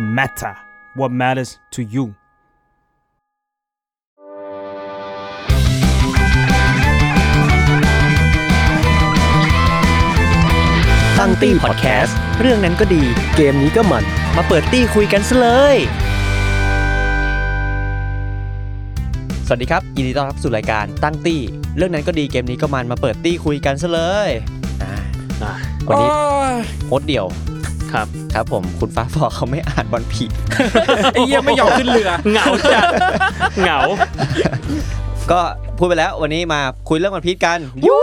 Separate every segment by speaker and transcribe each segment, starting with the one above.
Speaker 1: matter what matters to you
Speaker 2: ตั้งตี้พอดแคสต์เรื่องนั้นก็ดี เกมนี้ก็มัน มาเปิดตี้คุยกันซะเลย สวัสดีครับยินดีต้อนรับสู่รายการตั้งตี้ เรื่องนั้นก็ดีเกมนี้ก็มันมาเปิดตี้คุยกันซะเลยอ่า
Speaker 3: อ่ะ
Speaker 2: วันนี้โฮสต์เดี่ยว
Speaker 3: ครับ
Speaker 2: ครับผมคุณฟ้าฟอเขาไม่อ่านบอลผี
Speaker 4: ไอ้เหี้ยไม่ยอมขึ้นเรือ
Speaker 3: เหงาจัดเหงา
Speaker 2: ก็พูดไปแล้ววันนี้มาคุยเรื่องบอลพีชกันยู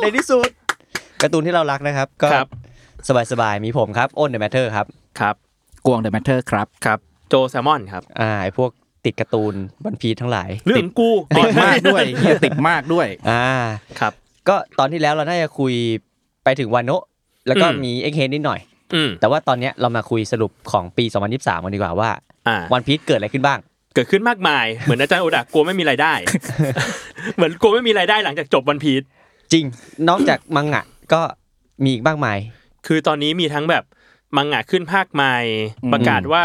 Speaker 2: ในที่สุดการ์ตูนที่เรารักนะครับ ก็
Speaker 3: ครับ
Speaker 2: สบายๆมีผมครับอ้นเดอะแมทเทอร์ครับ
Speaker 3: ครับ
Speaker 4: กวงเดอะแมทเทอร์ครับ
Speaker 3: ครับโจแซลมอนครับ
Speaker 2: อ่าไอ้พวกติดการ์ตูนบันพีชทั้งหลาย
Speaker 3: เรื่องกู
Speaker 4: ติดมากด้วยเฮี ยติดมากด้วย
Speaker 2: อ่า
Speaker 3: ครับ
Speaker 2: ก็ตอนที่แล้วเราน่าจะคุยไปถึงวานโนะแล้วก็
Speaker 3: อืม
Speaker 2: มีเอ็กเฮนนิดหน่อย
Speaker 3: อืม
Speaker 2: แต่ว่าตอนเนี้ยเรามาคุยสรุปของปี 2023กันดีกว่าว่า
Speaker 3: อ่า
Speaker 2: วันพีชเกิดอะไรขึ้นบ้าง
Speaker 3: เกิดขึ้นมากมายเหมือนอาจารย์โอดะกลัวไม่มีรายได้ เหมือนกลัวไม่มีรายได้หลังจากจบวันพีช
Speaker 2: จริง นอกจากมังงะก็มีอีกมากมาย
Speaker 3: คือตอนนี้มีทั้งแบบมังงะขึ้นภาคใหม่
Speaker 4: อืม
Speaker 3: ประกาศว่า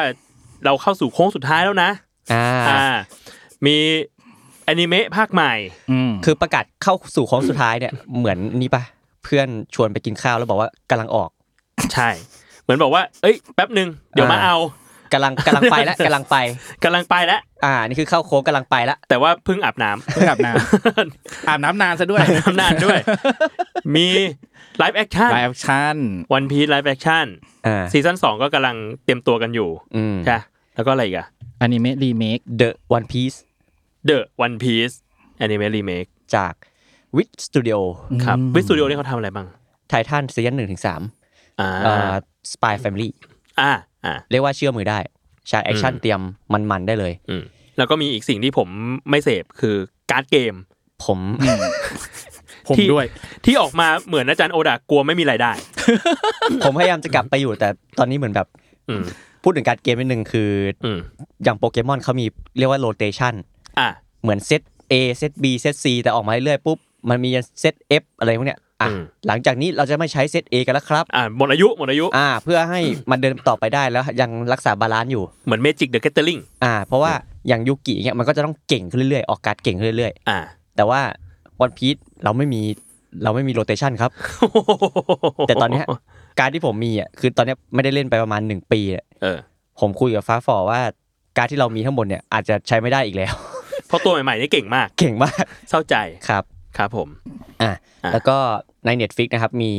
Speaker 3: เราเข้าสู่โค้งสุดท้ายแล้วนะ
Speaker 2: อ่า
Speaker 3: อ่า มีอนิเมะภาคใหม่
Speaker 4: อืม
Speaker 2: คือประกาศเข้าสู่โค้งสุดท้ายเนี่ย เหมือนนี่ปะเพื่อนชวนไปกินข้าวแล้วบอกว่ากำลังออก
Speaker 3: ใช่ เหมือนบอกว่า เอ้ยแป๊บหนึ่งเดี๋ยวมาเอา
Speaker 2: กำลังกำลังไปแล้วกำลังไป
Speaker 3: กำลังไปแล้ว
Speaker 2: อ่า นี่คือเข้าโค้งกำลังไปละ
Speaker 3: แต่ว่าเพิ่งอาบน้ำ
Speaker 4: เพื่ออาบน้ำอาบน้ำนานซะด้วย
Speaker 3: ทำนานด้วย มีไลฟ์แอคชั่น
Speaker 4: ไลฟ์ชั่น
Speaker 3: วันพี e ไลฟ์แอคชั่น
Speaker 2: อ่า
Speaker 3: ซีซั่นสองก็กำลังเตรียมตัวกันอยู่
Speaker 2: อืม
Speaker 3: ใช่แล้วก็อะไรอีกอะ
Speaker 4: อนิเมะรีเมค
Speaker 2: The One Piece
Speaker 3: The One Piece Anime Remake
Speaker 2: จากวิทสตูดิโอ
Speaker 3: ครับวิสตูดิโอนี่เขาทำอะไรบ้าง
Speaker 2: ไททันซีซั่นหนึ่งถึงสาม
Speaker 3: อ่า
Speaker 2: สปายแฟมิลี่
Speaker 3: อ่าอ่า
Speaker 2: เรียกว่าเชื่อมือได้ฉากแอคชั่น
Speaker 3: อืม
Speaker 2: เตรียมมัน ๆ ได้เลย
Speaker 3: อืมแล้วก็มีอีกสิ่งที่ผมไม่เสพคือการ์ดเกม
Speaker 2: ผม
Speaker 4: ผม
Speaker 3: ที่
Speaker 4: ด้วย
Speaker 3: ที่ออกมาเหมือนอาจารย์โอดากลัวไม่มีรายได้
Speaker 2: ผมพยายามจะกลับไปอยู่แต่ตอนนี้เหมือนแบบ
Speaker 3: อืม
Speaker 2: พูดถึงการดเกมนิดนึงคือ
Speaker 3: อืม
Speaker 2: อย่างโปเกมอนเขามีเรียกว่าโรเตชัน
Speaker 3: อ่า
Speaker 2: เหมือนเซต A เซต B เซต C แต่ออกมาเรื่อยๆปุ๊บ มันมีเซต F อะไรพวกเนี้ยอ่ะ
Speaker 3: อืม
Speaker 2: หลังจากนี้เราจะไม่ใช้เซต A กันแล้วครับ
Speaker 3: อ่าหมดอายุหมดอายุ
Speaker 2: อ่า เพื่อให้มันเดินต่อไปได้แล้วยังรักษาบาลานซ์อยู่
Speaker 3: เหมือน Magic the Gathering
Speaker 2: อ่า เพราะว่าอย่างยูกิเนี่ยมันก็จะต้องเก่งขึ้นเรื่อยๆออกการ์ดเก่งขึ้นเรื่อย
Speaker 3: อ่า
Speaker 2: ๆแต่ว่าวันพีชเราไม่มีเราไม่มีโรเตชันครับ แต่ตอนเนี้ย การดที่ผมมีอ่ะคือตอนเนี้ยไม่ได้เล่นไปประมาณหนึ่งปีอะ
Speaker 3: เออ
Speaker 2: ผมคุยกับฟ้าฟอว่าการดที่เรามีทั้งหมดเนี่ยอาจจะใช้ไม่ได้อีกแล้ว
Speaker 3: เพราะตัวใหม่ๆนี่เก่งมาก
Speaker 2: เก่งมาก
Speaker 3: เศร้าใจ
Speaker 2: ครับ
Speaker 3: ครับผม
Speaker 2: อ่ะ
Speaker 3: อ่ะ
Speaker 2: แล้วก็ใน Netflix นะครับ มี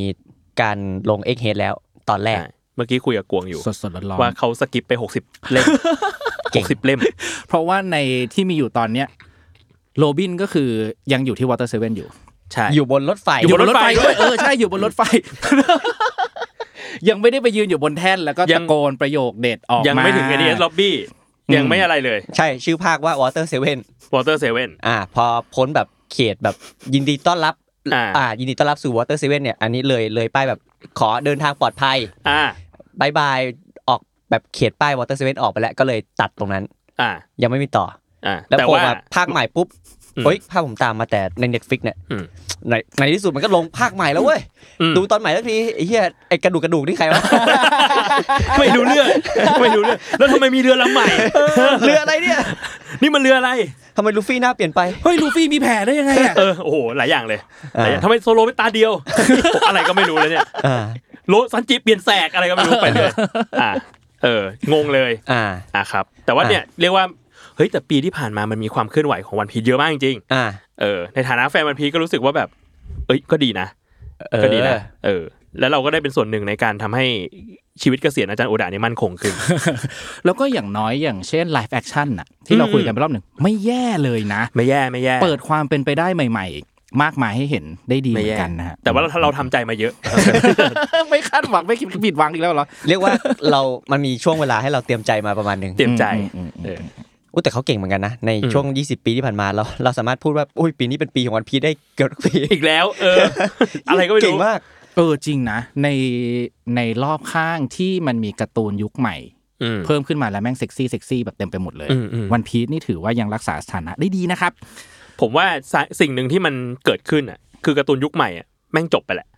Speaker 2: การลง X h e a d แล้วตอนแรก
Speaker 3: ใช่เมื่อกี้คุยกับกวงอยู่
Speaker 4: สดสดๆร้อน
Speaker 3: ว่าเขาสกิปไป 60 เล่ม
Speaker 2: เก่ง
Speaker 3: 60 เล่ม
Speaker 4: ๆเพราะว่าในที่มีอยู่ตอนเนี้ยโรบินก็คือยังอยู่ที่วอเตอร์เซเว่นอยู่
Speaker 3: ใช่
Speaker 2: อยู่บนรถไฟ
Speaker 3: อยู่ บนรถไฟด้วย
Speaker 4: เออใช่อยู่บนรถไฟ ยังไม่ได้ไปยืนอยู่บนแท่นแล้วก็ตะโกนประโยคเด็ดออกมายั
Speaker 3: ยังไม่ถึง ADS Lobby
Speaker 4: อืม
Speaker 3: ยังไม่อะไรเลย
Speaker 2: ใช่ชื่อภาคว่า Water Seven
Speaker 3: Water Seven
Speaker 2: อ่า พอพ้นแบบเขตแบบยินดีต้อนรับ
Speaker 3: อ่า
Speaker 2: อ่า ยินดีต้อนรับสู่ Water Seven เนี่ยอันนี้เลยเลยป้ายแบบขอเดินทางปลอดภัย
Speaker 3: อ่า
Speaker 2: บายบายออกแบบเขตป้าย Water Seven ออกไปแล้วก็เลยตัดตรงนั้น
Speaker 3: อ่า
Speaker 2: ยังไม่มีต่อ
Speaker 3: อ่า
Speaker 2: แล้ว
Speaker 3: แต่
Speaker 2: พอ
Speaker 3: ว่า
Speaker 2: มาภาคใหม่ปุ๊บ
Speaker 3: อืม
Speaker 2: เฮ้ยภาคผมตามมาแต่ใน Netflix เนี่ย
Speaker 3: อืม
Speaker 2: ในในที่สุดมันก็ลงภาคใหม่แล้วเว้ย
Speaker 3: อืม
Speaker 2: ดูตอนใหม่ทักทีไอ้เหี้ยไอ้กระดูกกระดูกนี่ใคร วะ
Speaker 3: ไม่รู้เรื่อง ไม่รู้เรื่อง แล้วทำไมมีเรือลำใหม่
Speaker 2: เรืออะไรเนี่ย
Speaker 3: นี่มันเรืออะไร
Speaker 2: ทำไมลูฟี่หน้าเปลี่ยนไป
Speaker 4: เฮ้ยลูฟี่มีแผลได้ยังไงอ่ะ
Speaker 3: เออ โอ้โห หลายอย่างเลย
Speaker 2: อ่า
Speaker 3: หลายอย่างทำไมโซโลเป็นตาเดียว อะไรก็ไม่รู้เลยเนี่ย
Speaker 2: อ่า
Speaker 3: โลซันจิเปลี่ยนแสกอะไรก็ไม่รู้ไปเลย อ่า เออ งงเลย
Speaker 2: อ่า
Speaker 3: อ่าครับ แต่ว่าเนี่ยเรียกว่า เฮ้ยแต่ปีที่ผ่านมามันมีความเคลื่อนไหวของวันพีเยอะมากจริงๆ
Speaker 2: อ่า
Speaker 3: เออในฐานะแฟนมันพีชก็รู้สึกว่าแบบ เอ้ยก็ดีนะ ก็ดีนะ เออ แล้วเราก็ได้เป็นส่วนหนึ่งในการทำให้ชีวิตเกษียณอาจารย์โอดาเนี่ยมั่นคงขึ้น
Speaker 4: แล้วก็อย่างน้อยอย่างเช่นไลฟ์แอคชั่นน่ะที่เราคุยกันไปรอบหนึ่งไม่แย่เลยนะ
Speaker 3: ไม่แย่ไม่แย่
Speaker 4: เปิดความเป็นไปได้ใหม่ ๆ มากมายให้เห็นได้ดีเห
Speaker 3: ไม่
Speaker 4: มือ
Speaker 3: แย่
Speaker 4: นกันนะฮะ
Speaker 3: แต่ว่าเราเราทำใจมาเยอะ
Speaker 4: ไม่คาดหวังไม่คิดผิดหวังอีกแล้วเหรอ
Speaker 2: เรียกว่าเรามันมีช่วงเวลาให้เราเตรียมใจมาประมาณหนึ่ง
Speaker 3: เตรียมใจ
Speaker 4: อืมอืม
Speaker 3: เออ
Speaker 2: อุ้ยแต่เขาเก่งเหมือนกันนะ ใน
Speaker 3: อืม
Speaker 2: ช่วง 20 ปีที่ผ่านมาเราเราสามารถพูดว่าอุ้ยปีนี้เป็นปีของวันพีชได้เกือบทุกปี
Speaker 3: อีกแล้ว เออ อะไรก็ไม่
Speaker 2: เก่
Speaker 3: รู้
Speaker 2: งมาก
Speaker 4: เออจริงนะ ในในรอบข้างที่มันมีการ์ตูนยุคใหม่
Speaker 3: อืม
Speaker 4: เพิ่มขึ้นมาแล้วแม่งเซ็กซี่เซ็กซี่แบบเต็มไปหมดเลย
Speaker 3: อืมอืม
Speaker 4: วันพีชนี่ถือว่ายังรักษาสถานะได้ดีนะครับ
Speaker 3: ผมว่าสาสิ่งหนึ่งที่มันเกิดขึ้นอ่ะ คือการ์ตูนยุคใหม่อ่ะแม่งจบไปแหละ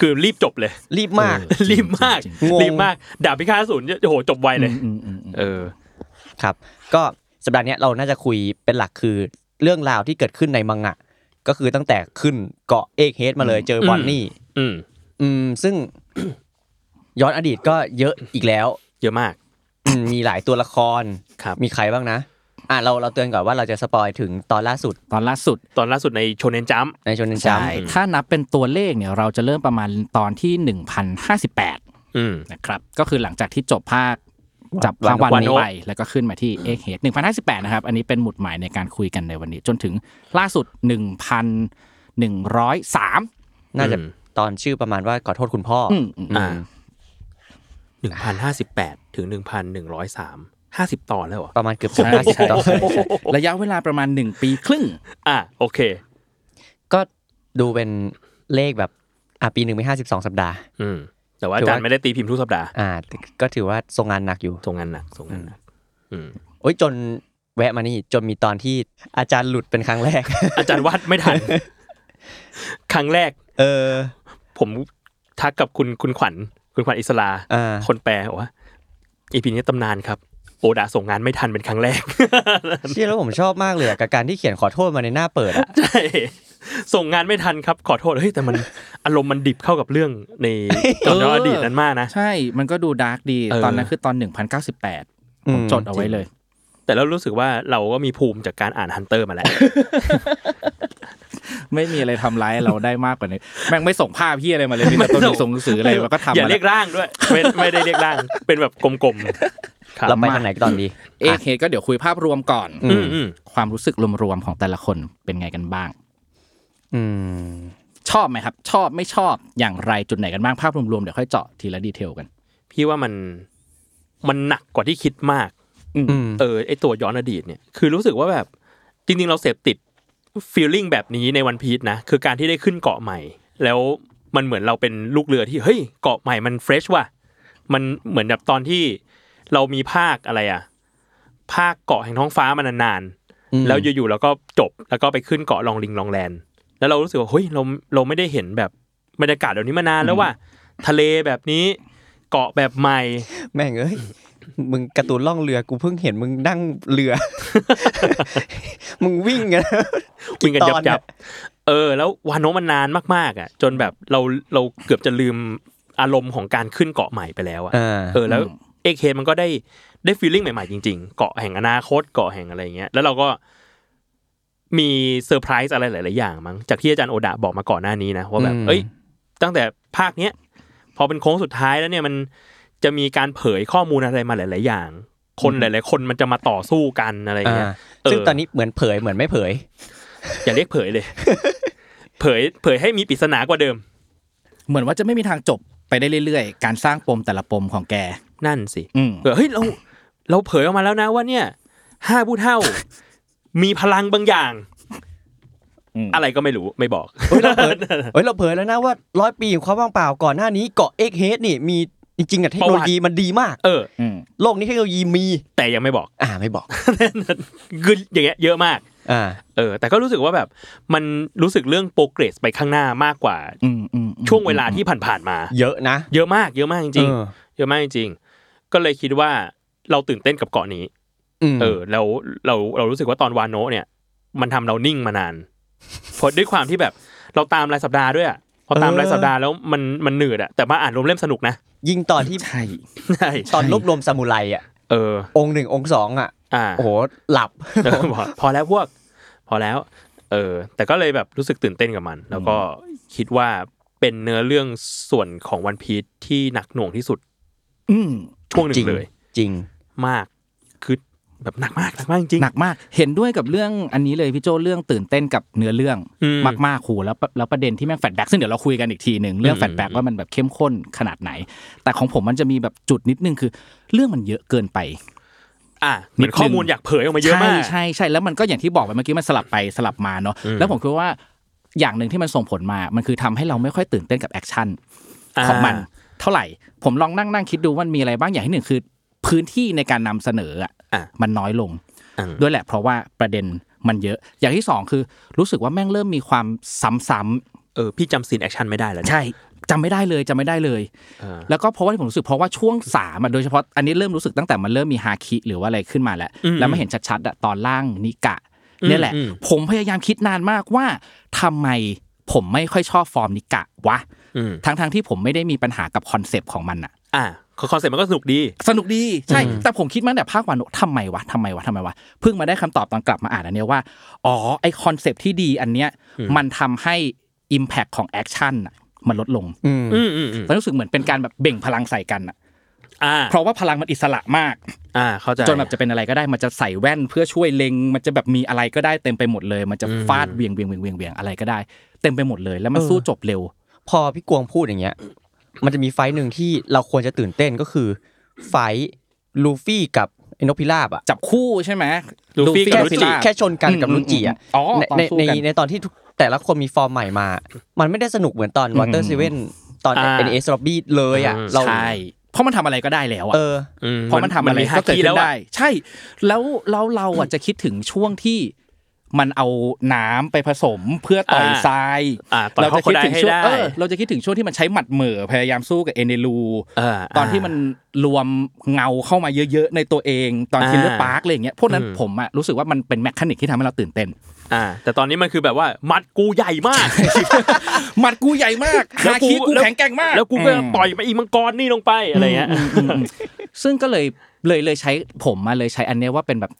Speaker 3: คือรีบจบเลย
Speaker 2: รีบมาก
Speaker 5: เออจง
Speaker 3: รีบมาก
Speaker 5: จริง
Speaker 2: งง
Speaker 3: รีบมาก ดาบพิฆาตอสูนโอ้โหจบไวเลย
Speaker 4: อืมอืมอืม
Speaker 3: เออ
Speaker 2: ครับ ก็สัปดาห์เนี้ยเราน่าจะคุยเป็นหลักคือเรื่องราวที่เกิดขึ้นในมังงะ ก็คือตั้งแต่ขึ้นเกาะเอกเฮดมาเลยเจอบอนนี่
Speaker 3: อืม
Speaker 2: อืมซึ่ง ย้อนอดีตก็เยอะอีกแล้ว
Speaker 3: เยอะมาก
Speaker 2: อืมมีหลายตัวละคร
Speaker 3: ครับ
Speaker 2: มีใครบ้างนะ อ่ะเราเราเตือนก่อนว่าเราจะสปอยถึงตอนล่าสุด
Speaker 4: ตอนล่าสุด
Speaker 3: ตอนล่าสุดในโชเนนจัม
Speaker 2: ในชนนจ
Speaker 4: ใช่ถ้านับเป็นตัวเลขเนี่ยเราจะเริ่มประมาณตอนที่ 1058
Speaker 3: อืม
Speaker 4: นะครับก็คือหลังจากที่จบภาคจับภาควันนี้ไปแล้วก็ขึ้นมาที่เอ็กเฮด1058 นะครับ อันนี้เป็นหมุดหมายในการคุยกันในวันนี้ จนถึงล่าสุด 1,103
Speaker 2: ำน่าจะ
Speaker 3: อืม
Speaker 2: ตอนชื่อประมาณว่าขอโทษคุณพ่ออ
Speaker 4: อืมอืม
Speaker 3: อ่าหนึ่งพันห้าสิบแปดถึงหนึ่งพันหนึ่งร้อยสามห้าสิบตอนแล้วเหรอ
Speaker 2: ประมาณเกือบ
Speaker 4: ใช่
Speaker 2: ห้าสิบ
Speaker 4: ใช่
Speaker 2: ตอน
Speaker 4: ใช่ใช่ระยะเวลาประมาณ 1 ปีครึ่ง
Speaker 3: อ่ะ โอเค
Speaker 2: ก็ดูเป็นเลขแบบอ่ะปีหนึ่งมีห้าสิบสองสัปดาห์
Speaker 3: อืม แต่ว่าอาจาร
Speaker 2: ถือว่า
Speaker 3: ย์ไม่ได้ตีพิมพ์ทุกสัปดาห์
Speaker 2: อ่า ก็ถือว่าทรงงานหนักอยู่
Speaker 3: ส่งงานหนักส่งงานหนัก อืม
Speaker 2: โอ้ยจนแวะมานี่จนมีตอนที่อาจารย์หลุดเป็นครั้งแรก
Speaker 3: อาจารย์วัดไม่ ทัน ครั้งแรก
Speaker 2: เออ
Speaker 3: ผมทักกับคุณคุณขวัญ คุณขวัญอิสลา
Speaker 2: อ่า
Speaker 3: คนแปลบอกว่าอีพีนี้ตำนานครับ โอดาส่งงานไม่ทันเป็นครั้งแรก
Speaker 2: เชี่ยแล้วผมชอบมากเลยอะกับการที่เขียนขอโทษมาในหน้าเปิดอะ
Speaker 3: ใช่ ส่งงานไม่ทันครับ ขอโทษ เฮ้ย แต่มัน อารมณ์มันดิบเข้ากับเรื่อง ในตอนย้อนอดีตนั้นมากนะ
Speaker 4: ใช่ มันก็ดูดาร์กดี
Speaker 3: เออ
Speaker 4: ตอนนั้นคือตอน 1098 ผมจดเอาไว้เลย
Speaker 3: แต่เรารู้สึกว่าเราก็มีภูมิจากการอ่านฮันเตอร์มาแล้ว
Speaker 4: ไม่มีอะไรทำร้ายเราได้มากกว่านี้ แม่งไม่ส่งภาพพี่อะไรมาเลยมีแต่ตัวหนังสือส่งหนังสืออะไรมันก็ทำ
Speaker 3: อย่า
Speaker 4: มา
Speaker 3: เรียกร่างด้วย ไม่ไม่ได้เรียกร่าง เป็นแบบกลมๆ ครับ
Speaker 2: เราไปทางไหนตอนดี
Speaker 4: เอเคก็เดี๋ยวคุยภาพรวมก่อน
Speaker 3: อืมอืม
Speaker 4: ความรู้สึกรวมๆของแต่ละคนเป็นไงกันบ้าง
Speaker 2: อืม
Speaker 4: ชอบไหมครับ ชอบไม่ชอบอย่างไรจุดไหนกันบ้างภาพรวมๆเดี๋ยวค่อยเจาะทีละดีเทลกัน
Speaker 3: พี่ว่ามันมันหนักกว่าที่คิดมาก
Speaker 2: อืม
Speaker 3: เออไอตัวย้อนอดีตเนี่ยคือรู้สึกว่าแบบจริงๆ เราเสพติดฟีลลิ่งแบบนี้ในวันพีชนะ คือการที่ได้ขึ้นเกาะใหม่ แล้วมันเหมือนเราเป็นลูกเรือที่เฮ้ยเกาะใหม่มันเฟรชว่ะมันเหมือนแบบตอนที่เรามีภาคอะไรอะภาคเกาะแห่งท้องฟ้ามานาน
Speaker 2: อืม
Speaker 3: ๆแล้วอยู่ๆเราก็จบแล้วก็ไปขึ้นเกาะลองลิงลองแลนแล้วเรารู้สึกว่าเฮ้ยเราเราไม่ได้เห็นแบบบรรยากาศแบบนี้มานานแล้วว่ะทะเลแบบนี้เกาะแบบใหม่
Speaker 2: แม่งเอ้ย มึงการ์ตูนล่องเรือกูเพิ่งเห็นมึงนั่งเรือ มึงวิ่งอะ
Speaker 3: วิ่งกัน
Speaker 2: กี่
Speaker 3: ยั
Speaker 2: ตอบ น
Speaker 3: ยั
Speaker 2: อะ
Speaker 3: บเออ แล้ววานโนะมันนานมากๆอ่ะ จนแบบเราเราเกือบจะลืมอารมณ์ของการขึ้นเกาะใหม่ไปแล้วอ่ะ
Speaker 2: อ่า
Speaker 3: เออแล้ว
Speaker 4: อืม
Speaker 3: เอเคมันก็ได้ได้ฟีลลิ่งใหม่ๆจริง ๆ เกาะแห่งอนาคตเกาะแห่งอะไรเงี้ย แล้วเราก็มีเซอร์ไพรส์อะไรหลาย ๆ อย่างมั้งจากที่อาจารย์โอดะบอกมาก่อนหน้านี้นะว่าแบบ เอ้ย ตั้งแต่ภาคเนี้ยพอเป็นโค้งสุดท้ายแล้วเนี่ยมันจะมีการเผยข้อมูลอะไรมาหลาย ๆ อย่าง คนหลาย ๆ คนมันจะมาต่อสู้กันอะไร
Speaker 2: อ่า
Speaker 3: เงี้ย เออ
Speaker 2: ซึ่งตอนนี้เหมือนเผยเหมือนไม่เผย
Speaker 3: อย่าเรียกเผยเลย เผย เผยให้มีปริศนากว่าเดิม
Speaker 4: เหมือนว่าจะไม่มีทางจบไปได้เรื่อยๆ การสร้างปมแต่ละปมของแก
Speaker 3: นั่นสิ
Speaker 4: อืม
Speaker 3: เออเฮ้ยเรา เราเผยออกมาแล้วนะว่าเนี่ยห้าผู้เท่า มีพลังบางอย่าง
Speaker 4: ม
Speaker 3: อะไรก็ไม่รู้ไม่บอก
Speaker 2: เฮ้ยเราเผยเฮ้ยเราเผยแล้วนะว่าร้อยปีของความว่างเปล่าก่อนหน้านี้เกาะเอ็กเฮดนี่มีจริงๆอะเทคโนโลยีมันดีมาก
Speaker 3: เออ
Speaker 4: อืม
Speaker 2: โลกนี้เทคโนโลยีมี
Speaker 3: แต่ยังไม่บอก
Speaker 2: อ่าไม่บอก
Speaker 3: คืออย่างเงี้ยเยอะมาก
Speaker 2: อ่า
Speaker 3: เออ แต่ก็รู้สึกว่าแบบ มันรู้สึกเรื่องโปรเกรสไปข้างหน้ามากกว่า
Speaker 4: อืมอืมอืม
Speaker 3: ช่วงเวลาที่ผ่านๆมา
Speaker 2: เยอะนะ
Speaker 3: เยอะมาก เยอะมากจริง
Speaker 2: เออ
Speaker 3: ๆเยอะมากจริงๆก็เลยคิดว่าเราตื่นเต้นกับเกาะนี้
Speaker 2: อืม
Speaker 3: เออเราเราเรารู้สึกว่าตอนวานโนะเนี่ย มันทำเรานิ่งมานานเพราะด้วยความที่แบบเราตามรายสัปดาห์ด้วยอะพอตามรายสัปดาห์แล้วมันมันเหนื่อยอะแต่มาอ่านรวมเล่มสนุกนะ
Speaker 2: ยิ่งตอนที่
Speaker 4: ใช่
Speaker 3: ใช่
Speaker 2: ตอนรวบรวมซามูไรอ่ะ
Speaker 3: เออ
Speaker 2: องค์หนึ่งองค์สองอ่ะ
Speaker 3: อ่า
Speaker 2: โอ้โห หลับ
Speaker 3: เออ พอพอแล้วพวก พอแล้ว เออ แต่ก็เลยแบบรู้สึกตื่นเต้นกับมัน แล้วก็คิดว่าเป็นเนื้อเรื่องส่วนของวันพีชที่หนักหน่วงที่สุด
Speaker 4: อืม
Speaker 3: ช่วงหนึ่
Speaker 2: จริ
Speaker 3: ง
Speaker 2: ง
Speaker 3: เลย
Speaker 2: จริง
Speaker 3: มากคือแบบหนักมากหนักมากจริง
Speaker 4: หนักมาก เห็นด้วยกับเรื่องอันนี้เลยพี่โจเรื่องตื่นเต้นกับเนื้อเรื่อง
Speaker 3: อืม
Speaker 4: มากๆครูแล้วแล้วประเด็นที่แม่งแฟลแบ็กซึ่งเดี๋ยวเราคุยกันอีกทีหนึ่งเรื่อง
Speaker 3: อืม
Speaker 4: แฟลแบ็กว่ามันแบบเข้มข้นขนาดไหน แต่ของผมมันจะมีแบบจุดนิดนึงคือ เรื่องมันเยอะเกินไป
Speaker 3: อ่ะเหมือนข้อมูลอยากเผยออกมาเยอะมาก
Speaker 4: ใช่ใช่ใช่แล้วมันก็อย่างที่บอกไปเมื่อกี้มันสลับไปสลับมาเนาะ
Speaker 3: อืม
Speaker 4: แล้วผมคิดว่าอย่างหนึ่งที่มันส่งผลมา มันคือทำให้เราไม่ค่อยตื่นเต้นกับแอคชั่นของมัน เท่าไหร่ ผมลองนั่งนั่งคิดดูว่ามันมีอะไรบ้างอย่างที่หนึ่งคือ พื้นที่ในการนำเสนออะ
Speaker 3: อ่ะ
Speaker 4: มันน้อยลง
Speaker 3: อ่า
Speaker 4: ด้วยแหละเพราะว่าประเด็นมันเยอะ อย่างที่สองคือรู้สึกว่าแม่งเริ่มมีความซ้ำ
Speaker 3: เออพี่จำซีนแอคชั่นไม่ได้แล้วเนี่ย
Speaker 4: ใช่จำไม่ได้เลยจำไม่ได้เลย
Speaker 3: เออ
Speaker 4: แล้วก็เพราะว่าที่ผมรู้สึกเพราะว่าช่วงสามอะโดยเฉพาะอันนี้เริ่มรู้สึกตั้งแต่มันเริ่มมีฮาคิหรือว่าอะไรขึ้นมาแล้ว
Speaker 3: อืม
Speaker 4: แล้วมาเห็นชัดๆอะตอนล่างนิกะ
Speaker 3: อืม
Speaker 4: เนี่ยแหละ
Speaker 3: อืม
Speaker 4: ผมพยายามคิดนานมากว่าทำไมผมไม่ค่อยชอบฟอร์มนิกะวะ
Speaker 3: อืม
Speaker 4: ทั้งๆที่ผมไม่ได้มีปัญหากับคอนเซปต์ของมันอะ
Speaker 3: อ่าคอนเซ็ปต์มันก็สนุกดี
Speaker 4: สนุกดีใช่ แต่ผมคิดมาตั้งแต่ภาควานุทำไมวะทำไมวะทำไมวะเพิ่งมาได้คำตอบตอนกลับมาอ่านอันเนี้ยว่าอ๋อไอคอนเซปต์ที่ดีอันเนี้ยมันทำให้ Impact ของแอคชั่นอะมันลดลง
Speaker 2: อืม
Speaker 3: อืมอืมอืม
Speaker 4: แล้วรู้สึกเหมือนเป็นการแบบเบ่งพลังใส่กันอะ
Speaker 3: อ่า
Speaker 4: เพราะว่าพลังมันอิสระมาก
Speaker 3: อ่าเข้าใจ
Speaker 4: จนแบบจะเป็นอะไรก็ได้มันจะใส่แว่นเพื่อช่วยเล็ง มันจะแบบมีอะไรก็ได้เต็มไปหมดเลย มันจะ
Speaker 3: อืม
Speaker 4: ฟาดเวียงเวียงเวียงเวียงเวียงอะไรก็ได้ เต็มไปหมดเลย แล้วมันสู้จบเร็ว
Speaker 2: พอพี่กวงพูดอย่างเงี้ย มันจะมีไฟท์หนึ่งที่เราควรจะตื่นเต้นก็คือ ไฟท์ลูฟี่กับไอ้นกพิราบอ่ะ
Speaker 4: จับคู่ใช่ไหม
Speaker 3: ลูฟี่กั
Speaker 2: แค่
Speaker 3: บรุจิ
Speaker 4: พิาบ
Speaker 2: แค่ชนกันกับ
Speaker 4: อืม
Speaker 2: รุจิอ่ะ
Speaker 4: อ๋อ
Speaker 2: ใน
Speaker 4: ตอน
Speaker 2: ใน
Speaker 4: สู้
Speaker 2: ใน
Speaker 4: กัน
Speaker 2: ในตอนที่ทุกแต่ละคนมีฟอร์มใหม่มา มันไม่ได้สนุกเหมือนตอนวอเต
Speaker 4: อื
Speaker 2: อร์
Speaker 4: ม
Speaker 2: เซเว่นตอน
Speaker 3: อ่า
Speaker 2: เอ็นเอสล็อบบี้เลยอ่ะ
Speaker 3: อืม
Speaker 2: เรา
Speaker 4: ใช่เพราะมันทำอะไรก็ได้แล้วอะ
Speaker 2: เออ
Speaker 3: ม
Speaker 4: เพราะมันทำอะไร
Speaker 3: ฮา
Speaker 4: ก็เกิด
Speaker 3: คิ
Speaker 4: ขึ้
Speaker 3: แล้ว
Speaker 4: น
Speaker 3: อะ
Speaker 4: ได้ ใช่ แล้วแล้วเราอ่ะจะคิดถึงช่วงที่มันเอาน้ำไปผสมเพื่อต่อย
Speaker 3: อ่า
Speaker 4: ทราย
Speaker 3: อ่าต่อย
Speaker 4: เรา
Speaker 3: เขา
Speaker 4: จะคิด
Speaker 3: คนใด
Speaker 4: ถึง
Speaker 3: ให้
Speaker 4: ช่วง
Speaker 3: ได้
Speaker 4: เออเราจะคิดถึงช่วงที่มันใช้หมัดเหม่อพยายามสู้กับเอเนลู
Speaker 3: เา
Speaker 4: ตอนที่มันรวมเงาเข้ามาเยอะๆ ในตัวเองตอน
Speaker 3: อ่า
Speaker 4: คิลเลอร์ปาร์กอะไรอย่างเงี้ยพวกนั้น
Speaker 3: อืม
Speaker 4: ผมอะรู้สึกว่ามันเป็นแมคคานิกที่ทำให้เราตื่นเต้น
Speaker 3: อ่า แต่ตอนนี้มันคือแบบว่ามัดกูใหญ่มาก
Speaker 4: หมัดกูใหญ่มาก
Speaker 3: แล้ว
Speaker 4: ฮาคิกู
Speaker 3: แล้ว
Speaker 4: แข็งแกร่งมาก
Speaker 3: แล้วกูก็
Speaker 4: ม
Speaker 3: ต่อยไปอีมังกรนี่ลงไปอะไรเงี้ย
Speaker 4: มอืมอืมซึ่งก็เลยเลยเลยใช้ผมมาเลยใช้อันเนี้ยว่าเป็นแบบ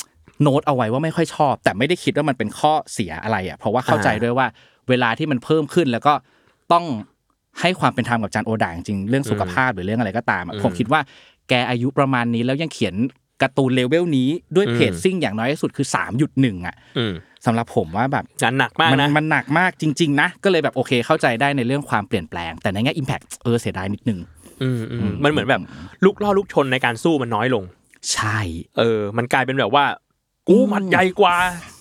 Speaker 4: โน้ตเอาไว้ว่าไม่ค่อยชอบ แต่ไม่ได้คิดว่ามันเป็นข้อเสียอะไรอ่ะเพราะว่าเข้าใจ
Speaker 3: อ่า
Speaker 4: ด้วยว่าเวลาที่มันเพิ่มขึ้นแล้วก็ต้องให้ความเป็นธรรมกับอาจารย์โอดาจริงๆเรื่องสุขภาพหรือเรื่องอะไรก็ตามอะผมคิดว่าแกอายุประมาณนี้แล้วยังเขียนการ์ตูนเลเวลนี้ด้วยเพจซิ่งอย่างน้อยที่สุดคือ3.1อ่ะ
Speaker 3: อืม
Speaker 4: สำหรับผมว่าแบบ
Speaker 3: งานหนักมาก
Speaker 4: มัน
Speaker 3: นะ
Speaker 4: มันหนักมากจริง ๆ นะ ก็เลยแบบโอเคเข้าใจได้ในเรื่องความเปลี่ยนแปลง แต่ในแง่ Impact เออเสียดายนิดนึง
Speaker 3: อืมอืมมันเหมือนแบบลูกล่อลูกชนในการสู้มันน้อยลง
Speaker 4: ใช่
Speaker 3: เออ มันกลายเป็นแบบว่า กูหมัดใหญ่กว่า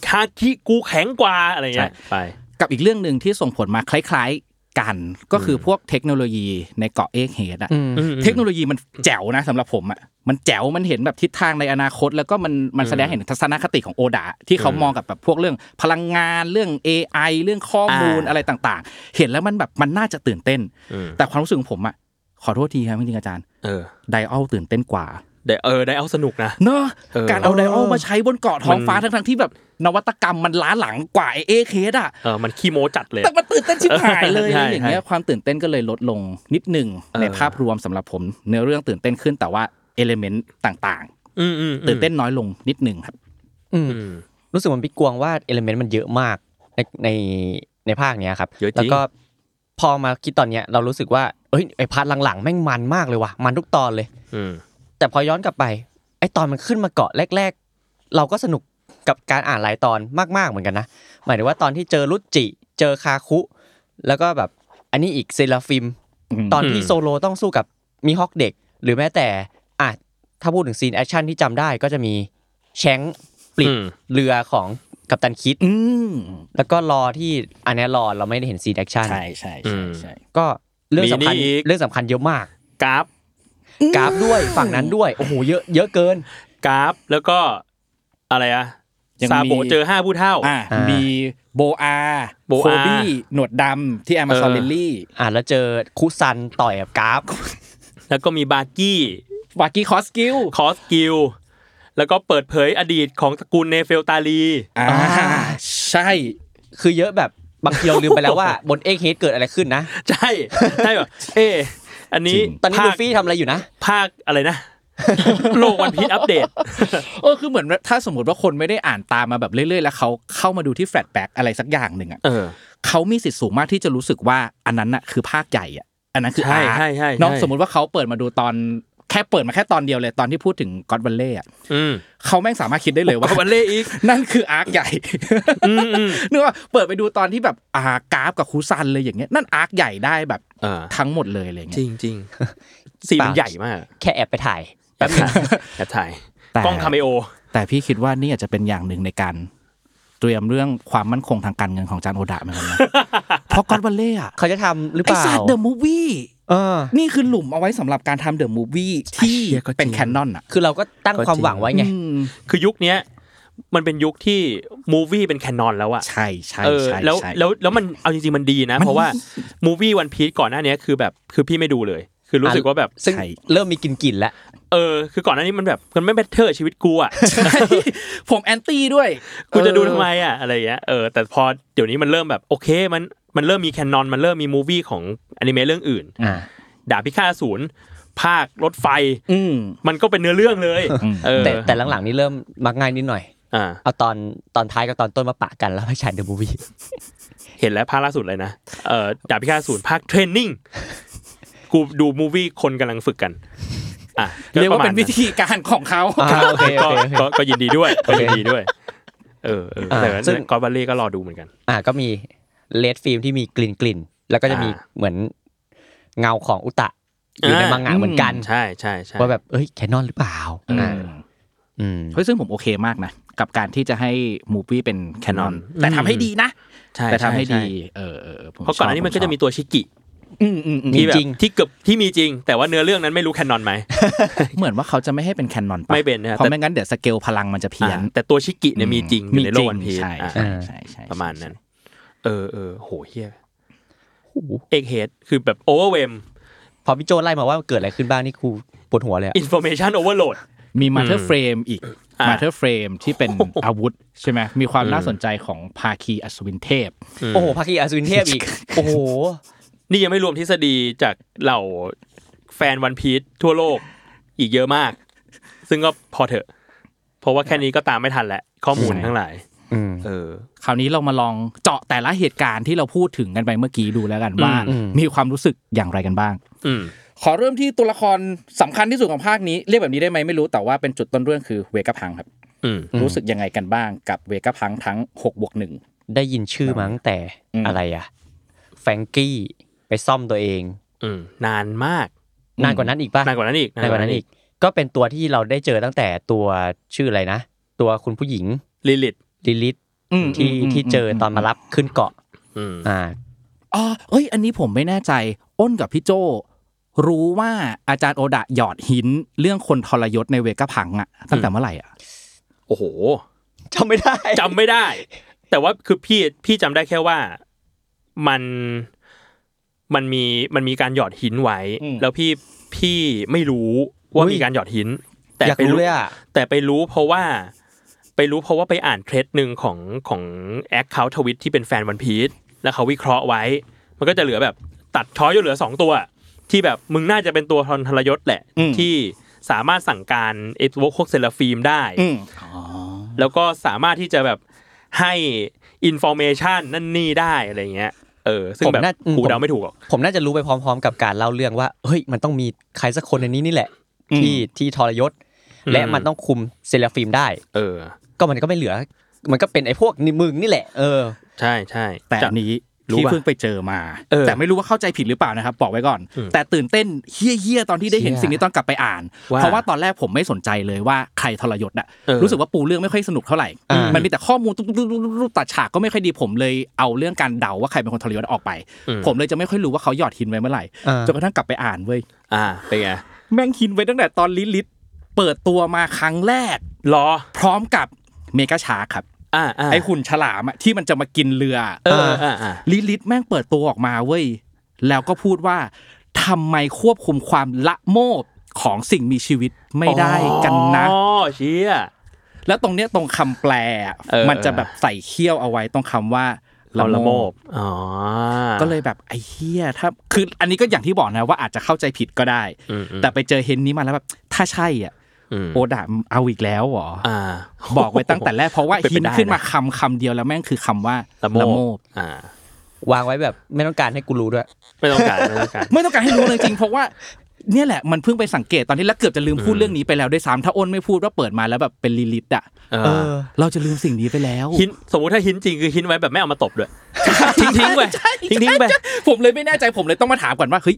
Speaker 3: คาคิกูแข็งกว่าอะไรเงี้ยไป
Speaker 4: กับอีกเรื่องหนึ่งที่ส่งผลมาคล้าย ๆ กัน ก็คือพวกเทคโนโลยีในเกาะเอกเฮดอะ
Speaker 2: อืม
Speaker 4: เทคโนโลยีมันแจ๋วนะสำหรับผมอะมันแจ๋วมันเห็นแบบทิศทางในอนาคต แล้วก็มันมันแสดงเห็นทัศนคติของโอดาที่เขามองกับแบบพวกเรื่องพลังงานเรื่อง AI เรื่องข้อมูล
Speaker 3: อ่า
Speaker 4: อะไรต่างๆ เห็นแล้วมันแบบมันน่าจะตื่นเต้น
Speaker 3: อืม
Speaker 4: แต่ความรู้สึกของผมอะขอโทษทีครับจริงๆอาจารย์
Speaker 3: เออ
Speaker 4: ไดอัลตื่นเต้นกว่า
Speaker 3: ได้เออได้เอาสนุกนะ
Speaker 4: เนอะ
Speaker 3: เออ
Speaker 4: การเอาไดโอลมาใช้บนเกาะท้องฟ้า
Speaker 3: มัน
Speaker 4: ทั้งทงๆที่แบบนวัตกรรมมันล้าหลังกว่าไอเอเคสอะ
Speaker 3: เออมันขี้โมจัดเลย
Speaker 4: แต่มันตื่นเต้นชิบหายเลย
Speaker 3: ใช่
Speaker 4: อะไรอย่างเงี้ยความตื่นเต้นก็เลยลดลงนิดหนึ่ง
Speaker 3: เออ
Speaker 4: ในภาพรวมสำหรับผมเนื้อเรื่องตื่นเต้นขึ้นแต่ว่าเอลเมนต์ต่าง
Speaker 3: อืมอืม
Speaker 4: ๆ ตื่นเต้นน้อยลงนิดหนึ่งครับ
Speaker 2: อืม
Speaker 3: อืม
Speaker 2: รู้สึกเหมันพี่กวงว่าเอลเมนต์มันเยอะมากในในในภาคเนี้ยครับ
Speaker 3: เยอะจริง
Speaker 2: แล้วก็พอมาคิดตอนเนี้ยเรารู้สึกว่าเอ้ยไอพาร์ทหลังๆแม่งมันมากเลยว่ะมันทุกตอนเลย
Speaker 3: อืม
Speaker 2: แต่พอย้อนกลับไป ไอตอนมันขึ้นมาเกาะแรก ๆ เราก็สนุกกับการอ่านหลายตอนมากๆเหมือนกันนะ หมายถึงว่าตอนที่เจอรุจิ เจอคาคุ แล้วก็แบบอันนี้อีกเซราฟิม
Speaker 4: อืม
Speaker 2: ตอนที่
Speaker 3: อืม
Speaker 2: โซโลต้องสู้กับมีฮอกเด็ก หรือแม้แต่อ่ะถ้าพูดถึงซีนแอคชั่นที่จำได้ก็จะมีแชงค์ปลิด
Speaker 3: อืม
Speaker 2: เรือของกัปตันคิด
Speaker 4: อืม
Speaker 2: แล้วก็รอที่อันเนี้ยรอเราไม่ได้เห็นซีนแอคชั่น
Speaker 4: ใช่ใช่ใช่ใช่
Speaker 2: ก็เรื่องสำคัญ
Speaker 3: มีนี่อีก
Speaker 2: เรื่องสำคัญเยอะมาก
Speaker 3: กราฟ
Speaker 2: กราฟด้วยฝั่งนั้นด้วยโอ้โหเยอะเยอะเกิน
Speaker 3: กราฟแล้วก็อะไรอะ
Speaker 4: ยัง
Speaker 3: ซา
Speaker 4: มี
Speaker 3: โบะเจอห้าผู้เท่า
Speaker 4: อ่า
Speaker 2: อ่ามี
Speaker 4: มีโบอา
Speaker 3: โบอา
Speaker 4: โคบี้หนวดดำที่แอมซอน
Speaker 3: เออ
Speaker 4: เลลี่
Speaker 2: อ่ะแล้วเจอคุซันต่อยกับกราฟ
Speaker 3: แล้วก็มีบาร์กี้
Speaker 4: วากิคอสกิล
Speaker 3: คอสกิล แล้วก็เปิดเผยอดีตของตระกูลเนเฟลตาลี
Speaker 4: อ่า
Speaker 2: อ่า
Speaker 4: ใช่
Speaker 2: คือเยอะแบบบางทีเราลืมไปแล้ว ว่า บนเอ็กเฮดเกิดอะไรขึ้นนะ
Speaker 3: ใช่ ใช่แบบเอะอัน
Speaker 4: จ
Speaker 3: นี้
Speaker 4: ริง
Speaker 2: ตอนนี้
Speaker 3: ภา
Speaker 2: ลู
Speaker 3: ค
Speaker 2: ฟี่ทำอะไรอยู่นะ
Speaker 3: ภาคอะไรนะ โลกวันพีชอัปเดต
Speaker 4: เออคือเหมือนถ้าสมมติว่าคนไม่ได้อ่านตามมาแบบเรื่อยๆ แล้วเขาเข้ามาดูที่แฟลชแบ็กอะไรสักอย่างหนึ่งอ่ะ
Speaker 3: เออ
Speaker 4: เขามีสิทธิ์สูงมากที่จะรู้สึกว่าอันนั้นอ่ะคือภาคใหญ่อ่ะอันนั้นคือ
Speaker 3: ใช่
Speaker 4: อาร์
Speaker 3: ใช่ใช่ใช่
Speaker 4: เนอะสมมติว่าเขาเปิดมาดูตอนแค่เปิดมาแค่ตอนเดียวเลยตอนที่พูดถึงก็อดวันเล่อะ
Speaker 3: อืม
Speaker 4: เขาแม่งสามารถคิดได้เลยว่า
Speaker 3: ก็วันเล่อีก
Speaker 4: นั่นคืออาร์คใหญ่
Speaker 3: อืมอืม
Speaker 4: นึกว่าเปิดไปดูตอนที่แบบอาร์กราฟกับคูซันเลยอย่างเงี้ยนั่นอาร์คใหญ่ได้แบบ
Speaker 3: เออ
Speaker 4: ทั้งหมดเลยอะไร
Speaker 3: จริ
Speaker 4: เงี้ย
Speaker 3: งจริงสีมันใหญ่มาก
Speaker 2: แค่แอบไปถ่าย
Speaker 3: แป๊บนึงแอบถ่าย
Speaker 4: แต่
Speaker 3: กล้องคาเมโอ
Speaker 4: แต่พี่คิดว่านี่อาจจะเป็นอย่างหนึ่งในการ เตรียมเรื่องความมั่นคงทางการเงินของจานโอดะเหมือนกันนะ เพราะก็อดวันเล่อะ
Speaker 2: เขาจะทำหรือเป
Speaker 4: ไอ
Speaker 2: ล่า
Speaker 4: สัตว์เดอะมูฟวี่
Speaker 2: เออ
Speaker 4: นี่คือหลุมเอาไว้สำหรับการทำเดอะมูฟวี่ที่
Speaker 3: เชี่ยก็จริง
Speaker 4: เป็นแคนนอนอ่ะ
Speaker 2: คือเราก็ตั้งความหวังไว้ไง
Speaker 4: อืม
Speaker 3: คือยุคเนี้ย มันเป็นยุคที่มูวี่เป็นแคนนอนแล้วอะ
Speaker 4: ใช่ใช่
Speaker 3: เออ
Speaker 4: ใช่
Speaker 3: แล้ว
Speaker 4: ใช่
Speaker 3: แล้วแล้วมันเอาจริงๆมันดีนะ
Speaker 4: มัน
Speaker 3: เพราะว่ามูวี่วันพีซก่อนหน้านี้คือแบบคือพี่ไม่ดูเลย คือรู้สึกว่าแบบ
Speaker 2: ซึ่ง
Speaker 4: ใช่
Speaker 2: เริ่มมีกลิ่นกลิ่นๆแล้ว
Speaker 3: เออคือก่อนหน้านี้มันแบบมันไม่แบทเทอร์ชีวิตกูอะ
Speaker 4: ใช่ผมแอนตี้ด้วย
Speaker 3: กูจะดูทำ
Speaker 4: เออ
Speaker 3: ไมอ่ะอะไรเงี้ยเออแต่พอเดี๋ยวนี้มันเริ่มแบบโอเคมันมันเริ่มมีแคนนอนมันเริ่มมีมูวี่ของอนิเมะเรื่องอื่น
Speaker 2: อ่า
Speaker 3: ดาบพิฆาตอสูรภาครถไฟ
Speaker 4: อืม
Speaker 3: มันก็เป็นเนื้อเรื่องเลย
Speaker 4: อืม
Speaker 3: เออ
Speaker 2: แต่แต่หลังๆนี้เริ่มมักง่ายนิดหน่อย
Speaker 3: อ่า
Speaker 2: เอาตอนตอนท้ายกับตอนต้นมาปะกันแล้วให้ฉายเดอะมูวี่
Speaker 3: เห็นแล้วภาคล่าสุดเลยนะเออดาบพิฆาตอสูรภาคเทรนนิ่งกูดูมูวี่คนกำลังฝึกกันอ่ะ
Speaker 4: เรียกว่าเป็นวิ
Speaker 3: ป
Speaker 4: ธีการของเขา
Speaker 2: โอเคโอ
Speaker 3: ระ
Speaker 2: เค
Speaker 3: มาณ
Speaker 2: โอ
Speaker 3: นั้น
Speaker 2: เค
Speaker 3: ก็ก็ก็ยินดีด้วยก็ยินดีด้วย เออเออแต่
Speaker 2: อ่าซึ่ง
Speaker 3: กอล์ฟบัลเล่ก็รอดูเหมือนกัน
Speaker 2: อ่าก็มีเลดฟิล์มที่มีกลิ่นกลิ่นๆแล้วก็จะมี
Speaker 3: อ่า
Speaker 2: เหมือนเงาของอุตะอยู่ใน
Speaker 3: อ่า
Speaker 2: มังงะเหมือนกัน
Speaker 3: ใช่ใช่ใช่
Speaker 2: ว่าแบบเอ้ยแคนนอนหรือเปล่า
Speaker 4: อืม
Speaker 2: อ่าอืม
Speaker 4: เฮ้ยซึ่งผมโอเคมากนะ กับการที่จะให้มูฟี่เป็นแคนนอน
Speaker 3: อืม
Speaker 4: แต่ทำให้ดีนะ
Speaker 3: ช่
Speaker 4: แต่ทำให้
Speaker 3: ช่
Speaker 4: ดี
Speaker 3: ช่
Speaker 4: เออเออเออผม
Speaker 3: เพราะก่อนหน้านี้มันก็จะมีตัวชิกิ
Speaker 4: อืมอืมอืม
Speaker 3: ที่แบบ
Speaker 2: จริง
Speaker 3: ที่เกือบที่มีจริง แต่ว่าเนื้อเรื่องนั้นไม่รู้แคนนอนไหม
Speaker 4: เหมือนว่าเขาจะไม่ให้เป็นแคนนอนปะ
Speaker 3: ไม่เป็นนะ
Speaker 4: เพราะ
Speaker 3: แต่
Speaker 4: ไม่งั้นเดี๋ยวสเกลพลังมันจะเพี้ยน
Speaker 3: อ่าแต่ตัวชิกิเนี่ยมีจริงอยู่ในโลกวันพี
Speaker 4: มีจริง
Speaker 3: ซ
Speaker 4: ใช่
Speaker 3: อ่ะ
Speaker 4: ใช่ใช่ใช่
Speaker 3: ประมาณนั้น เออเออโหเฮีย
Speaker 2: โอ้โห
Speaker 3: เอกเฮดคือแบบโอเวอร์เวม
Speaker 2: พอพี่โจไล่มาว่าเกิดอะไรขึ้นบ้างนี่ครูปวดหัวเลยอะ
Speaker 3: อินโฟเมชันโอเวอร์โหลด
Speaker 4: มีมาเธอร์เฟรมอีก
Speaker 3: อ่ะ
Speaker 4: มาเธอร์เฟรมที่เป็นอาวุธใช่ไหมมีความน่าสนใจของภาคีอัศวินเทพ
Speaker 2: โอ้โหภาคีอาซุนเทพอีก โอ้โห
Speaker 3: นี่ยังไม่รวมทฤษฎีจากเหล่าแฟนวันพีซทั่วโลกอีกเยอะมาก ซึ่งก็พอเถอะ เพราะว่าแค่นี้ก็ตามไม่ทันแหละ ข้อมูลทั้งหลาย
Speaker 2: อืม
Speaker 3: เออ
Speaker 4: คราวนี้เรามาลองเจาะแต่ละเหตุการณ์ที่เราพูดถึงกันไปเมื่อกี้ดูแล้วกันว่า
Speaker 2: อืม
Speaker 4: มีความรู้สึกอย่างไรกันบ้าง
Speaker 3: อืม
Speaker 4: ขอเริ่มที่ตัวละครสำคัญที่สุดของภาคนี้ เรียกแบบนี้ได้ไหมไม่รู้แต่ว่าเป็นจุดต้นเรื่องคือเวกาพังครับ
Speaker 3: อืม
Speaker 4: รู้สึกยังไงกันบ้างกับเวกาพังทั้ง6บวกหนึ่ง
Speaker 2: ได้ยินชื่อมาตั้งแต่
Speaker 4: อืม
Speaker 2: อะไรอะแฟรงกี้ไปซ่อมตัวเอง
Speaker 3: อืมนานมาก
Speaker 2: นานกว่านั้นอีกป่ะ
Speaker 3: นานกว่านั้นอีก
Speaker 2: นานกว่านั้นอีก ก็เป็นตัวที่เราได้เจอตั้งแต่ตัวชื่ออะไรนะ ตัวคุณผู้หญิง
Speaker 3: ลิลิต
Speaker 2: ลิลิตที่ที่เจอตอนมารับขึ้นเกาะ
Speaker 3: อืม
Speaker 2: อ่า
Speaker 4: อ๋อเอ้ย อันนี้ผมไม่แน่ใจ อ้นกับพี่โจรู้ว่าอาจารย์โอดะหยอดหินเรื่องคนทรยศในเวกาพังอะตั้งแต่เมื่อไหร่อะ
Speaker 3: โอ้โห
Speaker 2: จำไม่ได้
Speaker 3: จำไม่ได้ แต่ว่าคือพี่พี่จำได้แค่ว่ามันมันมีมันมีการหยอดหินไว้ แล้วพี่พี่ไม่รู้ว่า
Speaker 2: อุ๊ย
Speaker 3: มีการหยอดหิน แต่
Speaker 2: อยาก
Speaker 3: ไป
Speaker 2: รู้
Speaker 3: รู้
Speaker 2: เลยอ่ะ
Speaker 3: แต่ไปรู้เพราะว่า ไปรู้เพราะว่าไปอ่านเทรดหนึ่งของของแอคเคาท์ทวิตที่เป็นแฟนวันพีชแล้วเขาวิเคราะห์ไว้ มันก็จะเหลือแบบตัดช้อยอยู่เหลือสองตัว ที่แบบมึงน่าจะเป็นตัวทนทรยศแหละ ที่สามารถสั่งการไอ้พวกเซลฟีมได้
Speaker 4: อ๋อ
Speaker 3: แล้วก็สามารถที่จะแบบให้อินโฟเมชันนั่นนี่ได้อะไรเงี้ย เออ ซึ่ง
Speaker 2: ผม
Speaker 3: แบบ
Speaker 2: น่าอืม
Speaker 3: กู
Speaker 2: ผม
Speaker 3: เดาไม่ถูกหรอก
Speaker 2: ผมน่าจะรู้ไปพร้อมๆ กับการเล่าเรื่องว่า เฮ้ย มันต้องมีใครสักคนในนี้นี่แหละ
Speaker 4: อืม
Speaker 2: ที่ที่ทรยศ
Speaker 3: อืม
Speaker 2: และมันต้องคุมเซเลฟิล์มได้
Speaker 3: เออ
Speaker 2: ก็มันก็ไม่เหลือ มันก็เป็นไอ้พวกนี่มึงนี่แหละ เออ
Speaker 3: ใช่ใช่
Speaker 4: แต่
Speaker 3: จะ
Speaker 4: อันนี้
Speaker 3: รู้
Speaker 4: ที่
Speaker 3: ป่ะ
Speaker 4: เพิ่งไปเจอมา
Speaker 3: เออ
Speaker 4: แต่ไม่รู้ว่าเข้าใจผิดหรือเปล่านะครับ บอกไว้ก่อน
Speaker 3: อืม
Speaker 4: แต่ตื่นเต้นเฮี้ยๆตอนที่ได้เห็น
Speaker 2: เชี่ย
Speaker 4: สิ่งนี้ตอนกลับไปอ่าน
Speaker 3: ว่า
Speaker 4: เพราะว่าตอนแรกผมไม่สนใจเลยว่าใครทรยศอะ
Speaker 3: เออ
Speaker 4: รู้สึกว่าปูเรื่องไม่ค่อยสนุกเท่าไหร่
Speaker 2: อ่ามั
Speaker 4: มันมีแต่ข้อมูลตุ๊บๆๆๆๆตัดฉากก็ไม่ค่อยดีผมเลยเอาเรื่องการเดาว่าใครเป็นคนทรยศออกไป
Speaker 3: อืม
Speaker 4: ผมเลยจะไม่ค่อยรู้ว่าเขาหยอดหินไว้เมื่อไหร่
Speaker 2: อ่า
Speaker 4: จนกระทั่งกลับไปอ่านเว้ย
Speaker 3: อ่าเป็นไง
Speaker 4: แม่งหินไว้ตั้งแต่ตอนลิลิตเปิดตัวมาครั้งแรก
Speaker 3: รอ
Speaker 4: พร้อมกับเมกาชาร์คครับ
Speaker 3: อ่าอ่า
Speaker 4: ไอหุ่นฉลามอะที่มันจะมากินเรือ
Speaker 3: เอออ่าอ่า
Speaker 4: ลิลิตแม่งเปิดตัวออกมาเว้ย แล้วก็พูดว่าทำไมควบคุมความละโมบของสิ่งมีชีวิตไม่ได้กันนะ
Speaker 3: อ๋อเชี่ย
Speaker 4: แล้วตรงเนี้ยตรงคำแปลอะ
Speaker 3: เออ
Speaker 4: มันจะแบบใส่เขี้ยวเอาไว้ต้องคำว่า
Speaker 3: เราละโมบอ๋อ
Speaker 4: ก็เลยแบบไอ้เฮียถ้าคืออันนี้ก็อย่างที่บอกนะว่าอาจจะเข้าใจผิดก็ได้
Speaker 3: อืมอืม
Speaker 4: แต่ไปเจอเฮนนี้มาแล้วแบบถ้าใช่อ่ะ
Speaker 3: อืม
Speaker 4: โอดะเอาอีกแล้วเหรอ
Speaker 3: อ่า
Speaker 4: บอกไว้ตั้งแต่แรกเพราะว่า
Speaker 3: เป็น
Speaker 4: ฮิ
Speaker 3: ไป
Speaker 4: น
Speaker 3: ได้นะ
Speaker 4: ขึ้นมาคำคำเดียวแล้วแม่งคือคำว่า
Speaker 3: ละโมบ
Speaker 4: ะ
Speaker 3: อ่าว
Speaker 2: างไว้แบบไม่ต้องการให้กูรู้ด้วย
Speaker 3: ไม่ต้องการไม่ต้องการ
Speaker 4: ไม่ต้องการให้รู้เลยจริงเพราะว่าเนี่ยแหละมันเพิ่งไปสังเกตตอนนี้แล้วเกือบจะลืมพูดเรื่องนี้ไปแล้วด้วยซ้ำถ้าอ้นไม่พูดว่าเปิดมาแล้วแบบเป็นลิลิตอ่ะ
Speaker 3: เออ
Speaker 2: เออ
Speaker 4: เราจะลืมสิ่งนี้ไปแล้ว
Speaker 3: หินสมมุติถ้าหินจริงคือหินไว้แบบไม่เอามาตบด้วย ทิ้งทิ้งไปทิ้งทิ้งไป
Speaker 4: ผมเลยไม่แน่ใจผมเลยต้องมาถามก่อนว่าเฮ้ย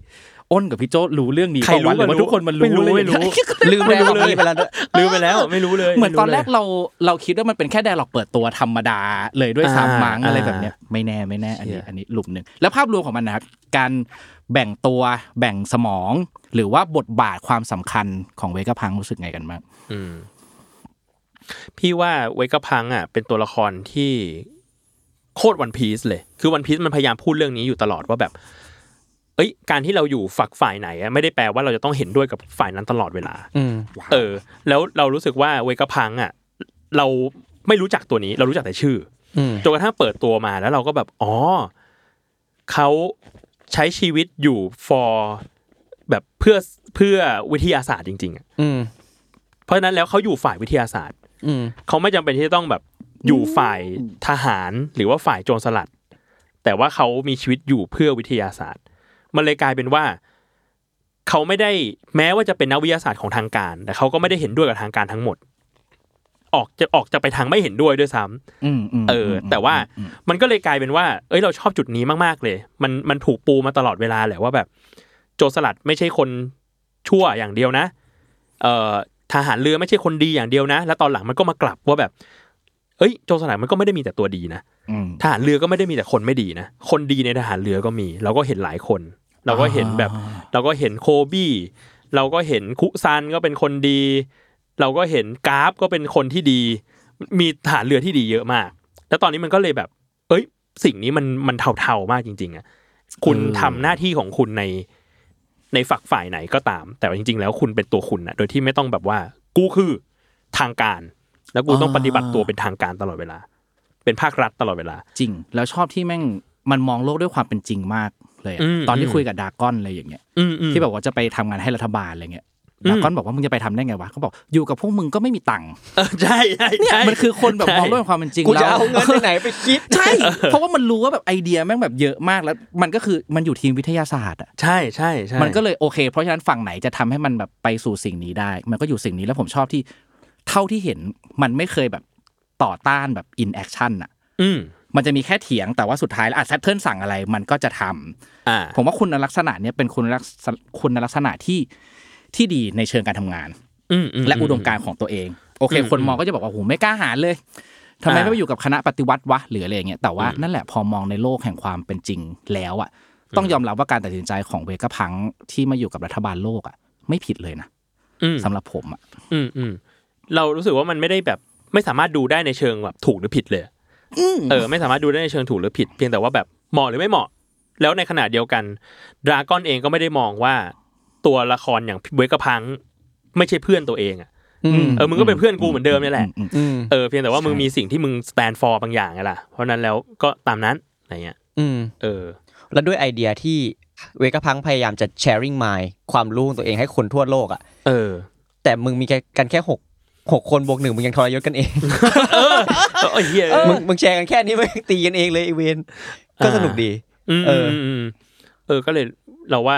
Speaker 4: อ้นกับพี่โจรู้เรื่องนี้
Speaker 3: ใครรู้
Speaker 4: ปะวะหอว่า
Speaker 3: ก็รู้
Speaker 4: ทุกคนมันรู้
Speaker 3: ไม่รู้
Speaker 4: อะไร
Speaker 3: ไม่รู้
Speaker 4: อย่างเงี้ย
Speaker 2: ลืมไปแล้วลืมไปแล้วด้วย
Speaker 3: ลืมไปแล้วไม่รู้เลย
Speaker 4: เหมือนตอนแรก
Speaker 3: ไ
Speaker 4: เราเราคิดว่ามันเป็นแค่แดร์ล็อกเปิดตัวธรรมดาเลยด้วย
Speaker 3: อ่า
Speaker 4: ซ้ำมั้งอะไร
Speaker 3: อ่า
Speaker 4: แบบเนี้ยไม่แน่ไม่แน่อันนี้
Speaker 3: เชี่ย
Speaker 4: อันนี้หลุมหนึ่งแล้วภาพรวมของมันนะครับการแบ่งตัวแบ่งสมอง หรือว่าบทบาทความสำคัญของเวกาพังรู้สึกไงกันบ้าง
Speaker 3: อืม พี่ว่าเวกพังอ่ะเป็นตัวละครที่โคตรวันพีซเลย คือวันพีซมันพยายามพูดเรื่องนี้อยู่ตลอดว่าแบบ เอ้ย การที่เราอยู่ฝักฝ่ายไหนอะไม่ได้แปลว่าเราจะต้องเห็นด้วยกับฝ่ายนั้นตลอดเวลา
Speaker 2: อืม
Speaker 3: เออ แล้วเรารู้สึกว่าเวกพังอ่ะ เราไม่รู้จักตัวนี้ เรารู้จักแต่ชื่อ
Speaker 2: อืม
Speaker 3: จนกระทั่งเปิดตัวมาแล้วเราก็แบบ อ๋อเขาใช้ชีวิตอยู่ for แบบเพื่อเพื่อวิทยาศาสตร์จริงๆอะ
Speaker 2: อืม
Speaker 3: เพราะฉะนั้นแล้วเขาอยู่ฝ่ายวิทยาศาสตร์
Speaker 2: อืม
Speaker 3: เขาไม่จำเป็นที่จะต้องแบบอยู่ฝ่ายทหารหรือว่าฝ่ายโจรสลัด แต่ว่าเขามีชีวิตอยู่เพื่อวิทยาศาสตร์ มันเลยกลายเป็นว่า เขาไม่ได้แม้ว่าจะเป็นนักวิทยาศาสตร์ของทางการ แต่เขาก็ไม่ได้เห็นด้วยกับทางการทั้งหมด ออกจะออกจะไปทางไม่เห็นด้วยด้วยซ้ำ
Speaker 4: อืมม
Speaker 3: เออ
Speaker 4: ม
Speaker 3: แต่ว่า
Speaker 4: อืม
Speaker 3: มันก็เลยกลายเป็นว่า เอ้ยเราชอบจุดนี้มากๆเลย มันมันถูกปูมาตลอดเวลาแหละว่าแบบ โจรสลัดไม่ใช่คนชั่วอย่างเดียวนะ เอ่อทหารเรือไม่ใช่คนดีอย่างเดียวนะ แล้วตอนหลังมันก็มากลับว่าแบบ เอ้ยโจรสลัดมันก็ไม่ได้มีแต่ตัวดีนะ
Speaker 4: อืม
Speaker 3: ทหารเรือก็ไม่ได้มีแต่คนไม่ดีนะ คนดีในทหารเรือก็มี เราก็เห็นหลายคน เราก็เห็นแบบ เราก็เห็นโคบี้ เราก็เห็นคุซันก็เป็นคนดี เราก็เห็นกราฟก็เป็นคนที่ดี มีทหารเรือที่ดีเยอะมาก แล้วตอนนี้มันก็เลยแบบ เอ้ย สิ่งนี้มันมันเทาๆมากจริง ๆอะคุณ
Speaker 2: อืม
Speaker 3: ทำหน้าที่ของคุณในในฝักฝ่ายไหนก็ตาม แต่ว่าจริง ๆ แล้วคุณเป็นตัวคุณนะโดยที่ไม่ต้องแบบว่า กูคือทางการ แล้วกูต้องปฏิบัติตัวเป็นทางการตลอดเวลา เป็นภาครัฐตลอดเวลา
Speaker 4: จริง แล้วชอบที่แม่งมันมองโลกด้วยความเป็นจริงมากเลยอะ
Speaker 3: อืม
Speaker 4: ตอนที่
Speaker 3: อืม
Speaker 4: คุยกับดากอนอะไรอย่างเงี้ย
Speaker 3: อืมๆ
Speaker 4: ที่แบบว่าจะไปทำงานให้รัฐบาลอะไรเงี้ย
Speaker 3: อืม
Speaker 4: ดากอนบอกว่ามึงจะไปทำได้ไงวะเขาบอกอยู่กับพวกมึงก็ไม่มีตังค์
Speaker 3: เออใช่ใช่
Speaker 4: เนี่ย
Speaker 3: ใช่
Speaker 4: มันคือคนแบบม
Speaker 3: ใช่
Speaker 4: องโลกแห่งความเป็นจริง
Speaker 2: กู
Speaker 4: แล้
Speaker 2: จะ
Speaker 4: ว
Speaker 2: เอาเงินที่ไหนไปคิด
Speaker 4: ใช่ เพราะว่ามันรู้ว่าแบบไอเดียแม่งแบบเยอะมากแล้ว มันก็คือมันอยู่ทีมวิทยาศาสตร์อ่ะ
Speaker 3: ใช่ใช่ใช่
Speaker 4: มันก็เลยโอเค เพราะฉะนั้นฝั่งไหนจะทำให้มันแบบไปสู่สิ่งนี้ได้ มันก็อยู่สิ่งนี้แล้วผมชอบที่ เท่าที่เห็นมันไม่เคยแบบต่อต้านแบบอินแอคชั่นอ่ะ
Speaker 3: อืม
Speaker 4: มันจะมีแค่เถียงแต่ว่าสุดท้ายแล้วอ่ะแพทเทิร์นสั่งอะไรมันก็จะทำ
Speaker 3: อ่า
Speaker 4: ผมว่าคุณลักษณะเนี้ยเป็นคุณลักษณะคุณลักษณะที่ที่ดีในเชิงการทำงาน
Speaker 3: อืมม
Speaker 4: และอุดมการณ์ของตัวเอง โอเค
Speaker 3: อืม
Speaker 4: คนมองก็จะบอกว่าโหไม่กล้าหาญเลยทำไม
Speaker 3: อ่า
Speaker 4: ไม่ไปอยู่กับคณะปฏิวัติวะหรืออะไรอย่างเงี้ยแต่ว่า
Speaker 3: อืม
Speaker 4: นั่นแหละพอมองในโลกแห่งความเป็นจริงแล้วอ่ะ ต้องยอมรับว่าการตัดสินใจของเวกพังที่มาอยู่กับรัฐบาลโลกอ่ะ ไม่ผิดเลยนะ
Speaker 3: อืม
Speaker 4: สำหรับผมอ่ะ
Speaker 3: อืมอืมเรารู้สึกว่ามันไม่ได้แบบไม่สามารถดูได้ในเชิงแบบถูกหรือผิดเลย เออ ไม่สามารถดูได้ในเชิงถูกหรือผิด เพียงแต่ว่าแบบเหมาะหรือไม่เหมาะ แล้วในขณะเดียวกันดราก้อนเองก็ไม่ได้มองว่าตัวละครอย่างเวกพังไม่ใช่เพื่อนตัวเองอะ
Speaker 2: อืม
Speaker 3: เออมึงก็เป็นเพื่อนกูเหมือนเดิมนี่แหละ
Speaker 4: อืม
Speaker 2: อืม
Speaker 3: เออเพียงแต่ว่ามึงมีสิ่งที่มึงสแตนฟอร์บางอย่างไงล่ะเพราะฉะนั้นแล้วก็ตามนั้นอะไรเงี้ย
Speaker 2: อืม
Speaker 3: เออ
Speaker 2: แล้วด้วยไอเดียที่เวกพังพยายามจะ sharing mind ความรู้ของตัวเองให้คนทั่วโลกอ่ะ
Speaker 3: เออ
Speaker 2: แต่มึงมีแค่กันแค่หกหกคนบวกหนึ่งมึงยังทรยศกันเอง
Speaker 3: เออเฮีย
Speaker 2: มึงมึงแชร์กันแค่นี้มึงยังตีกันเองเลยไอเวนก็สนุกดี
Speaker 3: อืม
Speaker 2: เออ
Speaker 3: มมเออก็เลยเราว่า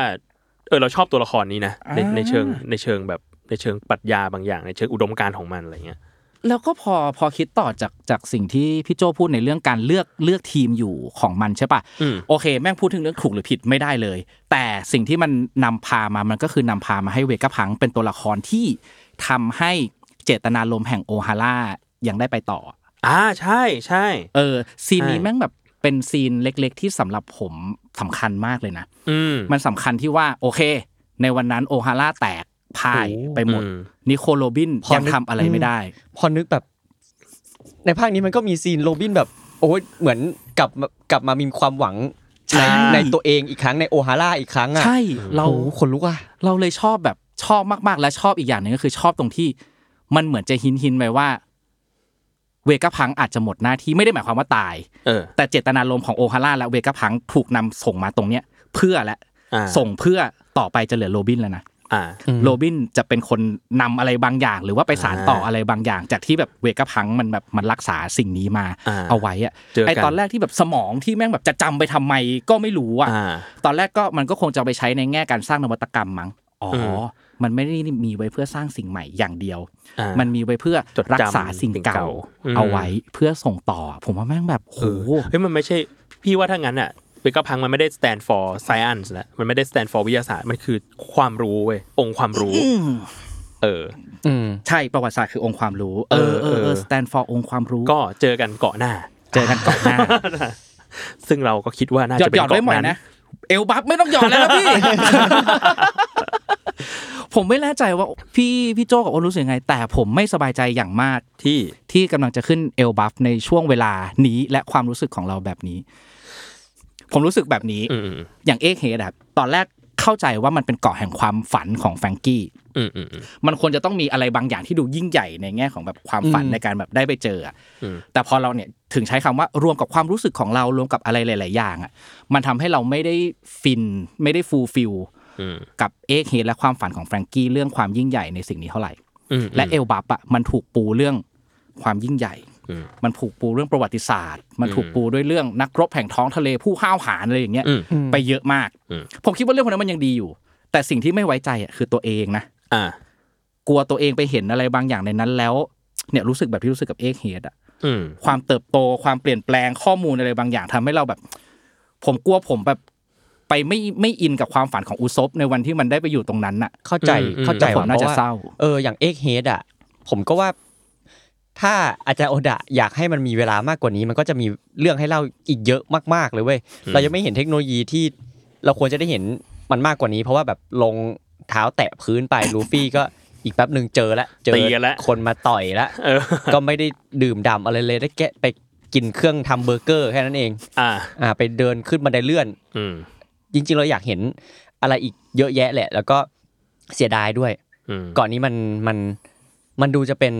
Speaker 3: เออเราชอบตัวละครนี้นะในในเชิงในเชิงแบบในเชิงปรัชญาบางอย่าง ในเชิงอุดมการณ์ของมันอะไรเงี้ย
Speaker 4: แล้วก็พอพอคิดต่อจากจากสิ่งที่พี่โจพูดในเรื่องการเลือกเลือกทีมอยู่ของมันใช่ปะ
Speaker 3: อืม
Speaker 4: โอเค แม่งพูดถึงเรื่องถูกหรือผิดไม่ได้เลย แต่สิ่งที่มันนำพามามันก็คือนำพามาให้เวกาพังเป็นตัวละครที่ทำให้เจตนารมณ์แห่งโอฮาร่ายังได้ไปต่อ
Speaker 3: อ่าใช่ใช่
Speaker 4: เออ ซีนนี้
Speaker 3: ใช่
Speaker 4: แม่งแบบเป็นซีนเล็ก ๆ ที่สำหรับผมสำคัญมากเลยนะ
Speaker 3: อืม
Speaker 4: มันสำคัญที่ว่าโอเค ในวันนั้นโอฮาร่าแตกพ่ายไปหมด
Speaker 3: อืม
Speaker 4: นิโคโลบิน
Speaker 2: พอนึก
Speaker 4: ยังทำอะไรไม่ได้
Speaker 2: พอนึกแบบ ในภาคนี้มันก็มีซีนโรบินแบบ โอ้ยเหมือนกลับมากลับมามีความหวัง
Speaker 4: ใช่
Speaker 2: ในในตัวเองอีกครั้งในโอฮาร่าอีกครั้งอ่ะ
Speaker 4: ใช่เรา
Speaker 2: โอ้โหคนลุกอ่ะ
Speaker 4: เราเลยชอบแบบชอบมาก ๆ และชอบอีกอย่างหนึ่งก็คือชอบตรงที่มันเหมือนจะหินหินๆไว้ว่า เวกาพังอาจจะหมดหน้าที่ไม่ได้หมายความว่าตาย
Speaker 3: เออ
Speaker 4: แต่เจตนารมณ์ของโอฮาร่าและเวกาพังถูกนำส่งมาตรงเนี้ย เพื่อและ
Speaker 3: อ่า
Speaker 4: ส่งเพื่อต่อไปจะเหลือโรบินแล้วนะ
Speaker 3: อ่า
Speaker 2: อืม
Speaker 4: โรบินจะเป็นคนนำอะไรบางอย่าง หรือว่าไปสารต่อ
Speaker 3: อ่า
Speaker 4: อะไรบางอย่าง จากที่แบบเวกาพังมันแบบมันรักษาสิ่งนี้มา
Speaker 3: อ่า
Speaker 4: เอาไว้อะ
Speaker 3: เจอกัน
Speaker 4: ไอตอนแรกที่แบบสมองที่แม่งแบบจะจำไปทำไมก็ไม่รู้อะ
Speaker 3: อ่า
Speaker 4: ตอนแรกก็มันก็คงจะเอาไปใช้ในแง่การสร้างนวัตกรรมมั้ง อ๋ออ
Speaker 3: ม
Speaker 4: มันไม่ได้มีไว้เพื่อสร้างสิ่งใหม่อย่างเดียว
Speaker 3: อ่า
Speaker 4: มันมีไว้เพื่อ
Speaker 3: จดจำ
Speaker 4: รักษาสิ่ง
Speaker 3: สิ่ง
Speaker 4: เก่า
Speaker 3: เก่าอืม
Speaker 4: เอาไว้เพื่อส่งต่อ ผมว่าแม่งแบบโห
Speaker 3: เออเฮ้ยมันไม่ใช่ พี่ว่าถ้างั้นอ่ะเวกาพังมันไม่ได้ stand for science แล้วมันไม่ได้ stand for วิทยาศาสตร์มันคือความรู้เว้ยองค์ความรู้
Speaker 4: ม
Speaker 3: เออ
Speaker 2: อืม
Speaker 4: ใช่ประวัติศาสตร์คือองค์ความรู้ เออเออ
Speaker 3: เอ
Speaker 4: เอ
Speaker 3: อ
Speaker 4: อสแตนฟอร์องค์ความรู้
Speaker 3: ก็เจอกันเกาะหน้า
Speaker 4: เจอกันก่อนหน้า
Speaker 3: ซึ่งเราก็คิดว่าน่า
Speaker 4: หยอด
Speaker 3: จะเป็
Speaker 4: หย
Speaker 3: น
Speaker 4: อดไว้
Speaker 3: เกาะ
Speaker 4: หน่อย
Speaker 3: นั้น
Speaker 4: นะ เอลบัฟไม่ต้องหยอดแล้วนะพี่ ผมไม่แน่ใจว่าพี่พี่โจกับอ้นรู้สึกยังไง แต่ผมไม่สบายใจอย่างมาก
Speaker 3: ที่
Speaker 4: ที่กำลังจะขึ้นเอลบัฟในช่วงเวลานี้และความรู้สึกของเราแบบนี้ ผมรู้สึกแบบนี้
Speaker 3: อืมอืม
Speaker 4: อย่างเอกเฮดครับตอนแรกเข้าใจว่ามันเป็นเกาะแห่งความฝันของแฟรงกี้
Speaker 3: อืมอืมอืม
Speaker 4: มันควรจะต้องมีอะไรบางอย่างที่ดูยิ่งใหญ่ในแง่ของแบบความฝัน
Speaker 2: อืม
Speaker 4: ในการแบบได้ไปเจออะ
Speaker 3: อืม
Speaker 4: แต่พอเราเนี่ยถึงใช้คำว่ารวมกับความรู้สึกของเรารวมกับอะไรหลาย ๆ อย่างอ่ะ มันทำให้เราไม่ได้ฟินไม่ได้ฟูลฟิล
Speaker 3: อืม
Speaker 4: กับเอกเฮดและความฝันของแฟรงกี้เรื่องความยิ่งใหญ่ในสิ่งนี้เท่าไหร่
Speaker 3: อืม
Speaker 4: และเอลบับอ่ะมันถูกปูเรื่องความยิ่งใหญ่
Speaker 3: อืม
Speaker 4: มันถูกปูเรื่องประวัติศาสตร์ มันถูก
Speaker 3: อืม
Speaker 4: ปูด้วยเรื่องนักรบแห่งท้องทะเลผู้ห้าวหาญอะไรอย่างเงี้ย
Speaker 3: อืม
Speaker 4: ไปเยอะมาก
Speaker 3: อืม
Speaker 4: ผมคิดว่าเรื่องพวกนั้นมันยังดีอยู่ แต่สิ่งที่ไม่ไว้ใจอ่ะคือตัวเองนะ
Speaker 3: อ่าก
Speaker 4: ลัวตัวเองไปเห็นอะไรบางอย่างในนั้นแล้ว เนี่ยรู้สึกแบบที่รู้สึกกับเอกเฮดอ่ะ
Speaker 3: อืม
Speaker 4: ความเติบโต ความเปลี่ยนแปลงข้อมูลอะไรบางอย่างทำให้เราแบบ ผมกลัวผมแบบไปไม่ไม่อินกับความฝันของอุซบในวันที่มันได้ไปอยู่ตรงนั้นน่ะ
Speaker 2: เข้าใจ
Speaker 3: อืมอืม
Speaker 2: เข้าใจ
Speaker 4: แล้วผม
Speaker 2: ว่
Speaker 4: น่าจะ
Speaker 2: พว่
Speaker 4: เศร้า
Speaker 2: เอออย่างเอกเฮดอ่ะ ผมก็ว่า ถ้าอาจารย์โอดะอยากให้มันมีเวลามากกว่านี้ มันก็จะมีเรื่องให้เล่าอีกเยอะมากๆเลยเว้ยเรายังไม่เห็นเทคโนโลยีที่เราควรจะได้เห็นมันมากกว่านี้ เพราะว่าแบบลงเท้าแตะพื้นไปลูฟี่ก็อีกแป๊บหนึ่งเจอละเจอ
Speaker 3: ตีกันละ
Speaker 2: คนมาต่อย ละ
Speaker 3: เอ อ
Speaker 2: ก็ไม่ได้ดื่มด่ำอะไรเลยได้แกะไปกินเครื่องทำเบอร์เกอร์แค่นั้นเอง
Speaker 3: อ่า
Speaker 2: อ่าไปเดินขึ้นบันไดเลื่อน
Speaker 3: อืม
Speaker 2: จริงๆเราอยากเห็นอะไรอีกเยอะแยะแหละ แล้วก็เสียดายด้วย
Speaker 3: อืม
Speaker 2: ก่อนนี้มันมันมันดูจะเป็น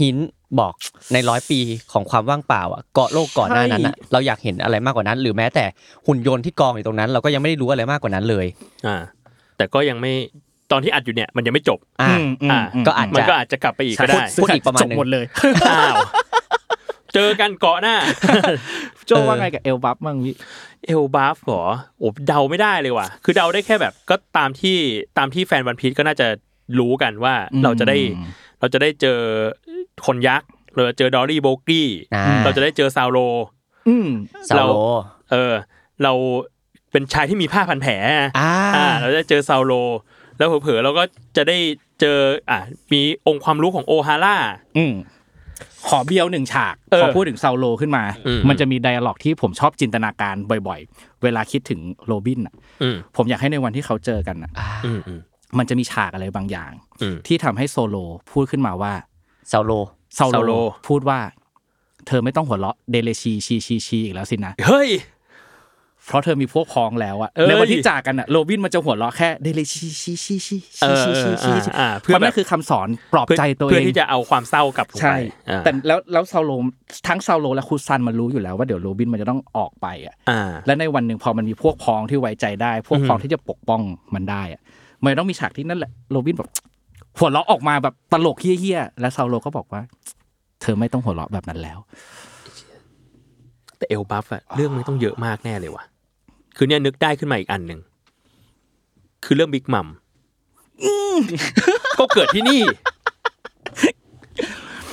Speaker 2: หินบอกในร้อยปีของความว่างเปล่าอ่ะเกาะโลกก่อนหน้านั้นอะเราอยากเห็นอะไรมากกว่านั้น หรือแม้แต่หุ่นยนต์ที่กองอยู่ตรงนั้น เราก็ยังไม่ได้รู้อะไรมากกว่านั้นเลย
Speaker 3: อ่า แต่ก็ยังไม่ตอนที่อัดอยู่เนี่ย มันยังไม่จบ
Speaker 2: อ่ะ
Speaker 4: มม
Speaker 3: อ่ะ
Speaker 4: ม
Speaker 2: ก็อาจ
Speaker 3: มันก็อาจจะกลับไปอีกก็
Speaker 2: พูด
Speaker 3: ได้
Speaker 2: พูดอีกประมาณห
Speaker 4: จ
Speaker 2: นึ่ง
Speaker 4: บหมดเลย
Speaker 3: อ้าวเจอกันเกาะหน้า
Speaker 4: โจว่าไงกับเอลบับบ้างพี่
Speaker 3: เอลบาฟหรอโอ้เดาไม่ได้เลยว่ะ คือเดาได้แค่แบบก็ตามที่ตามที่แฟนวันพีชก็น่าจะรู้กันว่า
Speaker 4: อืม
Speaker 3: เราจะได้เราจะได้เจอคนยักษ์เราจะเจอดอรี่โบกี้
Speaker 2: อ่า
Speaker 3: เราจะได้เจอซาวโล
Speaker 4: อืม
Speaker 2: ซา
Speaker 3: เรา
Speaker 2: โล
Speaker 3: เออ เราเป็นชายที่มีผ้าพันแผลนะ
Speaker 2: อ่า
Speaker 3: อ่า เราจะเจอซาวโล แล้วเผลอๆเราก็จะได้เจออ่ะมีองค์ความรู้ของโอฮาร่า
Speaker 4: อืมขอเบี้ยวหนึ่งฉาก
Speaker 3: เออ
Speaker 4: ขอพูดถึงเซาโลขึ้นมา
Speaker 3: อืม
Speaker 4: มันจะมีไดอะล็อกที่ผมชอบจินตนาการบ่อยๆ เวลาคิดถึงโรบินอ่ะ
Speaker 3: อืม
Speaker 4: ผมอยากให้ในวันที่เขาเจอกันน่ะ
Speaker 3: อืมอืม
Speaker 4: มันจะมีฉากอะไรบางอย่าง
Speaker 3: อืม
Speaker 4: ที่ทำให้โซโลพูดขึ้นมาว่า
Speaker 2: ซาโล
Speaker 4: เซา
Speaker 3: เซา
Speaker 4: โล
Speaker 3: โล
Speaker 4: พูดว่า เธอไม่ต้องหัวเราะเดเลชีชีชีชีอีกแล้วสินะ
Speaker 3: เฮ้ย
Speaker 4: เพราะเธอมีพวกพ้องแล้วอะ
Speaker 3: เอ้ย
Speaker 4: ในวันที่จากกันอะโรบินมันจะหัวเราะแค่เดเลชีชีชีชีชีชีชีชี
Speaker 3: เออเออเอออ่า
Speaker 4: เพ
Speaker 3: เพื่อ
Speaker 4: ราะนั่
Speaker 3: แบบ
Speaker 4: นคือคำสอนปลอบ
Speaker 3: เพื่อ
Speaker 4: ใจตัวเอง
Speaker 3: เพื่อที่จะเอาความเศร้ากลับลงไป
Speaker 4: ใช่
Speaker 3: อ่า
Speaker 4: แต่แล้วแล้วซาโลทั้งซาโลและคูซันมันรู้อยู่แล้วว่าเดี๋ยวโรบินมันจะต้องออกไปอ่ะ
Speaker 3: อ่า
Speaker 4: และในวันหนึ่งพอมันมีพวกพ้องที่ไว้ใจได้ พวกพ้อง
Speaker 3: อืม
Speaker 4: ที่จะปกป้องมันได้อ่ะ มันต้องมีฉากที่นั่นแหละโรบินแบบหัวเราะออกมาแบบตลกเฮี้ยๆ และซาโลก็บอกว่า เธอไม่ต้องหัวเราะแบบนั้นแล้ว
Speaker 3: แต่เอลบัฟอะเรื่องมันต้องเยอะมากแน่เลยว่ะ คือเนี่ยนึกได้ขึ้นมาอีกอันหนึ่ง คือเรื่องบิ๊กมัมก็เกิดที่นี่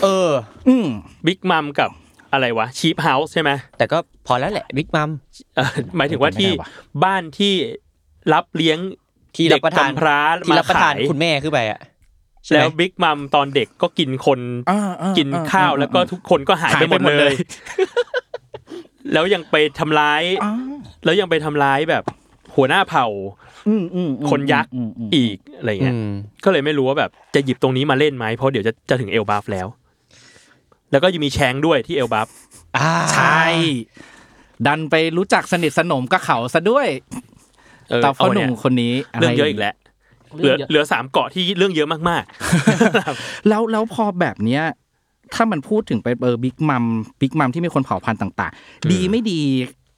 Speaker 2: เออ
Speaker 4: อืม
Speaker 3: บิ๊กมัมกับอะไรวะชีพเฮาส์ใช่ไหม
Speaker 2: แต่ก็พอแล้วแหละบิ๊กมัม
Speaker 3: เอ่อหมายถึงว่าที่บ้านที่รับเลี้ยง
Speaker 2: ที่รับประทาน
Speaker 3: เด็กกำพร้า
Speaker 2: ที่
Speaker 3: มา
Speaker 2: รับประทา
Speaker 3: ขาน ย
Speaker 2: คุณแม่ขึ้นไปอ่ะใช่ไหม
Speaker 3: แล้วบิ๊กมัมตอนเด็กก็กินคน
Speaker 4: อ่าอ่
Speaker 3: กิน
Speaker 4: อ่
Speaker 3: ข้าวแล้วก็ทุกคนก็หายไปหมดเลย แล้วยังไปทำร้าย
Speaker 4: อ่า
Speaker 3: แล้วยังไปทำร้ายแบบหัวหน้าเผ่า
Speaker 4: อืมอืมอืม
Speaker 3: คนยักษ์
Speaker 4: มม
Speaker 3: อีกอะไรเงี้ย
Speaker 2: อืม
Speaker 3: ก็เลยไม่รู้ว่าแบบจะหยิบตรงนี้มาเล่นไหมเพราะเดี๋ยวจะจะถึงเอลบัฟแล้ว แล้วก็ยังมีแชงด้วยที่เอลบัฟ
Speaker 2: อ่า
Speaker 4: ใช่ดันไปรู้จักสนิทสนมกับเขาซะด้วย
Speaker 3: เออ
Speaker 4: แต่พ่อ
Speaker 3: เอา
Speaker 4: หนุ่
Speaker 3: เนี่ย
Speaker 4: มคนนี้ไร
Speaker 3: เรื่องเยอะอีกแล้วเหลื
Speaker 4: เรื่
Speaker 3: อ
Speaker 4: องเยอะ
Speaker 3: เหลือสามเกาะที่เรื่องเยอะมาก
Speaker 4: แล้วแล้วพอแบบเนี้ยถ้ามันพูดถึงไปเออบิ๊กมัมบิ๊กมัมที่มีคนเผ่าพันธุ์ต่าง ๆ ดีไม่ดี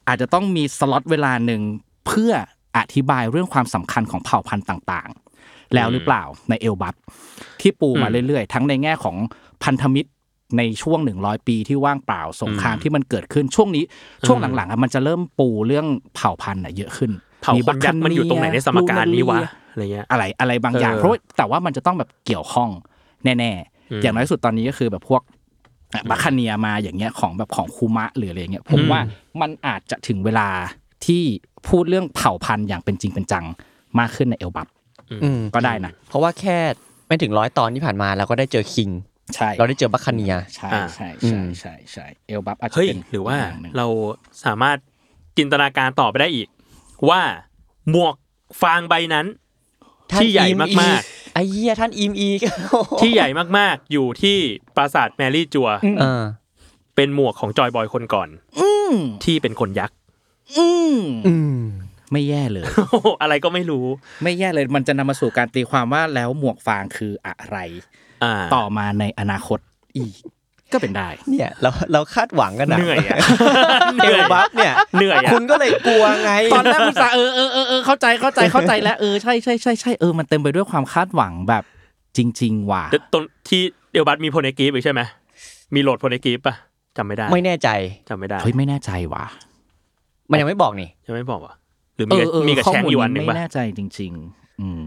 Speaker 4: อาจจะต้องมีสล็อตเวลาหนึ่งเพื่ออธิบายเรื่องความสำคัญของเผ่าพันธุ์ต่างๆ แล้วหรือเปล่าในเอลบัตที่ปูมาเรื่อย ๆ ทั้งในแง่ของพันธมิตรในช่วง 100 ปีที่ว่างเปล่าสงครามที่มันเกิดขึ้นช่วงนี้ช่วงหลังๆอะมันจะเริ่มปูเรื่องเผ่าพันธุ์อะเยอะขึ้น
Speaker 3: ๆเผ่าคนยักษ์มันอยู่ตรงไหนในสมการนี้วะ
Speaker 4: ลูเลีย
Speaker 3: อะไรเงี้ย
Speaker 4: อะไรอะไรบางอย่าง
Speaker 3: เออ
Speaker 4: เพราะว่าแต่ว่ามันจะต้องแบบเกี่ยวข้องแน่
Speaker 3: อืม
Speaker 4: ๆ อย่างน้อยสุดตอนนี้ก็คือแบบพวกบัคคาเนียมาอย่างเงี้ยของแบบของคูมะหรืออะไรอย่างเงี้ยผมว่ามันอาจจะถึงเวลาที่พูดเรื่องเผ่าพันธุ์อย่างเป็นจริงเป็นจังมากขึ้นในเอลบับ
Speaker 2: อืม
Speaker 4: ก็ได้นะ
Speaker 2: เพราะว่าแค่ไม่ถึงร้อยตอนที่ผ่านมาเราก็ได้เจอคิง
Speaker 4: ใช่
Speaker 2: เราได้เจอบัคคาเนีย
Speaker 4: ใช่
Speaker 3: อ่า
Speaker 4: ใช่
Speaker 2: อื
Speaker 4: ใช่
Speaker 2: ม
Speaker 4: ใช่ใช่เอลบับอาจจะ
Speaker 3: เฮ้ย
Speaker 4: เป็น
Speaker 3: หรือว่า
Speaker 4: ย่งนึ่ง
Speaker 3: เราสามารถจินตนาการต่อไป ได้อีก ว่าหมวกฟางใบนั้น
Speaker 2: ถ้า
Speaker 3: ที่ใหญ่
Speaker 2: อิ
Speaker 3: มาก
Speaker 2: ไอ้เหี้ยท่านอิมอีก
Speaker 3: ที่ใหญ่มากๆ อยู่ที่ปราสาทแมรี่จัว
Speaker 2: เออ
Speaker 3: เป็นหมวกของจอยบอยคนก่อน
Speaker 4: อืม
Speaker 3: ที่เป็นคนยักษ์
Speaker 4: อืม
Speaker 2: อืม
Speaker 4: ไม่แย่เลย
Speaker 3: อะไรก็ไม่รู้
Speaker 4: ไม่แย่เลยมันจะนำมาสู่การตีความว่าแล้วหมวกฟางคืออะไร
Speaker 3: อ่า
Speaker 4: ต่อมาในอนาคตอีก ก็เป็นได้
Speaker 2: เนี่ยเราเราคาดหวังกันนะ
Speaker 3: เหนื่อย อ่ะ
Speaker 2: เอลบัฟเนี่ย
Speaker 3: เหนื่อยอะ
Speaker 2: คุณก็เลยกลัวไง
Speaker 4: ตอนแรกคุณสาเออเออเออเออเข้าใจเข้าใจเข้าใจแล้วเออใช่ใช่ใช่ใช่เออมันเต็มไปด้วยความคาดหวังแบบจริง ๆ ว่ะ
Speaker 3: แต่ตรงที่เดลบัตมีโพเนกีฟอีกใช่ไหมมีโหลดโพเนกีฟป่ะจำไม่ได้
Speaker 2: ไม่แน่ใจ
Speaker 3: จำไม่ได้
Speaker 4: เฮ้ยไม่แน่ใจว่ะ
Speaker 2: มันยังไม่บอกนี่
Speaker 3: จะไม่บอกว่ะหรือ
Speaker 4: เอ
Speaker 3: มี
Speaker 4: อเออ
Speaker 3: มีกับ
Speaker 4: ข้อ
Speaker 3: แชง
Speaker 4: มูล
Speaker 3: อยู่อันหนึ่ง
Speaker 4: ไม่
Speaker 3: ป่ะ
Speaker 4: แน่ใจจริง ๆ อืม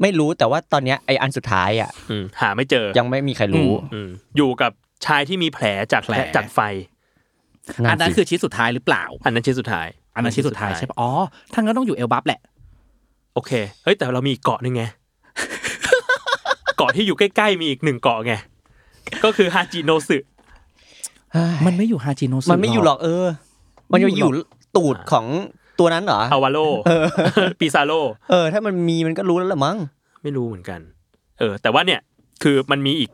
Speaker 2: ไม่รู้แต่ว่าตอนเนี้ยไออันสุดท้ายอ่ะ
Speaker 3: อืมหาไม่เจอ
Speaker 2: ยังไม่มีใครรู้
Speaker 3: อืมอยู่กับชายที่มีแผลจาก
Speaker 4: แผล
Speaker 3: แผลจากไฟ
Speaker 4: อันนั้น
Speaker 2: สิ
Speaker 4: คือชิ้นสุดท้ายหรือเปล่า
Speaker 3: อันนั้นชิ้นสุดท้าย
Speaker 4: อันนั้นชิ้นสุดท้ายใช่ปะอ๋อท่านก็ต้องอยู่เอลบัฟแหละ
Speaker 3: โอเคเฮ้ยแต่เรามีอีกเกาะ หนึ่งไง เกาะที่อยู่ใกล้ๆมีอีกหนึ่งเกาะไงก็คือฮาจิโนสึ
Speaker 2: เฮ้ย
Speaker 4: มันไม่อยู่ฮาจิโนซึ
Speaker 2: มันไม่อยู่หรอกเออ มันจะอยู่ตูดของตัวนั้นเหรอ
Speaker 3: อาวาโล ปิซาโล
Speaker 2: เออ ถ้ามันมีมันก็รู้แล้วละมั้ง
Speaker 3: ไม่รู้เหมือนกัน เออ แต่ว่าเนี่ย คือมันมีอีก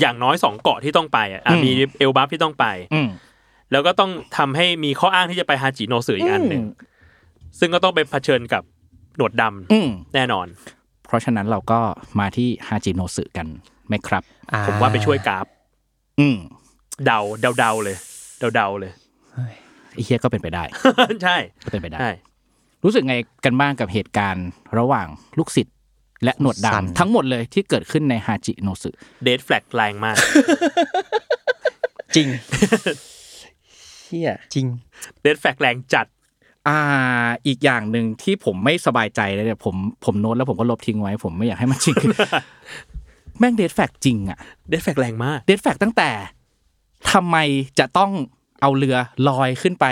Speaker 3: อย่างน้อยสองเกาะที่ต้องไปอะอ่ะมีเอลบัฟที่ต้องไป
Speaker 4: อืม
Speaker 3: แล้วก็ต้องทำให้มีข้ออ้างที่จะไปฮาจิโนสึอีกอันหนึ่ง ซึ่งก็ต้องไปเผชิญกับหนวดดำ
Speaker 4: อืม
Speaker 3: แน่นอน
Speaker 4: เพราะฉะนั้นเราก็มาที่ฮาจิโนสึกันไหมครับ
Speaker 2: อ่
Speaker 3: ผมว่าไปช่วยกราฟ
Speaker 4: อืม
Speaker 3: เดาเดาเดาเลย เดาเดาเลย
Speaker 4: ไอ้เฮียก็เป็นไปได้
Speaker 3: ใช่
Speaker 4: ก็เป็นไปได้
Speaker 3: ใช่
Speaker 4: รู้สึกไงกันบ้างกับเหตุการณ์ระหว่างลูกศิษย์และหนวดดำทั้งหมดเลยที่เกิดขึ้นในฮาจิโนสึ
Speaker 3: เดทแฟลกแรงมาก
Speaker 2: จริง
Speaker 4: เฮีย
Speaker 2: จริง
Speaker 3: เดทแฟลกแรงจัด
Speaker 4: อ่า อีกอย่างหนึ่งที่ผมไม่สบายใจเลยเนี่ยผมผมโน้ตแล้วผมก็ลบทิ้งไว้ ผมไม่อยากให้มันจริง แม่งเดทแฟกจริงอะ
Speaker 3: เดทแฟลกแรงมาก
Speaker 4: เดทแฟกตั้งแต่ทำไมจะต้องเอาเรือลอยขึ้นไป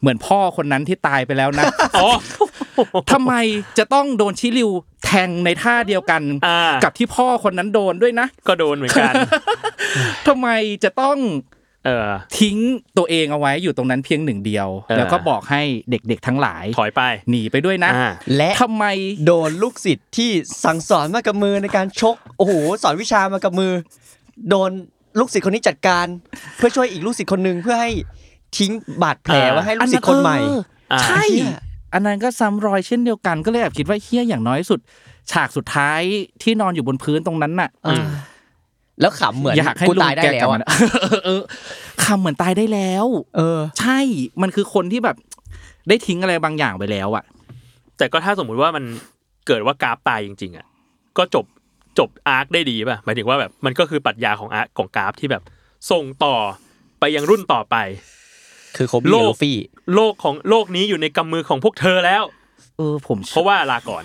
Speaker 4: เหมือนพ่อคนนั้นที่ตายไปแล้วนะ
Speaker 3: อ๋อ
Speaker 4: ทำไมจะต้องโดนชิริวแทงในท่าเดียวกัน
Speaker 3: อ่า
Speaker 4: กับที่พ่อคนนั้นโดนด้วยนะ
Speaker 3: ก็โดนเหมือน กัน
Speaker 4: ทำไมจะต้อง
Speaker 3: เออ
Speaker 4: ทิ้งตัวเองเอาไว้อยู่ตรงนั้นเพียงหนึ่งเดียว
Speaker 3: เออ
Speaker 4: แล้วก็บอกให้เด็กๆทั้งหลาย
Speaker 3: ถอยไป
Speaker 4: หนีไปด้วยนะ
Speaker 3: อ่า
Speaker 2: และ
Speaker 4: ทำไม
Speaker 2: โดนลูกศิษย์ที่สั่งสอนมากับมือในการชก โอ้โห สอนวิชามากับมือ โดนลูกศิษย์คนนี้จัดการ เพื่อช่วยอีกลูกศิษย์คนหนึ่งเพื่อให้ทิ้งบาดแผล
Speaker 3: อ่า
Speaker 2: ไว้ให้ลูกศิษย์คนใหม่
Speaker 4: เออ
Speaker 3: อ่า
Speaker 4: ใช่
Speaker 2: เหี้ย
Speaker 4: อันนั้นก็ซ้ำรอยเช่นเดียวกันก็เลยแอบคิดว่าเฮียอย่างน้อยสุด ฉากสุดท้ายที่นอนอยู่บนพื้นตรงนั้นน่ะ
Speaker 2: เออแล้วขำเหมือน
Speaker 4: อยากให้
Speaker 2: กู
Speaker 4: ลู
Speaker 2: ตายได้
Speaker 4: แก
Speaker 2: แล้
Speaker 4: กลั
Speaker 2: ว
Speaker 4: บ
Speaker 2: อะ
Speaker 4: มา เออคำเหมือนตายได้แล้ว
Speaker 2: เออ
Speaker 4: ใช่มันคือคนที่แบบได้ทิ้งอะไรบางอย่างไปแล้วอ่ะ
Speaker 3: แต่ก็ถ้าสมมุติว่ามันเกิดว่ากราฟตายจริงๆอ่ะก็จบจบอาร์คได้ดีป่ะหมายถึงว่าแบบมันก็คือปรัชญาของอาร์คของกราฟที่แบบ ส่งต่อไปยังรุ่นต่อไป
Speaker 2: คือโคบี้
Speaker 3: โล
Speaker 2: กับ
Speaker 3: ก
Speaker 2: ลูฟี่
Speaker 3: โลกของโลกนี้อยู่ในกำมือของพวกเธอแล้ว
Speaker 4: เออ ผม
Speaker 3: เพราะว่าลาก่อน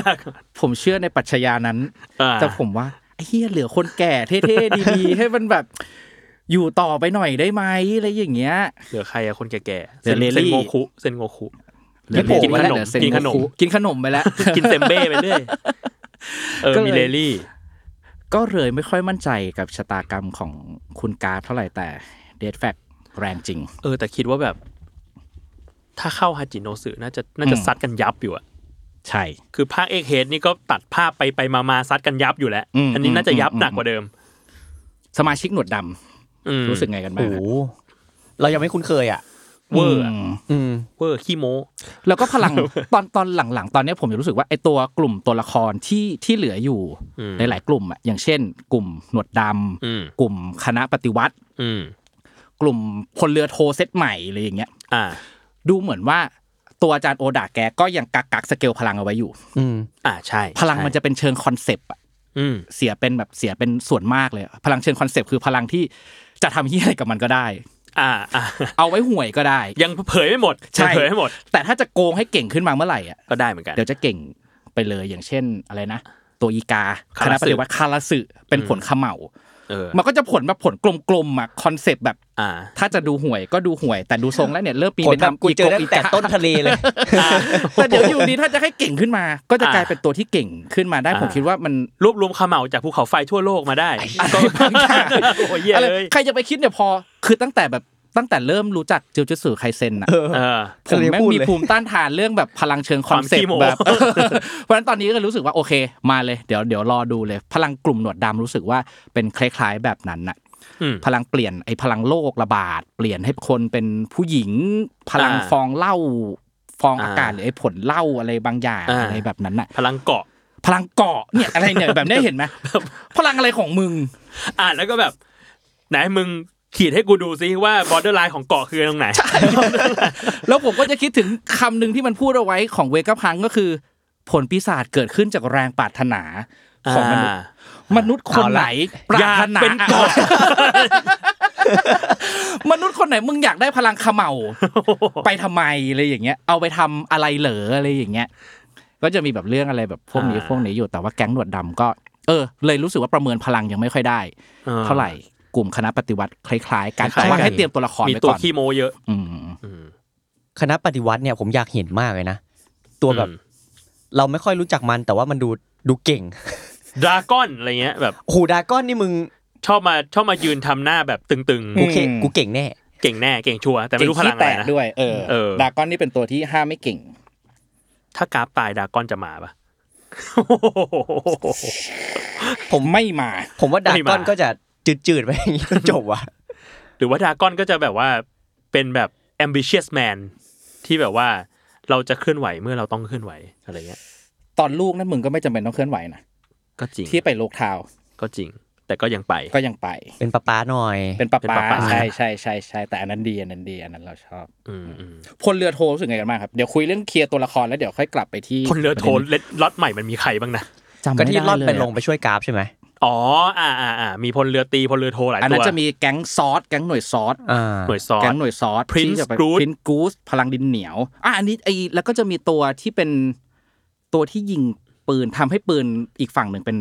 Speaker 3: ลาก่อน
Speaker 4: ผมเชื่อในปรัชญานั้น
Speaker 3: อ่า
Speaker 4: แต่ผมว่าไอ้เฮียเหลือคนแก่เท่ๆ ดีๆ ให้มันแบบอยู่ต่อไปหน่อยได้ไหมอะไรอย่างเงี้ย
Speaker 3: เหลือใครอะคนแก่ๆ
Speaker 4: เหลือเลลี่
Speaker 3: เซนโงคุเซนโงคุ
Speaker 4: เหลือ
Speaker 2: ญี่ปุ่น
Speaker 4: กินขนม
Speaker 3: เหลือเซ็นโงคุ
Speaker 4: กินขนมไปแล้ว
Speaker 3: กินเซมเบ้ไปเรื่อยเออ
Speaker 4: ก็เลย
Speaker 3: มีเลลี่
Speaker 4: ก็เลยไม่ค่อยมั่นใจกับชะตากรรมของคุณการดเท่าไหร่แต่เดทแฟกแรงจริง
Speaker 3: เออ แต่คิดว่าแบบ ถ้าเข้าฮาจิโนะสึน่าจะน่าจะ
Speaker 4: อืม
Speaker 3: ซัดกันยับอยู่อะ
Speaker 4: ใช่
Speaker 3: คือภาคเอกเฮดนี่ก็ตัดภาพไปไปมามาซัดกันยับอยู่แล้ว
Speaker 4: อืม
Speaker 3: อันนี้น่าจะยับ
Speaker 4: อืม
Speaker 3: หนักกว่าเดิม
Speaker 4: สมาชิกหนวดด
Speaker 3: อืม
Speaker 4: ำรู้สึกไงกันบ้า
Speaker 2: โอ้
Speaker 4: ง
Speaker 2: โหเรายังไม่คุ้นเคยอ่ะ
Speaker 3: เวอร์อะ
Speaker 4: ม
Speaker 2: อืม
Speaker 3: เวอร์ขี้โม
Speaker 4: แล้วก็พลัง ตอนตอนหลังๆ ตอนเนี้ยผมจะรู้สึกว่าไอตัวกลุ่มตัวละครที่ที่เหลืออยู่
Speaker 3: อืม
Speaker 4: ในหลายกลุ่มอ่ะอย่างเช่น กลุ่มหนวดด
Speaker 3: อืม
Speaker 4: ำกลุ่มคณะปฏิวัติ
Speaker 3: อืม
Speaker 4: กลุ่มพลเรือโทเซตใหม่อะไรอย่างเงี้ย
Speaker 3: อ่า
Speaker 4: ดูเหมือนว่าตัวอาจารย์โอดาแกก็ยังกักกักสเกลพลังเอาไว้อยู่
Speaker 2: อืม
Speaker 3: อ่าใช่
Speaker 4: พลังมันจะเป็นเชิงคอนเซปต์อะ
Speaker 3: อืม
Speaker 4: เสียเป็นแบบเสียเป็นส่วนมากเลยอะพลังเชิงคอนเซปต์คือพลังที่จะทำที่อะไรกับมันก็ได้
Speaker 3: อ่าอ่า
Speaker 4: เอาไว้ห่วยก็ได้
Speaker 3: ยังเผยไม่หมด
Speaker 4: ใช่
Speaker 3: ยังเผยไม่หมด
Speaker 4: แต่ถ้าจะโกงให้เก่งขึ้นมาเมื่อไหร่อ่ะ
Speaker 3: ก็ได้เหมือนกัน
Speaker 4: เดี๋ยวจะเก่งไปเลยอย่างเช่นอะไรนะ ตัวอีกา
Speaker 3: คา
Speaker 4: ค
Speaker 3: รา
Speaker 4: ณะ
Speaker 3: สึ
Speaker 4: ปฏิวัติคาราสึเป็นผลเขม่า
Speaker 3: เออ
Speaker 4: มันก็จะผลแบบผลกลมๆอ่ะคอนเซปต์แบบ
Speaker 3: อ่า
Speaker 4: ถ้าจะดูห่วยก็ดูห่วย แต่ดูทรงแล้วเนี่ยเริ่มปี
Speaker 2: ผล
Speaker 4: ไป
Speaker 2: แบบ
Speaker 4: ทำ
Speaker 2: กูเจอตั้
Speaker 4: อี
Speaker 2: งแต่
Speaker 4: กา
Speaker 2: ต้นทะเลเลย
Speaker 3: อ่า
Speaker 4: แต่เดี๋ยวอยู่ดีถ้าจะให้เก่งขึ้นมา ก็จะ
Speaker 3: อ่ะ
Speaker 4: กลายเป็นตัวที่เก่งขึ้นมาได้
Speaker 3: อ่ะ
Speaker 4: ผมคิดว่ามัน
Speaker 3: รวบรวมขมเหลาจากภูเขาไฟทั่วโลกมาได้ก็
Speaker 4: บางอย่าง
Speaker 3: โอ้ยเหี้ย
Speaker 4: อะไร
Speaker 3: เลย
Speaker 4: ใครจะไปคิดเนี่ยพอ คือตั้งแต่แบบ ตั้งแต่เริ่มรู้จักจิวจิสึไคเซน อะ
Speaker 3: เออ
Speaker 4: ผมแม่ง
Speaker 2: พูด
Speaker 4: มี
Speaker 2: เลย
Speaker 4: ภูมิต้านทานเรื่องแบบพลังเชิงคอนเซ็ป
Speaker 3: ความขี้โม้
Speaker 4: ต์ แบบ เพราะฉะนั้นตอนนี้ก็รู้สึกว่าโอเค มาเลยเดี๋ยวเดี๋ยวรอดูเลย พลังกลุ่มหนวดดำรู้สึกว่าเป็นคล้ายๆแบบนั้นน่ะ
Speaker 3: อืม
Speaker 4: พลังเปลี่ยนไอ้พลังโลกระบาด เปลี่ยนให้คนเป็นผู้หญิง พลัง
Speaker 3: อ่า
Speaker 4: ฟองเหล้าฟองอากาศห
Speaker 3: อ่า
Speaker 4: รือไอ้ผลเหล้าอะไรบางอย่าง
Speaker 3: อ่า
Speaker 4: อะไรแบบนั้นน่ะ
Speaker 3: พลังเกาะ
Speaker 4: พลังเกาะเนี่ยอะไรเนี่ยแบบเนี้ยเห็นไหมพลังอะไรของมึง
Speaker 3: อ่านแล้วก็แบบไหนมึงขีดให้กูดูซิว่าบอ r d e r l i n e ของเกาะคือตรงไหน
Speaker 4: แล้วผมก็จะคิดถึงคำหนึ่งที่มันพูดเอาไว้ของเวกัพังก็คือ ผลปีศาจเกิดขึ้นจากแรงปรารถนาของมนุษย์
Speaker 3: อ่า
Speaker 4: มนุษย์คนไหนปรารถนา
Speaker 3: อยากเป็นเกาะ
Speaker 4: มนุษย์คนไหนมึงอยากได้พลังเขม่าไปทำไมอะไรอย่างเงี้ย เอาไปทำอะไรเหรออะไรอย่างเงี้ย ก็จะมีแบบเรื่องอะไรแบบพวกนี้
Speaker 3: อ่า
Speaker 4: พวกนี้อยู่แต่ว่าแก๊งหนวดดำก็ เออ เลยรู้สึกว่าประเมินพลังยังไม่ค่อยได้ เท่าไหร่กลุ่มคณะปฏิวัติคล้ายๆกัน
Speaker 3: คล้า
Speaker 4: แต่
Speaker 3: ยๆ
Speaker 4: ว่า
Speaker 3: กัน
Speaker 4: ให้เตรียมตัวละคร
Speaker 3: มี
Speaker 4: ไว้
Speaker 3: ตัว
Speaker 4: ก่อน
Speaker 3: ขี้โมเยอะ
Speaker 4: อืม
Speaker 3: อืม
Speaker 2: คณะปฏิวัติเนี่ยผมอยากเห็นมากเลยนะ ตัวแบบเราไม่ค่อยรู้จักมันแต่ว่ามันดูดูเก่ง
Speaker 3: ดราก้อนอะไรเงี้ยแบบ
Speaker 2: โหดาก้อนนี่มึง
Speaker 3: ชอบมาชอบมายืนทำหน้าแบบตึง
Speaker 2: กูเก่งกูเก่งแน่
Speaker 3: ๆ เก่งแน่เก่งชัวร์แต่ไม่รู้พลังอะไรนะ
Speaker 4: ด้วยเออ
Speaker 3: เออ
Speaker 4: ดราก้อนนี่เป็นตัวที่ห้ามไม่เก่ง
Speaker 3: ถ้ากราฟตายดราก้อนจะมาปะ
Speaker 4: ผมไม่มา
Speaker 2: ผมว่าดา
Speaker 3: ไม่
Speaker 2: ก้อน
Speaker 3: มา
Speaker 2: ก็จะจืดๆไปอย่างนี้จนจบว่ะ
Speaker 3: หรือว่าดราก้อนก็จะแบบว่าเป็นแบบ ambitious man ที่แบบว่าเราจะเคลื่อนไหวเมื่อเราต้องเคลื่อนไหวอะไรเงี้ย
Speaker 4: ตอนลูกนั้นมึงก็ไม่จำเป็นต้องเคลื่อนไหวนะ
Speaker 3: ก็จริง
Speaker 4: ที่ไปโลกทาวน์
Speaker 3: ก็จริง แต่ก็ยังไป
Speaker 4: ก็ยังไป
Speaker 2: เป็นป้าป้าหน่อย
Speaker 4: เป็นประ
Speaker 3: เป็น
Speaker 4: ปา
Speaker 3: ประปา
Speaker 4: ใช่ใช่ใช่ใช่แต่อันนั้นดีอันนั้นดีอันนั้นเราชอบ
Speaker 3: อืมอืม
Speaker 4: พลเรือโทรู้สึกไงกันบ้างครับเดี๋ยวคุยเรื่องเคลียร์ตัวละครแล้วเดี๋ยวค่อยกลับไปที่
Speaker 3: พลเรือโทนเล็ดล็อตใหม่มันมีใครบ้างนะ
Speaker 4: จำ
Speaker 2: ก็
Speaker 4: ไม่
Speaker 2: ที่
Speaker 4: ได้
Speaker 2: รอด
Speaker 4: เย
Speaker 2: ไปลงไปช่วยกราฟใช่ไหม
Speaker 3: อ๋อ อ่าอ่าอ่ามีพลเรือตีพลเรือโทหลายตัว
Speaker 4: อันนั้นจะมีแก๊งซอสแก๊งหน่วยซอส
Speaker 2: อ่า
Speaker 3: หน่วยซอ
Speaker 4: แก๊
Speaker 3: ส
Speaker 4: งหน่วยซอส
Speaker 3: Prince
Speaker 4: ที่จะไป
Speaker 3: Groot
Speaker 4: Prince Groot พลังดินเหนียว อ่ะอันนี้ไอ้แล้วก็จะมีตัวที่เป็นตัวที่ยิงปืนทำให้ปืนอีกฝั่งหนึ่งเป็น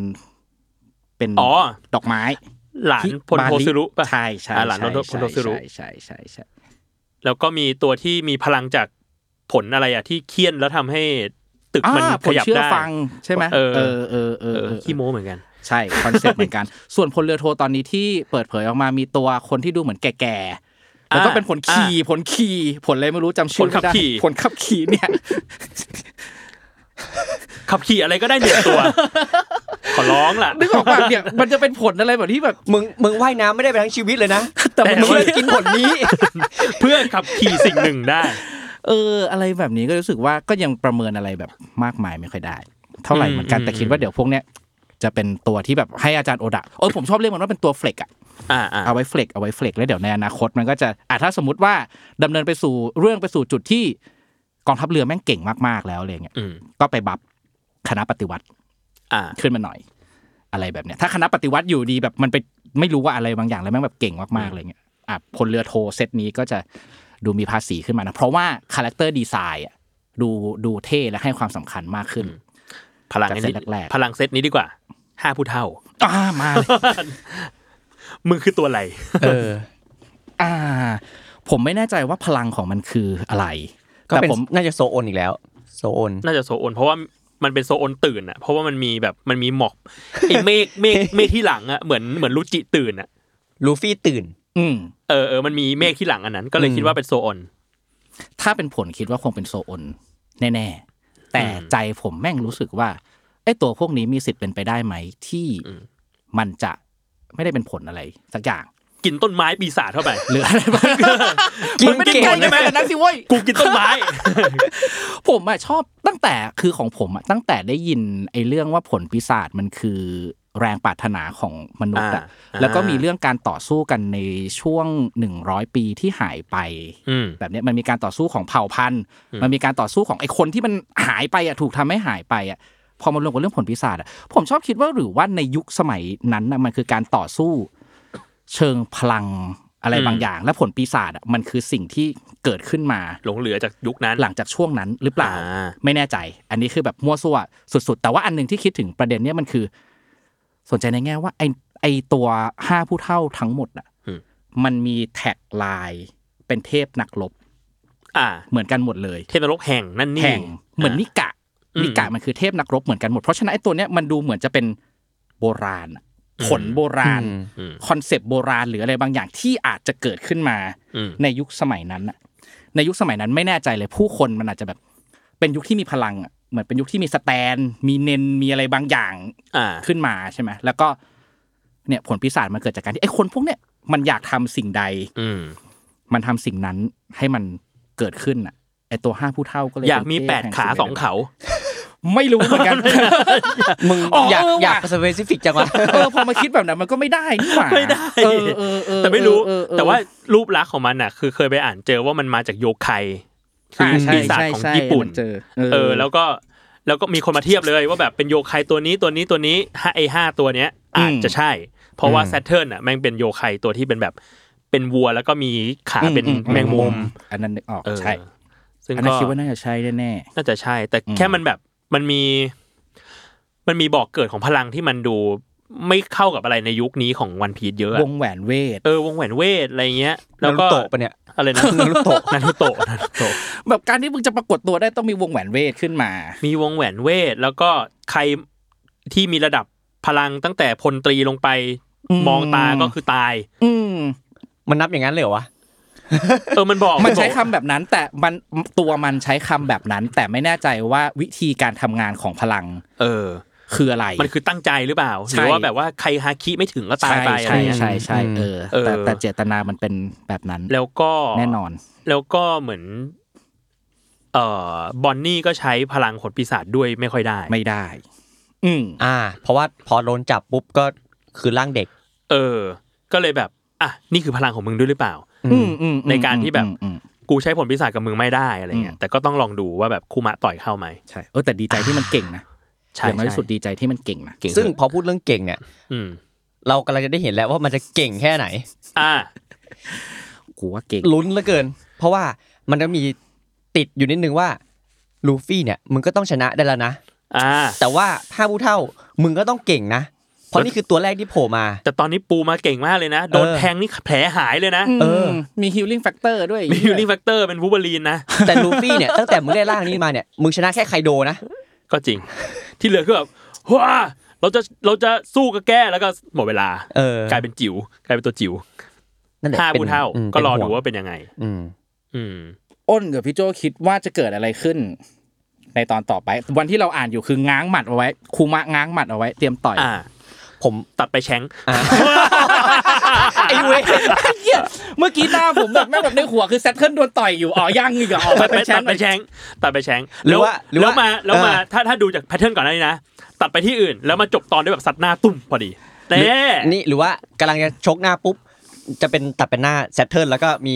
Speaker 4: เป็น
Speaker 3: อ๋อ
Speaker 4: ดอกไม้
Speaker 3: หลานพลโทซิรุป่ะ
Speaker 4: ใช่ใช่
Speaker 3: อ่าหลานพลโท
Speaker 4: ใช่
Speaker 3: พลโทซิรุ
Speaker 4: ใช่ใช่ใช่ใช่
Speaker 3: แล้วก็มีตัวที่มีพลังจากผลอะไรอะที่เคี่ยนแล้วทำให้ตึก
Speaker 4: อ่า
Speaker 3: มัน
Speaker 4: ผ
Speaker 3: ข
Speaker 4: ม
Speaker 3: ยับ
Speaker 4: เชื่อ
Speaker 3: ได้
Speaker 4: ฟังใช่ไหม
Speaker 3: เออ
Speaker 4: เออเออเอ
Speaker 3: เอ
Speaker 4: อ
Speaker 3: อ
Speaker 4: เออ
Speaker 3: ขี้โม้เหมือนกัน
Speaker 4: ใช่คอนเซ็ปต์เหมือน กัน ส่วนพลเรือโทตอนนี้ที่เปิดเผยออกมามีตัวคนที่ดูเหมือนแก่ๆแล้วก็
Speaker 3: อ่า
Speaker 4: เป็นผลขี่ผลขี่ผลอะไรไม่รู้จำชื่อ
Speaker 3: ผลขับ
Speaker 4: ไม่ได้
Speaker 3: ขี่
Speaker 4: ผลขับขี่เนี่ย
Speaker 3: ขับขี่อะไรก็ได้หนึ่ง ตัว ขอร้องล่ะ
Speaker 4: นึกออกป่ะเนี่ยมันจะเป็นผลอะไรแบบที่แบบ
Speaker 2: มึงมึงว่ายน้ำไม่ได้ไปทั้งชีวิตเลยนะ
Speaker 4: แต่
Speaker 2: แต่
Speaker 4: มัน
Speaker 2: มึง
Speaker 4: ไม่
Speaker 2: เลือกกินผลนี้
Speaker 3: เพื่อขับขี่สิ่งหนึ่งได้
Speaker 4: เออ อะไรแบบนี้ก็รู้สึกว่าก็ยังประเมินอะไรแบบมากมายไม่ค่อยได้ เท่าไหร่เหมือนกัน
Speaker 3: อืม
Speaker 4: แต่คิดว่าเดี๋ยวพวกเนี้ยจะเป็นตัวที่แบบให้อาจารย์โอดะโอ้ยผมชอบเรียกมันว่าเป็นตัวเฟลกอะ
Speaker 3: อ่าอ่า
Speaker 4: เอาไว้เฟลกเอาไว้เฟลกแล้วเดี๋ยวในอนาคตมันก็จะอ่ะถ้าสมมติว่าดำเนินไปสู่เรื่องไปสู่จุดที่กองทัพเรือแม่งเก่งมากๆแล้วอะไรเงี้ย
Speaker 3: อืม
Speaker 4: ก็ไปบัฟคณะปฏิวัติ
Speaker 3: อ่า
Speaker 4: ขึ้นมาหน่อย อะไรแบบเนี้ยถ้าคณะปฏิวัติอยู่ดีแบบมันไปไม่รู้ว่าอะไรบางอย่างแล้วแม่งแบบเก่งมากๆอะไรเงี้ยอ่ะพลเรือโทเซตนี้ก็จะดูมีภาษีขึ้นมานะเพราะว่าคาแรคเตอร์ดีไซน์อ่ะดูดูเท่และให้ความสำคัญมากขึ้น
Speaker 3: พลัง
Speaker 4: จาก
Speaker 3: อัน
Speaker 4: เซต
Speaker 3: นี้
Speaker 4: แรกๆ
Speaker 3: พลังเซตนี้ดีกว่าห้าผู้เท่า
Speaker 4: อ่ามาเลย
Speaker 3: มึงคือตัวอะไร
Speaker 2: เออ
Speaker 4: อ่า ผมไม่แน่ใจว่าพลังของมันคืออะไร
Speaker 2: ก็
Speaker 4: แต่
Speaker 2: เป็น
Speaker 4: ผม
Speaker 2: น่าจะโซโอนอีกแล้ว โซโอน
Speaker 3: น่าจะโซโอนเพราะว่ามันเป็นโซโอนตื่นอะเพราะว่ามันมีแบบมันมีหมอกไอ้เม ฆเมฆเมฆที่หลังอะเหมือนเหมือนลูจิตื่นอะ
Speaker 2: ลูฟี่ตื่น
Speaker 4: อืม
Speaker 3: เออเออมันมีเมฆที่หลังอันนั้น ก็เลยคิดว่าเป็นโซออน
Speaker 4: ถ้าเป็นผลคิดว่าคงเป็นโซออนแน่ๆ แต่
Speaker 3: อืม
Speaker 4: ใจผมแม่งรู้สึกว่าไอ้ตัวพวกนี้มีสิทธิ์เป็นไปได้ไหมที่มันจะไม่ได้เป็นผลอะไรสักอย่าง
Speaker 3: กินต้นไม้ปีศาจ เข้าไป
Speaker 4: หรืออะไรบ้าง
Speaker 2: กิน
Speaker 4: มันไม่ได้
Speaker 2: เก่ง
Speaker 4: ใกล้กันขนาดนั้นสิเว้ย
Speaker 3: กูกินต้นไม้
Speaker 4: ผมอะชอบตั้งแต่คือของผมอะตั้งแต่ได้ยินไอ้เรื่องว่าผลปีศาจมันคือแรงปรารถนาของมนุษย์อะ
Speaker 3: อ่า
Speaker 4: แล้วก็มีเรื่องการต่อสู้กันในช่วง 100 ปีที่หายไป
Speaker 3: อืม
Speaker 4: แบบเนี้ยมันมีการต่อสู้ของเผ่าพันธุ์ มันมีการต่อสู้ของไอ้คนที่มันหายไปอ่ะถูกทำให้หายไปอ่ะพอมันรวมกับเรื่องผลปีศาจอ่ะผมชอบคิดว่าหรือว่าในยุคสมัยนั้นน่ะมันคือการต่อสู้ เชิงพลังอะไรบาง
Speaker 3: อืม
Speaker 4: อย่าง และผลปีศาจอ่ะมันคือสิ่งที่เกิดขึ้นมา
Speaker 3: หลงเหลือจากยุคนั้น
Speaker 4: หลังจากช่วงนั้นหรือเปล่า
Speaker 3: อ่า
Speaker 4: ไม่แน่ใจ อันนี้คือแบบมั่วซั่วสุด ๆ แต่ว่าอันหนึ่งที่คิดถึงประเด็นเนี้ยมันคือ สนใจในแง่ว่าไอไอตัวห้าผู้เท่าทั้งหมดอ่ะ
Speaker 3: อืม
Speaker 4: มันมีแท็กไลน์เป็นเทพนักรบ
Speaker 3: อ่า
Speaker 4: เหมือนกันหมดเลย
Speaker 3: เทพนรกแห่งนั่นนี่
Speaker 4: แห่งเหมือนนิกะ
Speaker 3: อืม
Speaker 4: นิกะมันคือเทพนักรบเหมือนกันหมดเพราะฉะนั้นไอ้ตัวเนี้ยมันดูเหมือนจะเป็นโบราณอะ ผลโบราณ
Speaker 2: อืม
Speaker 3: อืม
Speaker 4: คอนเซปต์โบราณหรืออะไรบางอย่างที่อาจจะเกิดขึ้นมา
Speaker 3: อืม
Speaker 4: ในยุคสมัยนั้นน่ะ ในยุคสมัยนั้นไม่แน่ใจเลยผู้คนมันอาจจะแบบ เป็นยุคที่มีพลังอะเหมือนเป็นยุคที่มีสแตน มีเนนมีอะไรบางอย่าง
Speaker 3: อ่า
Speaker 4: ขึ้นมาใช่ไหมแล้วก็เนี่ยผลปีศาจมันเกิดจากการที่ไอ้คนพวกเนี่ยมันอยากทำสิ่งใด
Speaker 3: อืม
Speaker 4: มันทำสิ่งนั้นให้มันเกิดขึ้นอ่ะไอ้ตัวห้าผู้เท่าก็เลย
Speaker 3: อยากมี
Speaker 4: เป็นเทพ
Speaker 3: แปด
Speaker 4: ห่
Speaker 3: ขา
Speaker 4: สิ่
Speaker 3: สองเขา
Speaker 4: ไม่รู้เหมือนกัน
Speaker 2: มึง
Speaker 4: อ๋อ
Speaker 2: อยาก
Speaker 4: เออ
Speaker 2: อยาก
Speaker 4: ว่ะ
Speaker 2: สเปซิฟิกจังวะ
Speaker 4: เออพอมาคิดแบบนั้นมันก็ไม่ได้นี่หว่า
Speaker 3: ไม่ได้
Speaker 4: เออเออเออ
Speaker 3: แต่ไม่รู้
Speaker 4: เออเออ
Speaker 3: แต่ว่ารูปลักษณ์ของมันอ่ะ คือเคยไปอ่านเจอว่ามันมาจากโยคัยคือ
Speaker 4: อ่า
Speaker 3: อ
Speaker 4: ใช่
Speaker 3: ปีศาจ
Speaker 4: ใช่
Speaker 3: ของ
Speaker 4: ใช่
Speaker 3: ญี่ปุ่น
Speaker 4: มันเจอเออ
Speaker 3: เออ แล้วก็แล้วก็มีคนมาเทียบเลยว่าแบบเป็นโยคัยตัวนี้ตัวนี้ตัวนี้ห้าไอห้าตัวเนี้ยอาจจะใช่ เพราะว่า
Speaker 2: อืม
Speaker 3: แซทเทิร์นอ่ะแม่งเป็นโยคัยตัวที่เป็นแบบเป็นวัวแล้วก็มีขาเป็น
Speaker 4: อืมอืม
Speaker 3: แมงมุม
Speaker 4: อันนั้นนึกออก
Speaker 3: เออ
Speaker 4: ใช่
Speaker 3: ซึ่ง
Speaker 4: อันนั้น
Speaker 3: ก็
Speaker 4: คิดว่าน่าจะใช่แน่
Speaker 3: น่าจะใช่ แต่
Speaker 4: อืม
Speaker 3: แค่มันแบบมันมี มันมีบอกเกิดของพลังที่มันดูไม่เข้ากับอะไรในยุคนี้ของวันพีชเยอะ
Speaker 4: ๆ
Speaker 3: อะ
Speaker 4: วงแหวนเวท
Speaker 3: เออวงแหวนเวทอะไรเงี้ย
Speaker 2: นา
Speaker 3: แล้ว
Speaker 2: รู
Speaker 3: ก็
Speaker 2: โตะปะเนี่ย
Speaker 3: อะไรนะ
Speaker 2: นารุ โตะ
Speaker 3: นารุโตะนารุโตะ
Speaker 4: แบบการที่มึงจะปรากฏตัวได้ต้องมีวงแหวนเวทขึ้นมา
Speaker 3: มีวงแหวนเวท แล้วก็ใครที่มีระดับพลังตั้งแต่พลตรีลงไป
Speaker 4: อืม
Speaker 3: มองตาก็คือตาย
Speaker 4: อืม
Speaker 2: มันนับอย่างนั้นเลยเหรอวะ
Speaker 3: เออมันบอก
Speaker 4: มันใช้
Speaker 3: บอก
Speaker 4: คำแบบนั้น แต่มันตัวมันใช้คำแบบนั้น แต่ไม่แน่ใจว่าวิธีการทำงานของพลัง
Speaker 3: เออ
Speaker 4: คืออะไร
Speaker 3: มันคือตั้งใจหรือเปล่า
Speaker 4: ใช่
Speaker 3: หรือว่าแบบว่าใครฮาคิไม่ถึงก็ตาย
Speaker 4: ใช่
Speaker 3: ไปอะไร
Speaker 4: ใช่
Speaker 3: เงี้ย
Speaker 4: ใช่ใช่เออ
Speaker 3: เออ
Speaker 4: แต่แต่เจตนามันเป็นแบบนั้น
Speaker 3: แล้วก็
Speaker 4: แน่นอน
Speaker 3: แล้วก็เหมือน เอ่อบอนนี่ก็ใช้พลังขนปีศาจด้วยไม่ค่อยได้
Speaker 4: ไม่ได้ อืม
Speaker 2: อ่า เพราะว่าพอโดนจับปุ๊บก็คือร่างเด็ก
Speaker 3: เออ ก็เลยแบบ อ่ะ นี่คือพลังของมึงด้วยหรือเปล่า
Speaker 4: อืมอืม
Speaker 3: ในการที่แบบ
Speaker 4: อืมอืม
Speaker 3: กูใช้ผลปีศาจกับมึงไม่ได้อะไรเงี้
Speaker 4: อื
Speaker 3: ย
Speaker 4: ม
Speaker 3: แต่ก็ต้องลองดูว่าแบบคูมะต่อยเข้าไหม
Speaker 4: ใช่เออแต่ดีใจที่มันเก่งนะ
Speaker 3: ใช่
Speaker 4: อย่างน้อย
Speaker 3: ใช่
Speaker 4: ที่สุดดีใจที่มันเก่งนะ
Speaker 3: เก่ง
Speaker 2: ซึ่ง
Speaker 3: เถอะ
Speaker 2: พอพูดเรื่องเก่งเนี่ย
Speaker 3: อืม
Speaker 2: เรากำลังจะได้เห็นแล้วว่ามันจะเก่งแค่ไหน
Speaker 3: อ่า
Speaker 4: กูว่าเก่ง
Speaker 2: ลุ้นเหลือเกิน เพราะว่ามันจะมีติดอยู่นิดนึงว่าลูฟี่เนี่ยมึงก็ต้องชนะได้แล้วนะ
Speaker 3: อ่า
Speaker 2: แต่ว่าถ้าผู้เท่ามึงก็ต้องเก่งนะ เพราะนี่คือตัวแรกที่โผล่มา
Speaker 3: แต่ตอนนี้ปูมาเก่งมากเลยนะ โดน
Speaker 2: เออ
Speaker 3: แทงนี่แผลหายเลยนะ
Speaker 2: เออ
Speaker 4: มีฮิลลิ่งแฟกเตอร์ด้วย
Speaker 3: มีฮิลลิ่งแฟกเตอร์เป็นวูบารีนนะ
Speaker 2: แต่ลูฟี่เนี่ยตั้งแต่มึงได้ร่างนี้มาเนี่ยมึงชนะแค่ไคโดนะ
Speaker 3: ก็จริง ที่เหลือคือแบบว้าเราจะ เราจะสู้กับแก้แล้วก็หมดเวลา
Speaker 2: เออก
Speaker 3: ลายเป็นจิ๋ว กลายเป็นตัวจิ๋ว
Speaker 2: นั่นแหละ
Speaker 3: ห้า
Speaker 2: ป็น
Speaker 3: ผู้เท่า
Speaker 2: ม
Speaker 3: ก็รอ
Speaker 2: เป็น
Speaker 3: ดู
Speaker 2: ห่ง
Speaker 3: ว่าเป็นยังไง
Speaker 2: อืม
Speaker 3: อืม
Speaker 4: อ้นกับพี่โจคิดว่าจะเกิดอะไรขึ้น ในตอนต่อไป วันที่เราอ่านอยู่คือง้างหมัดเอาไว้คูมะง้างหมัดเอาไว้เตรียมต่อย
Speaker 3: อ่า
Speaker 2: ผม
Speaker 3: ตัดไปแชง
Speaker 2: อ่ะ ไอ้เว้ย
Speaker 4: เหี้ยเมื่อกี้หน้าผมแบบแม่งแบบในหัวคือแซตเทิลโดนต่อยอยู่อ๋อยังอีกเหรออ๋อ
Speaker 3: ตัด
Speaker 4: ไป
Speaker 3: ไป
Speaker 4: แช
Speaker 3: ตั
Speaker 4: ม
Speaker 3: ด
Speaker 4: ป์
Speaker 3: ไปแชงตัดไปแชง
Speaker 2: หรือว่าหรื
Speaker 3: แล้ว
Speaker 2: อ่าว
Speaker 3: มาแล้วมา
Speaker 2: เออ
Speaker 3: ถ้าถ้าดูจากแพทเทิร์นก่อนหน้านี้นะ ตัดไปที่อื่น แล้วมาจบตอนด้วยแบบสัตว์หน้าตุ่มพอดีเต้
Speaker 2: นี่หรือว่ากำลังจะชกหน้าปุ๊บ จะเป็นตัดเป็นหน้าแซทเทิลแล้วก็มี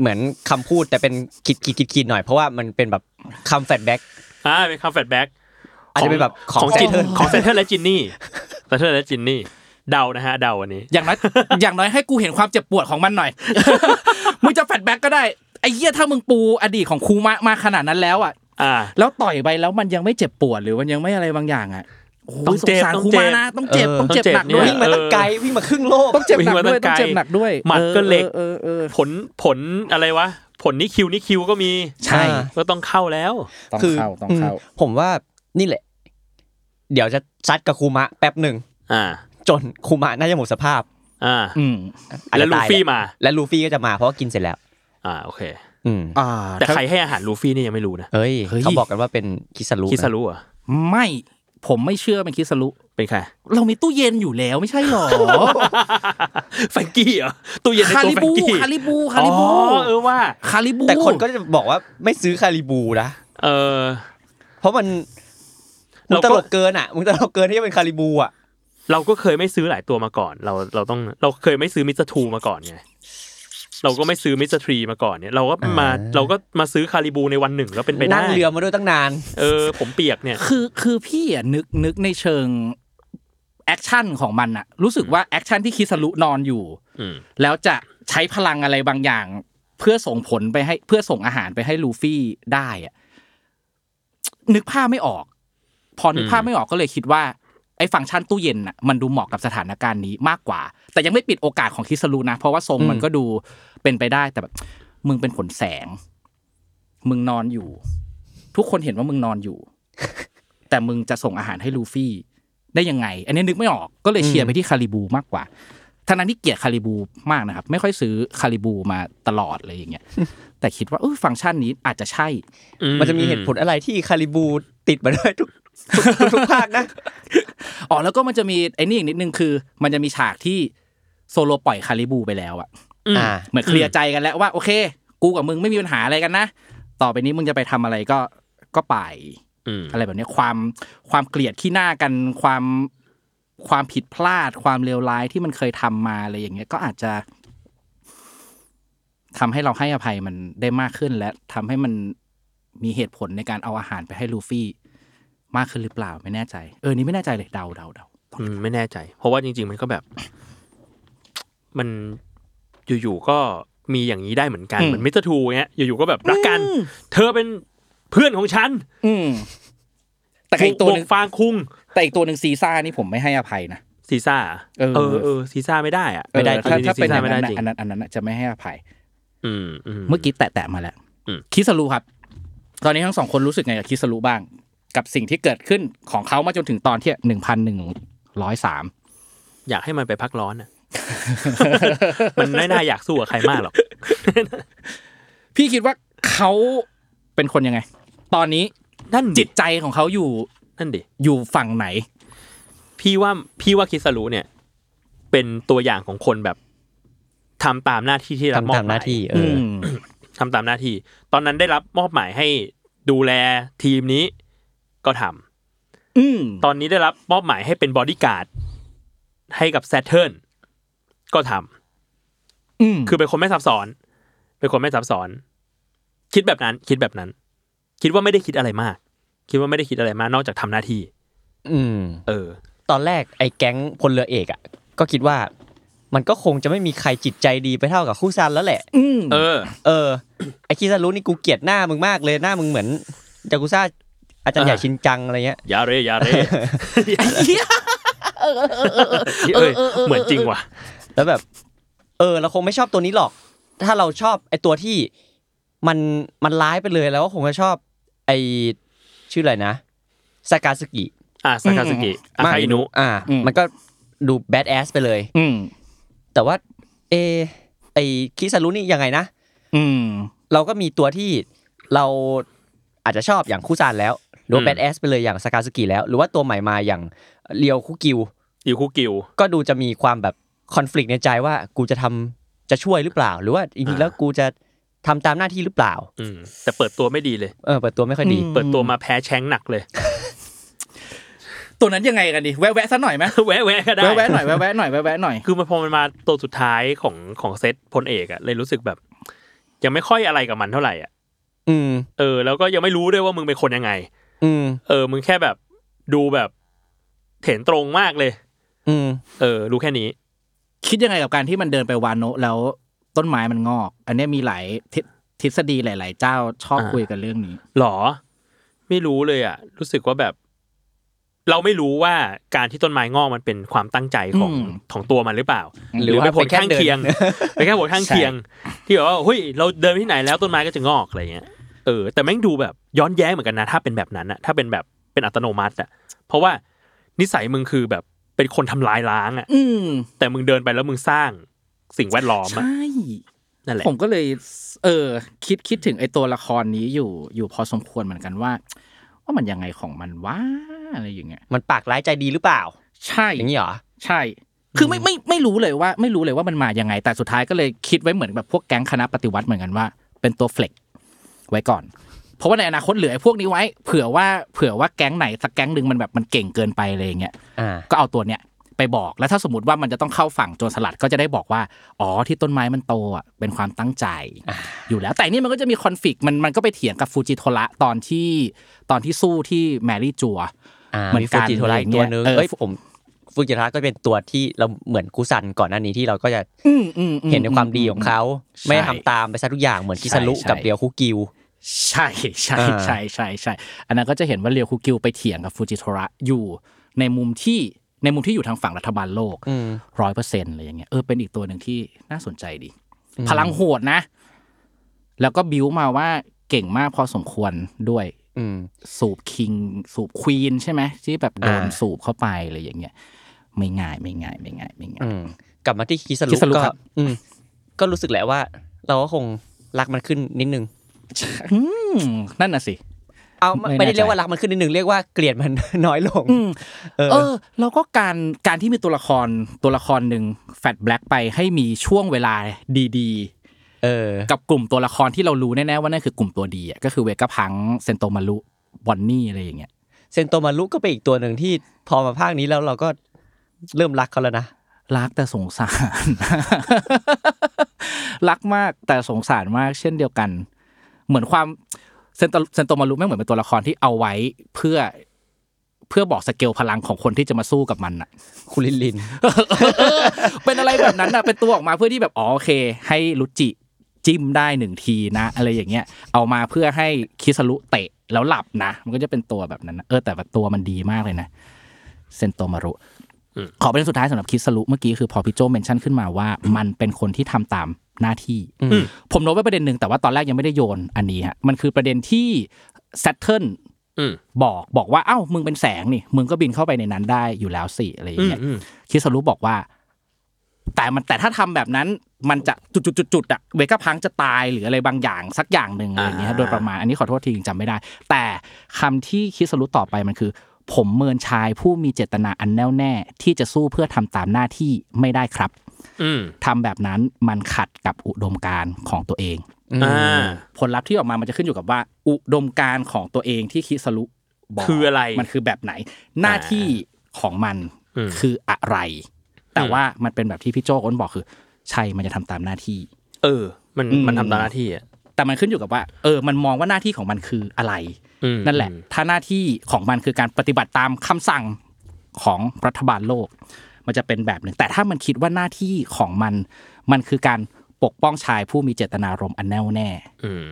Speaker 2: เหมือนคำพูดแต่เป็นขีดขีดขีดขีดหน่อยเพราะว่ามันเป็นแบบคำแฟลชแบ็ก
Speaker 3: อ่าเป็นคำแฟลแบ็ก
Speaker 2: อาจจะเป็นแบบของแซ
Speaker 3: จิ
Speaker 2: ทเทิล
Speaker 3: ของเซนเทิร์และจินนี่เซนเทิร์และจินนี่ เดานะฮะ เดาวันนี้
Speaker 4: อย่างน้อยอย่างน้อยให้กูเห็นความเจ็บปวดของมันหน่อย มึงจะแฟลชแบ็กก็ได้ไอ้เหี้ยถ้ามึงปูอดีตของคูมะมาขนาดนั้นแล้วอ่ะ
Speaker 3: อ่า
Speaker 4: แล้วต่อยไปแล้วมันยังไม่เจ็บปวดหรือมันยังไม่อะไรบางอย่างอ่ะโอ้โห
Speaker 3: ต้อง
Speaker 4: ส
Speaker 3: เจ็
Speaker 4: ง
Speaker 3: บ
Speaker 4: สาร
Speaker 3: ต้อง
Speaker 4: คู
Speaker 3: เจ็
Speaker 4: มา
Speaker 3: บ
Speaker 4: นะต้องเจ็บ
Speaker 2: เออ
Speaker 4: ต้องเจ็บหนัก
Speaker 3: ต้
Speaker 4: ด้
Speaker 3: อ
Speaker 4: วย
Speaker 2: วิ่งมาตั้งไกลวิ่งมาครึ่งโลก
Speaker 4: ต้องเจ็บหนักด้วย
Speaker 3: วิ่งมาตั้
Speaker 4: ต้อง
Speaker 3: งไกล
Speaker 4: เจ็บหนักด้วย
Speaker 3: หมัดก็เหล็ก
Speaker 4: เออเออเออ
Speaker 3: ผลผลอะไรวะ ผลนี่คิวนี่คิวก็มี
Speaker 4: ใช่
Speaker 2: อ่า
Speaker 3: ก็ต้องเข้าแล้ว
Speaker 2: คือมผมว่านี่แหละ เดี๋ยวจะซัดกับคูมะแป๊บหนึ่ง
Speaker 3: อ่า
Speaker 2: จนคูมะน่าจะหมดสภาพ
Speaker 3: อ่า
Speaker 4: อืม
Speaker 2: อาจ
Speaker 3: แล้ว
Speaker 2: จะ
Speaker 3: ลู
Speaker 2: ตาย
Speaker 3: ฟี่
Speaker 2: แหะ
Speaker 3: มา
Speaker 2: และลูฟี่ก็จะมาเพราะว่ากินเสร็จแล้ว
Speaker 3: อ่าโอเค
Speaker 2: อืม
Speaker 4: อ่า
Speaker 3: แต่ใคร
Speaker 4: ถ้า
Speaker 3: ให้อาหารลูฟี่นี่ยังไม่รู้นะ
Speaker 2: เฮ้ย
Speaker 4: เฮ้ย
Speaker 2: เขาบอกกันว่าเป็นคิซารุ
Speaker 3: คิซา
Speaker 2: นะ
Speaker 3: รุอ่ะ
Speaker 4: ไม่ผมไม่เชื่อเป็นคิสรุ
Speaker 3: เป็น ใคร
Speaker 4: เรามีตู้เย็นอยู่แล้วไม่ใช่หรอ
Speaker 3: แฟรงกี้เหรอตู้เย็นใน
Speaker 4: คา
Speaker 3: ตัว
Speaker 4: ริ
Speaker 3: แฟร
Speaker 4: บู
Speaker 3: งกี้
Speaker 4: คาริบูคาริบู
Speaker 3: อ๋อเออว่า
Speaker 4: คาริบู
Speaker 2: แต่คนก็จะบอกว่าไม่ซื้อคาริบูนะ
Speaker 3: เออ
Speaker 2: เพราะมันมึ
Speaker 3: เรา
Speaker 2: ง
Speaker 3: ก็
Speaker 2: ตลกเกินอ่ะมึงตลกเกินที่จะเป็นคาริบูอ่ะ
Speaker 3: เราก็เคยไม่ซื้อหลายตัวมาก่อน เราเราต้องเราเคยไม่ซื้อมิสเตอร์ทูมาก่อนไงเราก็ไม่ซื้อมิสเตอร์ทรีมาก่อนเนี่ยเราก็มาเราก็มาซื้อคาริบูในวันหนึ่งแล้วเป็นไปได้
Speaker 2: นั่งเรือมาด้วยตั้งนาน
Speaker 3: เออ ผมเปียกเนี่ย
Speaker 4: คือคือพี่อ่ะนึกนึกในเชิงแอคชั่นของมันอะรู้สึกว่าแอคชั่นที่คิสรุนอนอยู่
Speaker 3: อืม
Speaker 4: แล้วจะใช้พลังอะไรบางอย่าง เพื่อส่งผลไปให้เพื่อส่งอาหารไปให้ลูฟี่ได้อะนึกภาพไม่ออก พอนึก
Speaker 3: อืม
Speaker 4: ภาพไม่ออกก็เลยคิดว่าไอ้ฟังก์ชันตู้เย็นน่ะมันดูเหมาะกับสถานการณ์นี้มากกว่า แต่ยังไม่ปิดโอกาสของคิสรูนะ เพราะว่าทรง
Speaker 2: อืม
Speaker 4: มันก็ดูเป็นไปได้แต่แบบ มึงเป็นผลแสง มึงนอน อยู่ ทุกคนเห็นว่ามึงนอนอยู่ แต่มึงจะส่งอาหารให้ลูฟี่ ได้ยังไง อันนี้นึกไม่ออกก็เลยเชียร์ไปที่คาริบูมากกว่าทั้งนั้นที่เกลียดคาริบูมากนะครับ ไม่ค่อยซื้อคาริบูมาตลอดเลยอย่างเงี้ย แต่คิดว่าเออฟังก์ชันนี้อาจจะใช่
Speaker 2: มันจะมีเหตุผลอะไรที่คาริบูติดมาด้วยทุกทุกทุกภาคนะ
Speaker 4: อ๋อแล้วก็มันจะมีไอ้นี่อีกนิดนึงคือ มันจะมีฉากที่โซโลปล่อยคาริบูไปแล้วอะ
Speaker 3: อืม
Speaker 2: อ่า
Speaker 4: เหมือนเคลียร์ใจกันแล้วว่าโอเค กูกับมึงไม่มีปัญหาอะไรกันนะ ต่อไปนี้มึงจะไปทำอะไรก็ก็ไป
Speaker 3: อืม
Speaker 4: อะไรแบบเนี้ยความความเกลียดขี้หน้ากันความความผิดพลาด ความเลวร้ายที่มันเคยทำมาอะไรอย่างเงี้ยก็อาจจะทำให้เราให้อภัยมันได้มากขึ้นและทำให้มันมีเหตุผลในการเอาอาหารไปให้ลูฟี่ มากขึ้นหรือเปล่าไม่แน่ใจ เออนี่ไม่แน่ใจเลยเดาเดาเดา
Speaker 3: อืมไม่แน่ใจ เพราะว่าจริง ๆ มันก็แบบ มันอยู่ๆก็มีอย่างนี้ได้เหมือนกันเหมือนมิสเตอร์ทูเงี้ยอยู่ๆก็แบบรักกัน เธอเป็นเพื่อนของฉัน
Speaker 4: อืมแต่กับอีกตัวหนึ่ง
Speaker 3: บฟางคุง
Speaker 4: แต่อีกตัวหนึ่งซีซ่านี่ผมไม่ให้อภัยนะ
Speaker 3: ซีซ่า
Speaker 4: เออ
Speaker 3: เออเออซีซ่าไม่ได้อะ
Speaker 4: เออถ้าถ้าเป็นอ
Speaker 3: ซีซ่
Speaker 4: ย่าง
Speaker 3: ไม่
Speaker 4: นั้น
Speaker 3: ได้
Speaker 4: น่ะ
Speaker 3: จริง
Speaker 4: อันนั้นอันนั้นน่ะจะไม่ให้อภัย
Speaker 3: อืมอืม
Speaker 4: เมื่อกี้แตะแตะมาแล้ว
Speaker 3: อืม
Speaker 4: คิสรุครับ ตอนนี้ทั้งสองคนรู้สึกไงกับคิสรุบ้าง กับสิ่งที่เกิดขึ้นของเขามาจนถึงตอนที่หนึ่งพันหนึ่งร้อยสาม
Speaker 3: อยากให้มันไปพักร้อนอ่ะ มันไม่น่าอยากสู้กับใครมากห รอก
Speaker 4: พี่คิดว่าเขาเป็นคนยังไง ตอนนี้
Speaker 3: นั่น
Speaker 4: จิตใจของเขาอยู่
Speaker 3: นั่นดิ
Speaker 4: อยู่ฝั่งไหน
Speaker 3: พี่ว่าพี่ว่าคิสรุเนี่ย เป็นตัวอย่างของคนแบบทำตามหน้าที่ที่รับม
Speaker 2: ทำ
Speaker 3: อ
Speaker 2: ตา
Speaker 3: บ
Speaker 2: ม
Speaker 3: ห
Speaker 2: ห
Speaker 3: มา
Speaker 2: น้าย ที่เอ
Speaker 4: อื
Speaker 2: อ
Speaker 4: ม
Speaker 3: ทำตามหน้าที่ ตอนนั้นได้รับมอบหมายให้ดูแลทีมนี้ก็ทำ
Speaker 4: อืม
Speaker 3: ตอนนี้ได้รับมอบหมายให้เป็นบอดี้การ์ดให้กับแซ t เทิ n ก็ทำ
Speaker 4: อืม
Speaker 3: คือเป็นคนไม่ซับซ้อน เป็นคนไม่ซับซ้อน คิดแบบนั้น คิดแบบนั้น คิดว่าไม่ได้คิดอะไรมาก คิดว่าไม่ได้คิดอะไรมาก นอกจากทำหน้าที่
Speaker 2: อืม
Speaker 3: เออ
Speaker 2: ตอนแรกไอ้แก๊งพลเรือเอกอ่ะ ก็คิดว่า มันก็คงจะไม่มีใครจิตใจดีไปเท่ากับคู่ซันแล้วแหละ
Speaker 4: อืม
Speaker 3: เออ
Speaker 2: เออ ไอ้คิซารุนี่กูเกลียดหน้ามึงมากเลยหน้ามึงเหมือนยากุซ่าอาจารย์ใหญ่ชินจังอะไรเงี้ย
Speaker 3: อย่าเร อย่าเรเอ้ยเหมือนจริงว่ะ
Speaker 2: แล้วแบบ เออ เราคงไม่ชอบตัวนี้หรอก ถ้าเราชอบไอ้ตัวที่มันมันร้ายไปเลยแล้วก็คงจะชอบ ไอ้ชื่ออะไรนะสากาสกิ
Speaker 3: อ่ะซากาสกิอาคาอินุ
Speaker 2: อ่า มันก็ดูแบดแอสไปเลย
Speaker 4: อืม
Speaker 2: แต่ว่า เอ ไอคิซารุนี่ยังไงนะ
Speaker 4: อืม
Speaker 2: เราก็มีตัวที่เราอาจจะชอบอย่างคู่ซานแล้ว หรือ
Speaker 3: อื
Speaker 2: ว่าแบ
Speaker 3: ม
Speaker 2: ดแอสไปเลยอย่างสากาสกิแล้ว หรือว่าตัวใหม่มาอย่างเรียวคุกิว
Speaker 3: อิวคุกิว
Speaker 2: ก็ดูจะมีความแบบคอน FLICT ในใจว่ากูจะทำจะช่วยหรือเปล่า หรือว่าจริงๆแล้วกูจะทำตามหน้าที่หรือเปล่า
Speaker 3: อืม แต่เปิดตัวไม่ดีเลย
Speaker 2: เออเปิดตัวไม่ค่อยดี
Speaker 3: เปิดตัวมาแพ้แชงหนักเลย
Speaker 4: ตัวนั้นยังไงกันดีแวะแวะๆซะหน่อยไหม
Speaker 3: แวะๆก็ได้
Speaker 4: แวะแวะๆหน่อยแวะแวะๆหน่อยแวะแวะๆหน่อย
Speaker 3: คือมันพอมันมาตัวสุดท้ายของของเซตพลเอกอะเลยรู้สึกแบบ ยังไม่ค่อยอะไรกับมันเท่าไหร่อะ
Speaker 2: อืม
Speaker 3: เออแล้วก็ยังไม่รู้ด้วยว่ามึงเป็นคนยังไง
Speaker 2: อืม
Speaker 3: เออ มึงแค่แบบดูแบบเถนตรงมากเลย
Speaker 2: อืม
Speaker 3: เออ รู้แค่นี้
Speaker 4: คิดยังไงกับการที่มันเดินไปวานโนะแล้วต้นไม้มันงอก อันเนี้ยมีหลายทฤทฤษฎีหลาย ๆ เจ้าชอบ
Speaker 3: อ่า
Speaker 4: คุยกันเรื่องนี้
Speaker 3: หรอ ไม่รู้เลยอะรู้สึกว่าแบบ เราไม่รู้ว่าการที่ต้นไม้งอกมันเป็นความตั้งใจของ
Speaker 4: อืม
Speaker 3: ของตัวมันหรือเปล่า
Speaker 2: หรือว่า
Speaker 3: เป็นผลข้าง
Speaker 2: เป็นแค่เดิน
Speaker 3: เคียงเป็นแค่ผลข้างเคียง ที่แบบว่าเฮ้ยเราเดินไปที่ไหนแล้วต้นไม้ก็จะงอกอะไรเงี้ยเออแต่แม่งดูแบบย้อนแย้งเหมือนกันนะ ถ้าเป็นแบบนั้นอะถ้าเป็นแบบเป็นอัตโนมัติอะเพราะว่านิสัยมึงคือแบบเป็นคนทำลายล้างอะ
Speaker 4: อืม
Speaker 3: แต่มึงเดินไปแล้วมึงสร้างสิ่งแวดล้อมอะ
Speaker 4: ใช่
Speaker 3: นั่นแหละ
Speaker 4: ผมก็เลย เออ คิดคิดถึงไอ้ตัวละครนี้อยู่อยู่พอสมควรเหมือนกันว่า ว่ามันยังไงของมันวะอะไรอย่างเงี้ย
Speaker 2: มันปากร้ายใจดีหรือเปล่า
Speaker 4: ใช่
Speaker 2: อย่างนี้เหรอ
Speaker 4: ใช่ คือไม่ไม่ไม่รู้เลยว่า ไม่รู้เลยว่ามันมายังไง แต่สุดท้ายก็เลยคิดไว้เหมือนแบบพวกแก๊งคณะปฏิวัติเหมือนกันว่า เป็นตัวเฟล็กไว้ก่อน เพราะว่าในอนาคตเหลือไอ้พวกนี้ไว้เผื่อว่าเผื่อว่าแก๊งไหนสักแก๊งหนึ่งมันแบบมันเก่งเกินไปอะไรอย่างเงี้ย
Speaker 2: อ่า
Speaker 4: ก็เอาตัวเนี้ยไปบอกแล้วถ้าสมมติว่ามันจะต้องเข้าฝั่งโจรสลัดก็จะได้บอกว่า อ๋อที่ต้นไม้มันโตอ่ะเป็นความตั้งใจ อยู่แล้วแต่นี่มันก็จะมีคอนฟ lict มันมันก็ไปเถียงกับฟูจิโทระตอนที่ตอนที่สู้ที่แมรี่จัว
Speaker 2: อ่า
Speaker 4: เหมือน
Speaker 2: มีฟูจิโทระอีกตัวหนึง
Speaker 4: เออ
Speaker 2: เอ้ยผมฟูจิโทระก็เป็นตัวที่เราเหมือนกูซันก่อนหน้านี้ที่เราก็จะ
Speaker 4: อืมอืมอื
Speaker 2: เห็นในความดีของเขา
Speaker 4: ใช่
Speaker 2: ไม่ได้ทำตามไปซะทุกอย่างเหมือนกิซารุ
Speaker 4: ใช่
Speaker 2: กับเรียวคุกิว
Speaker 4: ใช่ใช่
Speaker 2: อ่า
Speaker 4: ใช่ใช่ใช่อันนั้นก็จะเห็นว่าเรียวคุกิวไปเถียงกับฟูจิโทระอยู่ในมุมที่ในมุมที่อยู่ทางฝั่งรัฐบาลโลก
Speaker 2: อืม
Speaker 4: ร้อยเปอร์เซ็นต์อะไรอย่างเงี้ยเออเป็นอีกตัวหนึ่งที่น่าสนใจดี พลังโหดนะ แล้วก็บิวมาว่าเก่งมากพอสมควรด้วย
Speaker 2: อืม
Speaker 4: สูบคิง สูบควีนใช่ไหมที่แบบโดน
Speaker 2: อ่า
Speaker 4: สูบเข้าไปอะไรอย่างเงี้ยไม่ง่ายไม่ง่ายไม่ง่ายไม่ง่าย
Speaker 2: อืมกลับมาที่คิส
Speaker 4: คิส
Speaker 2: ลุ
Speaker 4: รุ
Speaker 2: ก็
Speaker 4: ครับ
Speaker 2: อืมก็รู้สึกแหละว่า เราก็คงรักมันขึ้นนิดนึง
Speaker 4: อืมนั่นน่ะสิ
Speaker 2: เอาไม่
Speaker 4: ไม่แน่ใจ
Speaker 2: ไม่ได้เรียกว่ารักมันขึ้นนิดนึงเรียกว่าเกลียดมัน น้อยลง
Speaker 4: อืม
Speaker 2: เออ
Speaker 4: เออแล้วก็การการที่มีตัวละครตัวละครหนึ่งแฟดแบล็กไปให้มีช่วงเวลาดี
Speaker 2: เออ
Speaker 4: ๆ กับกลุ่มตัวละครที่เรารู้แน่ๆว่านั่นคือกลุ่มตัวดีอะก็คือเวกาพังเซนโตมารุบอนนี่อะไรอย่างเงี้ย
Speaker 2: เซนโตมารุก็เป็นอีกตัวหนึ่งที่พอมาภาคนี้แล้วเราก็เริ่มรักเขาแล้วนะ
Speaker 4: รักแต่สงสาร รักมากแต่สงสารมาก เช่นเดียวกัน เหมือนความเซนโตเซนโตมารุไม่งเหมือนเป็นตัวละครที่เอาไว้เพื่อเพื่อบอกสเกลพลังของคนที่จะมาสู้กับมันอะ
Speaker 2: คุณลินลิน
Speaker 4: เป็นอะไรแบบนั้นนะเป็นตัวออกมาเพื่อที่แบบอ๋อโอเค ให้รุจิจิ้มได้หนึ่งทีนะ อะไรอย่างเงี้ย เอามาเพื่อให้คิสรุเตะแล้วหลับนะ มันก็จะเป็นตัวแบบนั้นนะเออแต่แบบตัวมันดีมากเลยนะเซนโตมารุ
Speaker 3: อืม
Speaker 4: ขอประเด็นสุดท้ายสำหรับคิสรุเมื่อกี้คือพอพี่โจเมนชั่นขึ้นมาว่า มันเป็นคนที่ทำตามหน้าที่ ผมโน้ตไว้ประเด็นหนึ่งแต่ว่าตอนแรกยังไม่ได้โยนอันนี้ฮะมันคือประเด็นที่ Saturn
Speaker 3: อืม
Speaker 4: บอกบอกว่าเอ้ามึงเป็นแสงนี่มึงก็บินเข้าไปในนั้นได้อยู่แล้วสิอะไรอย่า
Speaker 3: อื
Speaker 4: ง
Speaker 3: ม
Speaker 4: เงี้ย
Speaker 3: อืม
Speaker 4: คิสรุบอกว่า แต่มันแต่ถ้าทำแบบนั้นมันจะจุดจุดจุดจุดๆๆๆอะเวก้าพังจะตายหรืออะไรบางอย่างสักอย่างหนึ่งอะไรอย่างเงี้ย
Speaker 3: อ่า
Speaker 4: โดยประมาณอันนี้ขอโทษทีจริงจำไม่ได้ แต่คำที่คิสรุต่อไปมันคือ ผมเมินชายผู้มีเจตนาอันแน่วแน่ ที่จะสู้เพื่อทำตามหน้าที่ไม่ได้ครับ
Speaker 3: อืม
Speaker 4: ทำแบบนั้นมันขัดกับอุดมการณ์ของตัวเอง
Speaker 3: อ่า
Speaker 4: ผลลัพธ์ที่ออกมามันจะขึ้นอยู่กับว่า อุดมการณ์ของตัวเองที่คิสรุบอก
Speaker 3: คืออะไร
Speaker 4: มันคือแบบไหน หน้าที่ของมัน
Speaker 3: อืม
Speaker 4: คืออะไร แต่ว่ามันเป็นแบบที่พี่โจ้ก้นบอกคือ ใช่มันจะทำตามหน้าที่
Speaker 3: เออ มัน
Speaker 4: อืม
Speaker 3: มันทำตามหน้าที่อ่ะ
Speaker 4: แต่มันขึ้นอยู่กับว่า เออ มันมองว่าหน้าที่ของมันคืออะไร
Speaker 3: อืม
Speaker 4: นั่นแหละ ถ้าหน้าที่ของมันคือการปฏิบัติตามคำสั่งของรัฐบาลโลก มันจะเป็นแบบหนึ่ง แต่ถ้ามันคิดว่าหน้าที่ของมัน มันคือการปกป้องชายผู้มีเจตนารมณ์อันแน่วแน่
Speaker 3: อืม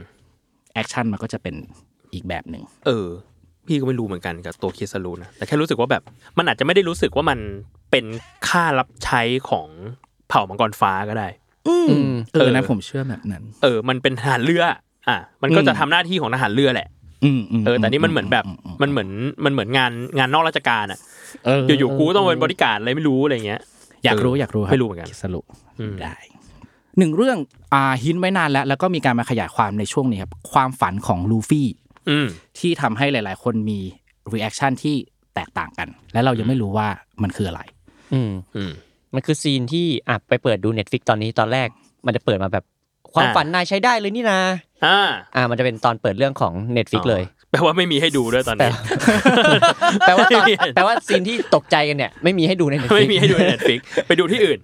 Speaker 4: แอคชั่นมันก็จะเป็นอีกแบบหนึ่ง
Speaker 3: เออ พี่ก็ไม่รู้เหมือนกันกับตัวคิสรูนะ แต่แค่รู้สึกว่าแบบ มันอาจจะไม่ได้รู้สึกว่ามันเป็นค่ารับใช้ของเผ่ามังกรฟ้าก็ได้
Speaker 2: อืม
Speaker 4: เออนะ
Speaker 3: เออ
Speaker 4: ผมเชื่อแบบนั้น
Speaker 3: เออ มันเป็นทหารเรือ อ่ะ มันก็
Speaker 4: อืม
Speaker 3: จะทำหน้าที่ของทหารเรือแหละ
Speaker 4: อืมม
Speaker 3: เออ แต่นี่มันเหมือนแบบ มันเหมือน มันเหมือนงานงานนอกราชการอ่ะ
Speaker 4: เออ
Speaker 3: อยู่ๆ กูต้องเป็นบริการอะไรไม่รู้อะไรเงี้ย
Speaker 4: อยากรู้อยากรู้ครับ
Speaker 3: ไม่รู้เหมือนกัน
Speaker 4: สรุป
Speaker 3: อืม
Speaker 4: ได้หนึ่งเรื่องอ่าหินไว้นานแล้ว แล้วก็มีการมาขยายความในช่วงนี้ครับ ความฝันของลูฟี่
Speaker 3: อืม
Speaker 4: ที่ทำให้หลาย ๆ คนมีรีแอคชั่นที่แตกต่างกัน และเรายังไม่รู้ว่ามันคืออะไร
Speaker 2: อืม
Speaker 3: อืม
Speaker 2: มันคือซีนที่อ่ะไปเปิดดู Netflix ตอนนี้ตอนแรก มันจะเปิดมาแบบ ความ
Speaker 3: อ่า
Speaker 2: ฝันนายใช้ได้เลยนี่นา
Speaker 3: อ่า
Speaker 2: อ่า มันจะเป็นตอนเปิดเรื่องของ Netflix เลย
Speaker 3: อ๋อแปลว่าไม่มีให้ดูด้วยตอนนี้
Speaker 2: แปลว่าตอน
Speaker 3: ไม่มี
Speaker 2: แปลว่าซีนที่ตกใจกันเนี่ยไม่มีให้ดูใน Netflix
Speaker 3: ไม่มีให้ดูในเน็ตฟิกไปดูที่อื่น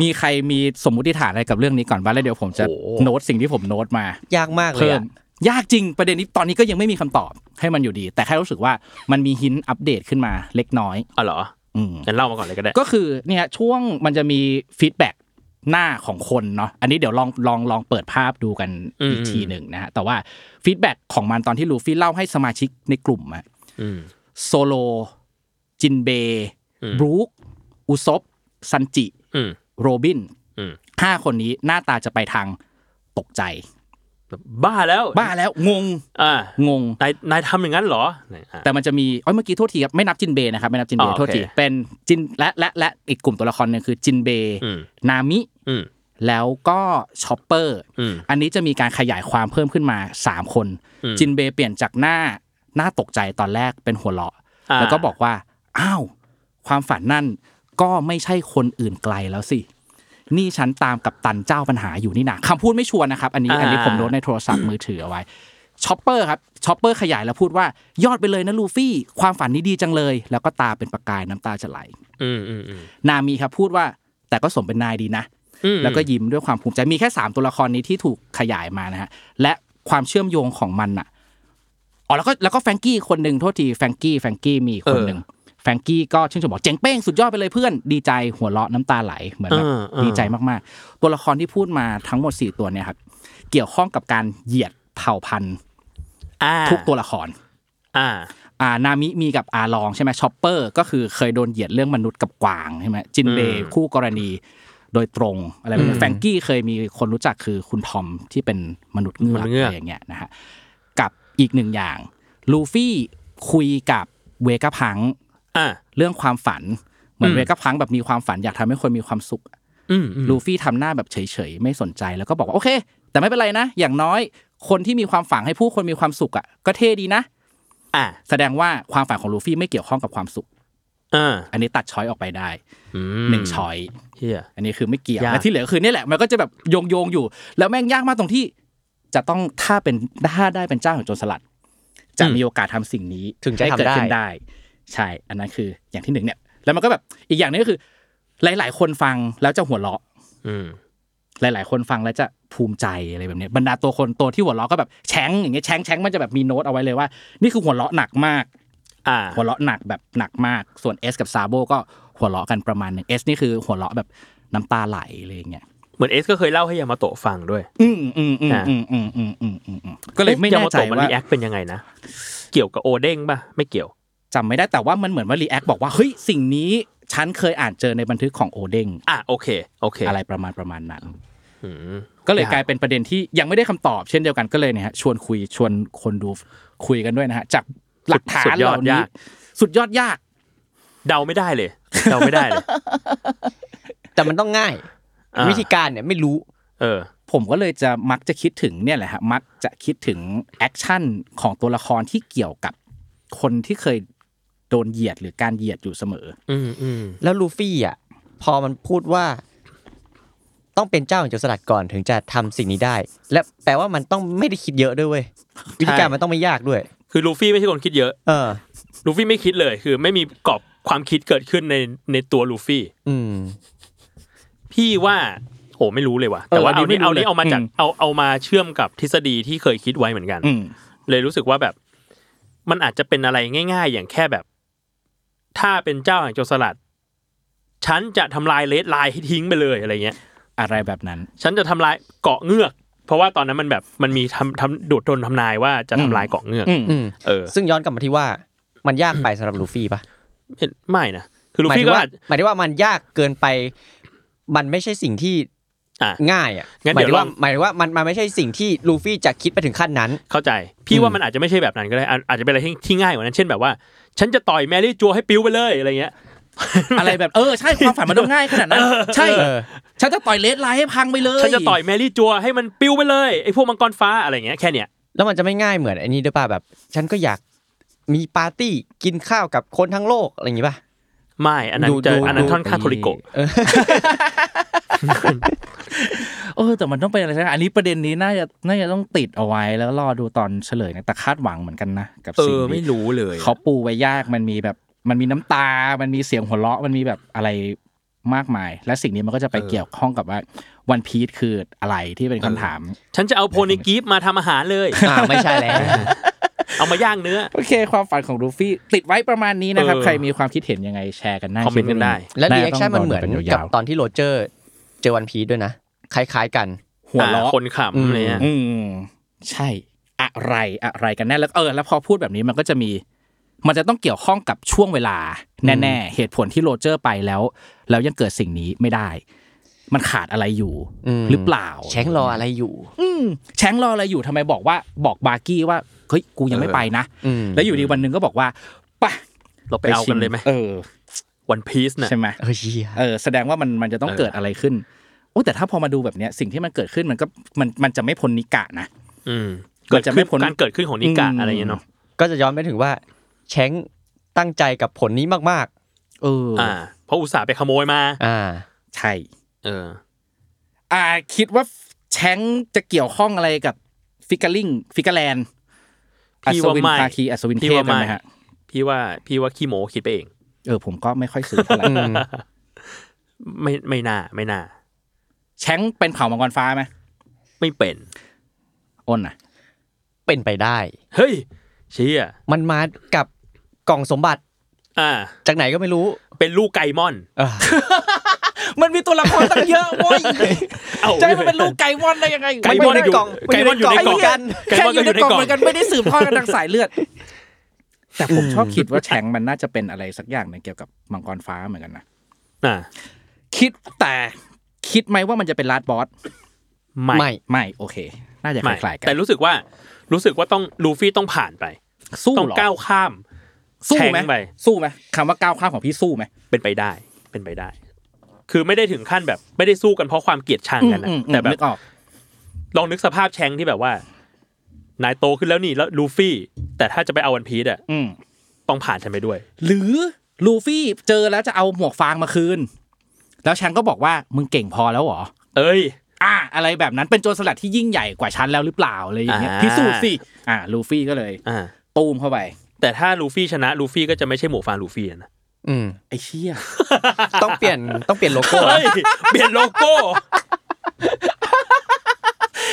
Speaker 4: มีใครมีสมมุติฐานอะไรกับเรื่องนี้ก่อนบ้างแล้วเดี๋ยวผมจะ
Speaker 3: โอ้โห
Speaker 4: โน้ตสิ่งที่ผมโน้ตมา
Speaker 2: ยากมากเลย
Speaker 4: เพิ่ม
Speaker 2: อะ
Speaker 4: ยากจริงประเด็นนี้ตอนนี้ก็ยังไม่มีคำตอบให้มันอยู่ดี แต่แค่รู้สึกว่ามันมีหินอัปเดตขึ้นมาเล็กน้อย
Speaker 3: อ๋อเหรอ
Speaker 4: อืม
Speaker 3: งั้นเล่ามาก่อนเลยก็ได้
Speaker 4: ก็คือเนี่ยช่วงมันจะมีฟีดแบ็กหน้าของคนเนาะอันนี้เดี๋ยวลองลองลองเปิดภาพดูกัน
Speaker 3: อืม
Speaker 4: อีกทีหนึ่งนะฮะแต่ว่าฟีดแบ็กของมันตอนที่ลูฟี่เล่าให้สมาชิกในกลุ่มอะ
Speaker 3: อืม
Speaker 4: โซโล จินเบย์
Speaker 3: อืม
Speaker 4: บรูคอุซบซันจิ
Speaker 3: อืม
Speaker 4: โรบิน
Speaker 3: อืม
Speaker 4: ห้าคนนี้หน้าตาจะไปทางตกใจ
Speaker 3: บ้าแล้ว
Speaker 4: บ้าแล้วงง
Speaker 3: อ่า
Speaker 4: งง
Speaker 3: นายนายทำอย่างนั้นเหรอเนี่ยอ่ะ
Speaker 4: แต่มันจะมีเอ้ยเมื่อกี้โทษทีครับไม่นับจินเบย์นะครับไม่นับจินเบ
Speaker 3: อ๋
Speaker 4: ย์
Speaker 3: อ
Speaker 4: โทษที
Speaker 3: โอเค
Speaker 4: เป็นจินและและและอีกกลุ่มตัวละครหนึ่งคือจินเบย์
Speaker 3: อืม
Speaker 4: นามิ
Speaker 3: อืม
Speaker 4: แล้วก็ชอปเปอร์
Speaker 3: อืม
Speaker 4: อันนี้จะมีการขยายความเพิ่มขึ้นมา 3 คน
Speaker 3: อืม
Speaker 4: จินเบย์เปลี่ยนจากหน้าหน้าตกใจตอนแรกเป็นหัวเราะ
Speaker 3: อ่า
Speaker 4: แล้วก็บอกว่า อ้าว ความฝันนั่นก็ไม่ใช่คนอื่นไกลแล้วสิ นี่ฉันตามกับตันเจ้าปัญหาอยู่นี่นะคำพูดไม่ชวนนะครับ อันนี้อันนี้ผมโน้ตในโทรศัพท์มือถือเอาไว้ชอปเปอร์ครับชอปเปอร์ขยายแล้วพูดว่ายอดไปเลยนะลูฟี่ ความฝันนี้ดีจังเลย แล้วก็ตาเป็นประกายน้ำตาจะไหล
Speaker 3: อืมอืมอืม
Speaker 4: นามีครับพูดว่าแต่ก็สมเป็นนายดีนะ
Speaker 3: อืม
Speaker 4: แล้วก็ยิ้มด้วยความภูมิใจ มีแค่ 3 ตัวละครนี้ที่ถูกขยายมานะฮะ และความเชื่อมโยงของมันน่ะ อ๋อ แล้วก็แล้วก็แฟรงกี้คนหนึ่งโทษทีแฟรงกี้แฟรงกี้มีคนหนึ่งแฟรงกี้ก็ชื่นชมบอกเจ๋งเป้งสุดยอดไปเลยเพื่อน ดีใจหัวเราะน้ำตาไหลเหมือนแบบ
Speaker 3: อ่าอ่า
Speaker 4: ดีใจมากๆ ตัวละครที่พูดมาทั้งหมด 4 ตัวเนี่ยครับ เกี่ยวข้องกับการเหยียดเผ่าพันธุ์
Speaker 3: อ่า
Speaker 4: ทุกตัวละคร
Speaker 3: อ่า
Speaker 4: อ่านามิมีกับอาลองใช่ไหมชอปเปอร์ก็คือเคยโดนเหยียดเรื่องมนุษย์กับกวางใช่ไหมจินเบย์
Speaker 3: อืม
Speaker 4: คู่กรณีโดยตรงอะไรแบบ
Speaker 3: อื
Speaker 4: นี้
Speaker 3: ม
Speaker 4: แฟรงกี้เคยมีคนรู้จักคือคุณทอมที่เป็นมนุษย์เงือก
Speaker 3: มนุษย์
Speaker 4: อะไร
Speaker 3: เงือก
Speaker 4: อย่างเงี้ยนะฮะกับ อีกหนึ่งอย่าง ลูฟี่คุยกับเวกาพังก์
Speaker 3: อ่ะ
Speaker 4: เรื่องความฝัน เหมือน
Speaker 3: อืม
Speaker 4: เวกาพังก์แบบมีความฝันอยากทำให้คนมีความสุข
Speaker 3: อืมอืม
Speaker 4: ลูฟี่ทำหน้าแบบเฉยๆ ไม่สนใจแล้วก็บอกว่า โอเค แต่ไม่เป็นไรนะ อย่างน้อยคนที่มีความฝันให้ผู้คนมีความสุขอ่ะก็เท่ดีนะ
Speaker 3: อ่ะ
Speaker 4: แสดงว่าความฝันของลูฟี่ไม่เกี่ยวข้องกับความสุข
Speaker 3: อ่า
Speaker 4: อันนี้ตัดช้อยออกไปได้
Speaker 3: อืม
Speaker 4: หนึ่งช้อย
Speaker 3: เฮีย
Speaker 4: อันนี้คือไม่เกี่ยวย
Speaker 3: าก
Speaker 4: และที่เหลือคือนี่แหละมันก็จะแบบโยงโยงๆอยู่ แล้วแม่งยากมากตรงที่ จะต้องถ้าเป็นถ้าได้เป็นเจ้าของโจรสลัด จะมีโอกาสทำสิ่งนี้
Speaker 2: ถึงจะ
Speaker 4: ให้เกิด
Speaker 2: ทำได้
Speaker 4: ขึ้นได้ ใช่ อันนั้นคืออย่างที่หนึ่งเนี่ย แล้วมันก็แบบอีกอย่างหนึงก็คือ หลาย ๆ คนฟังแล้วจะหัวเราะ
Speaker 3: อืม
Speaker 4: หลาย ๆ คนฟังแล้วจะภูมิใจอะไรแบบเนี้ยบรรดาตัวคนตัวที่หัวเราะก็แบบแฉ้งอย่างเงี้ยแฉ้งแฉ้งมันจะแบบมีโน้ตเอาไว้เลยว่า นี่คือหัวเราะหนักมาก
Speaker 3: อ่า
Speaker 4: หัวเราะหนักแบบหนักมาก ส่วน S กับซาโบก็หัวเราะกันประมาณหนึ่ง S นี่คือหัวเราะแบบน้ำตาไหลอะไรอย่างเงี้ย
Speaker 3: เหมือนเอสก็เคยเล่าให้ยามาโตะฟังด้วย
Speaker 4: อืมอืมอืม
Speaker 3: อ่า
Speaker 4: อืมอืมอืมอืมอืมอืมก็เลยไม่แน่ใจ
Speaker 3: ยามาโตะมัน
Speaker 4: ว่า
Speaker 3: รีแอคเป็นยังไงนะ เกี่ยวกับโอเด้งป่ะ ไม่เกี่ยว
Speaker 4: จำไม่ได้แต่ว่ามันเหมือนว่ารีแอคบอกว่า เฮ้ย สิ่งนี้ฉันเคยอ่านเจอในบันทึกของโอเด้ง
Speaker 3: อ่ะโอเค โอเค
Speaker 4: อะไรประมาณประมาณนั้น
Speaker 3: อืม
Speaker 4: ก็เลย
Speaker 3: ยาก
Speaker 4: กลายเป็นประเด็นที่ยังไม่ได้คำตอบเช่นเดียวกันก็เลยเนี่ยฮะชวนคุยชวนคนดูคุยกันด้วยนะฮะจากหลักฐานเหล่านี้สุดยอดยาก
Speaker 3: เดาไม่ได้เลย เดาไม่ได้เลย
Speaker 2: แต่มันต้องง่าย
Speaker 3: อ่ะ
Speaker 2: วิธีการเนี่ยไม่รู้
Speaker 3: เออ
Speaker 4: ผมก็เลยจะมักจะคิดถึงเนี่ยแหละฮะมักจะคิดถึงแอคชั่นของตัวละครที่เกี่ยวกับคนที่เคยโดนเหยียดหรือการเหยียดอยู่เสมอ
Speaker 3: อืมอืม
Speaker 2: แล้วลูฟี่อ่ะพอมันพูดว่า ต้องเป็นเจ้าของโจรสลัดก่อนถึงจะทำสิ่งนี้ได้ และแปลว่ามันต้องไม่ได้คิดเยอะด้วยเว้ยวิธีการมันต้องไม่ยากด้วย
Speaker 3: คือลูฟี่ไม่ใช่คนคิดเยอะ
Speaker 2: เออ
Speaker 3: ลูฟี่ไม่คิดเลย คือไม่มีกรอบความคิดเกิดขึ้นในในตัวลูฟี่
Speaker 2: อืม
Speaker 3: พี่ว่า โอ้ไม่รู้เลยว่ะ แต่ว่า
Speaker 4: อั
Speaker 3: เอา
Speaker 4: นนี้
Speaker 3: นี่
Speaker 4: ไม่รู้
Speaker 3: เอานี่เอามาจาก
Speaker 4: อืม
Speaker 3: เอาเอามาเชื่อมกับทฤษฎีที่เคยคิดไว้เหมือนกัน
Speaker 4: อืม
Speaker 3: เลยรู้สึกว่าแบบมันอาจจะเป็นอะไรง่าย ๆ อย่างแค่แบบ ถ้าเป็นเจ้าแห่งโจรสลัด ฉันจะทำลายเลดไลน์ให้ทิ้งไปเลยอะไรเงี้ย
Speaker 4: อะไรแบบนั้น
Speaker 3: ฉันจะทำลายเกาะเงือก เพราะว่าตอนนั้นมันแบบมันมีทำทำดูดดนทำนายว่าจะทำลายเกาะเงือก
Speaker 4: อืม
Speaker 2: อืม
Speaker 3: เออ
Speaker 2: ซึ่งย้อนกลับมาที่ว่ามันยากไปสำหรับลูฟี่ปะ
Speaker 3: เห็นไม่นะคือลู
Speaker 2: หมาย
Speaker 3: ฟี่
Speaker 2: ถึง
Speaker 3: ก็
Speaker 2: ว่า
Speaker 3: อาจ
Speaker 2: หมายถึงว่ามันยากเกินไป มันไม่ใช่สิ่งที่
Speaker 3: อ่ะ
Speaker 2: ง่ายอ่ะ
Speaker 3: งั้น
Speaker 2: หมา
Speaker 3: เดี๋
Speaker 2: ย
Speaker 3: ยว
Speaker 2: ถึงว่า
Speaker 3: ลอง
Speaker 2: หมายถึงว่ามันมันไม่ใช่สิ่งที่ลูฟี่จะคิดไปถึงขั้นนั้น
Speaker 3: เข้าใจ พี่ว่ามันอาจจะไม่ใช่แบบนั้นก็ได้อาอาจจะเป็นอะไรที่ที่ง่ายกว่านั้น เช่นแบบว่า ฉันจะต่อยแมรี่จัวให้ปิ้วไปเลยอะไรเงี้ย
Speaker 4: อะไรแบบเออใช่ความฝันมันต้องง่ายขนาดนั้นใช่
Speaker 2: เออ
Speaker 4: ฉันจะต่อยเลสไลน์ให้พังไปเลย
Speaker 3: ฉันจะต่อยแมรี่จัวให้มันปิ้วไปเลยไอ้พวกมังกรฟ้าอะไรเงี้ยแค่เนี้ย
Speaker 2: แล้วมันจะไม่ง่ายเหมือนไอ้นี่ด้วยป่ะแบบ ฉันก็อยากมีปาร์ตี้กินข้าวกับคนทั้งโลกอะไรอย่างงี้ป่ะ
Speaker 3: ไม่ อันนั้น
Speaker 2: ดู
Speaker 3: จะ
Speaker 2: ดู
Speaker 3: อันนั้น
Speaker 2: ดู
Speaker 3: ท่อนข้างโทริโกะ
Speaker 2: เออ
Speaker 4: เออแต่มันต้องเป็นอะไรสักอย่างอันนี้ประเด็นนี้น่าจะน่าจะต้องติดเอาไว้แล้วรอดูตอนเฉลยนะแต่คาดหวังเหมือนกันนะกับ
Speaker 3: เอ
Speaker 4: สิ่ง
Speaker 3: อ ไม่
Speaker 4: นี้
Speaker 3: รู้เลย
Speaker 4: เขาปูไว้ยากมันมีแบบมันมีน้ำตา มันมีเสียงหัวเราะมันมีแบบอะไรมากมาย และสิ่งนี้มันก็จะไปเกี่ยวข้องกับว่าวันพีชคืออะไรที่เป็นคำถาม
Speaker 3: ฉันจะเอาโพนิกีฟมาทำอาหารเลย
Speaker 2: อ่าไม่ใช่แล้ว
Speaker 3: เอามาย่างเนื้อ
Speaker 4: โอเค ความฝันของลูฟี่ติดไว้ประมาณนี้นะครับ
Speaker 3: เออ
Speaker 4: ใครมีความคิดเห็นยังไงแชร์กันหน้า
Speaker 3: คอมเมนต์กันได้
Speaker 2: และ
Speaker 4: า
Speaker 2: รี
Speaker 4: จะ
Speaker 2: แอคชั่น
Speaker 4: ต้ง
Speaker 2: มัน
Speaker 4: ร
Speaker 2: เหมือน
Speaker 4: กัย
Speaker 2: กับ
Speaker 4: วๆ
Speaker 2: ตอนที่โรเจอร์เจอวันพีด้วยนะคล้ายๆกัน
Speaker 4: หัวเราะ
Speaker 3: อ่คนขำอะไรเลย
Speaker 4: อืมใช่อะไรอะไรกันแน่แล้วเออแล้วพอพูดแบบนี้มันก็จะมี มันจะต้องเกี่ยวข้องกับช่วงเวลา แน่ๆเหตุผลที่โรเจอร์ไปแล้ว แล้วยังเกิดสิ่งนี้ไม่ได้ มันขาดอะไรอยู่
Speaker 2: อืม
Speaker 4: หรือเปล่า
Speaker 2: แชงรออะไรอยู่
Speaker 4: อืมแชงรออะไรอยู่ทำไมบอกว่าบอกบาร์กี้ว่าเฮ้ยกูยังไม่ไปนะ
Speaker 2: อืม
Speaker 4: แล้วอยู่ดีวันหนึ่งก็บอกว่าไป
Speaker 3: เราไปเอากันเลยไหม
Speaker 4: เออ
Speaker 3: วันพีซน่ะ
Speaker 4: ใช่ไหม
Speaker 2: เออเหี้ย
Speaker 4: เออแสดงว่ามันมันจะต้อง
Speaker 3: เออ
Speaker 4: เกิดอะไรขึ้นโอ้แต่ถ้าพอมาดูแบบเนี้ยสิ่งที่มันเกิดขึ้นมันก็มันมันจะไม่พ้นนิกะนะ
Speaker 3: อืม
Speaker 4: มั
Speaker 3: เกิ
Speaker 4: น
Speaker 3: ด
Speaker 4: จะไม่
Speaker 3: ขึ้น
Speaker 4: พ้น
Speaker 3: การเกิดขึ้นของนิกะ
Speaker 4: อืม
Speaker 3: อะไรเงี้ยเนาะ
Speaker 2: ก็จะย้อนไปถึงว่าแชงตั้งใจกับผลนี้มาก
Speaker 4: เออ
Speaker 3: อ่า เพราะอุตส่าห์ไปขโมยมา
Speaker 2: ๆ อ่า
Speaker 4: ใช่
Speaker 3: เออ
Speaker 4: อ่าคิดว่าแชงค์จะเกี่ยวข้องอะไรกับฟิกเกอร์ลิงฟิกเกอร์แลนด์อั
Speaker 3: พี่
Speaker 4: ศ
Speaker 3: ว่า
Speaker 4: วิน
Speaker 3: ไม่
Speaker 4: ภาคีอัศวิน
Speaker 3: พี่
Speaker 4: เทพ
Speaker 3: ว่าไม่
Speaker 4: กันไหมฮะ
Speaker 3: พี่ว่าพี่ว่าขี้โมคิดไปเอง
Speaker 4: เออผมก็ไม่ค่อยซื้อเท่า ไหร่
Speaker 2: อืม
Speaker 3: ไม่ไม่น่าไม่น่า
Speaker 4: แชงค์เป็นเผ่ามังกรฟ้าไหม
Speaker 3: ไม่เป็น
Speaker 4: อ้นอ่ะ
Speaker 2: เป็นไปได้
Speaker 3: เฮ้ยเชี่ย
Speaker 2: มันมากับกล่องสมบัติ
Speaker 3: อ่า
Speaker 2: จากไหนก็ไม่รู้
Speaker 3: เป็นลูกไก่มอน
Speaker 2: อ่า
Speaker 4: มันมีตัวละครตั้งเยอะโว้ย
Speaker 3: เอ้า
Speaker 4: จะให้มันเป็นลูกไก่มอนได้ยังไง
Speaker 3: ไก่มอน
Speaker 4: ไ
Speaker 3: อยู่ไก่มอนอยู่ในกล่อ
Speaker 4: ไอ้
Speaker 3: ง
Speaker 4: เหี้ย
Speaker 3: ไก่
Speaker 4: แค่
Speaker 3: มอน
Speaker 4: อ
Speaker 3: ก็
Speaker 4: ยู่
Speaker 3: อ
Speaker 4: ใน
Speaker 3: ยู่ใน
Speaker 4: กล่
Speaker 3: ก
Speaker 4: อง
Speaker 3: ล่อง
Speaker 4: เหมือนกันไม่ได้สืบทอดกันทางสายเลือด แต่ผมชอบคิดว่าแชงค์มันน่าจะเป็นอะไรสักอย่างหนึ่งเกี่ยวกับมังกรฟ้าเหมือนกันนะ
Speaker 3: อ่า
Speaker 4: คิดแต่คิดไหมว่ามันจะเป็นลาดบอส
Speaker 3: ไม่
Speaker 2: ไม่
Speaker 4: ไม่โอเค น่าจะค
Speaker 3: ไม่
Speaker 4: ล้ายๆกัน
Speaker 3: แต่รู้สึกว่า รู้สึกว่าต้องลูฟี่ต้องผ่านไป
Speaker 4: สู้
Speaker 3: ต้อง
Speaker 4: เหรอ
Speaker 3: ก้าวข้าม
Speaker 4: สู้ไหม
Speaker 3: แทงไป
Speaker 4: สู้ไหมคำว่าก้าวข้ามของพี่สู้ไหม
Speaker 3: เป็นไปได้ เป็นไปได้ คือไม่ได้ถึงขั้นแบบไม่ได้สู้กันเพราะความเกลียดชังกันนะ
Speaker 4: อืมอืม
Speaker 3: แต่แบบ
Speaker 4: นึกออก
Speaker 3: ลองนึกสภาพแชงที่แบบว่า นายโตขึ้นแล้วนี่แล้วลูฟี่ แต่ถ้าจะไปเอาวันพีซอะ
Speaker 4: อืม
Speaker 3: ต้องผ่านฉันไปด้วย
Speaker 4: หรือลูฟี่เจอแล้วจะเอาหมวกฟางมาคืน แล้วฉันก็บอกว่ามึงเก่งพอแล้วเหรอ
Speaker 3: เอ้ย
Speaker 4: อ่ะอะไรแบบนั้นเป็นโจรสลัดที่ยิ่งใหญ่กว่าฉันแล้วหรือเปล่าอะไรอย่างเงี้ย
Speaker 3: อ่า
Speaker 4: พิสูจน์สิอ่ะลูฟี่ก็เลย
Speaker 3: อ่า
Speaker 4: ตูมเข้าไป
Speaker 3: แต่ถ้าลูฟี่ชนะลูฟี่ก็จะไม่ใช่หมูฟางลูฟี่นะ
Speaker 2: อืม
Speaker 4: ไอ้เชี่ย
Speaker 2: ต้องเปลี่ยนต้องเปลี่ยนโลโก้นะ
Speaker 3: เฮ้ยเปลี่ยนโลโก้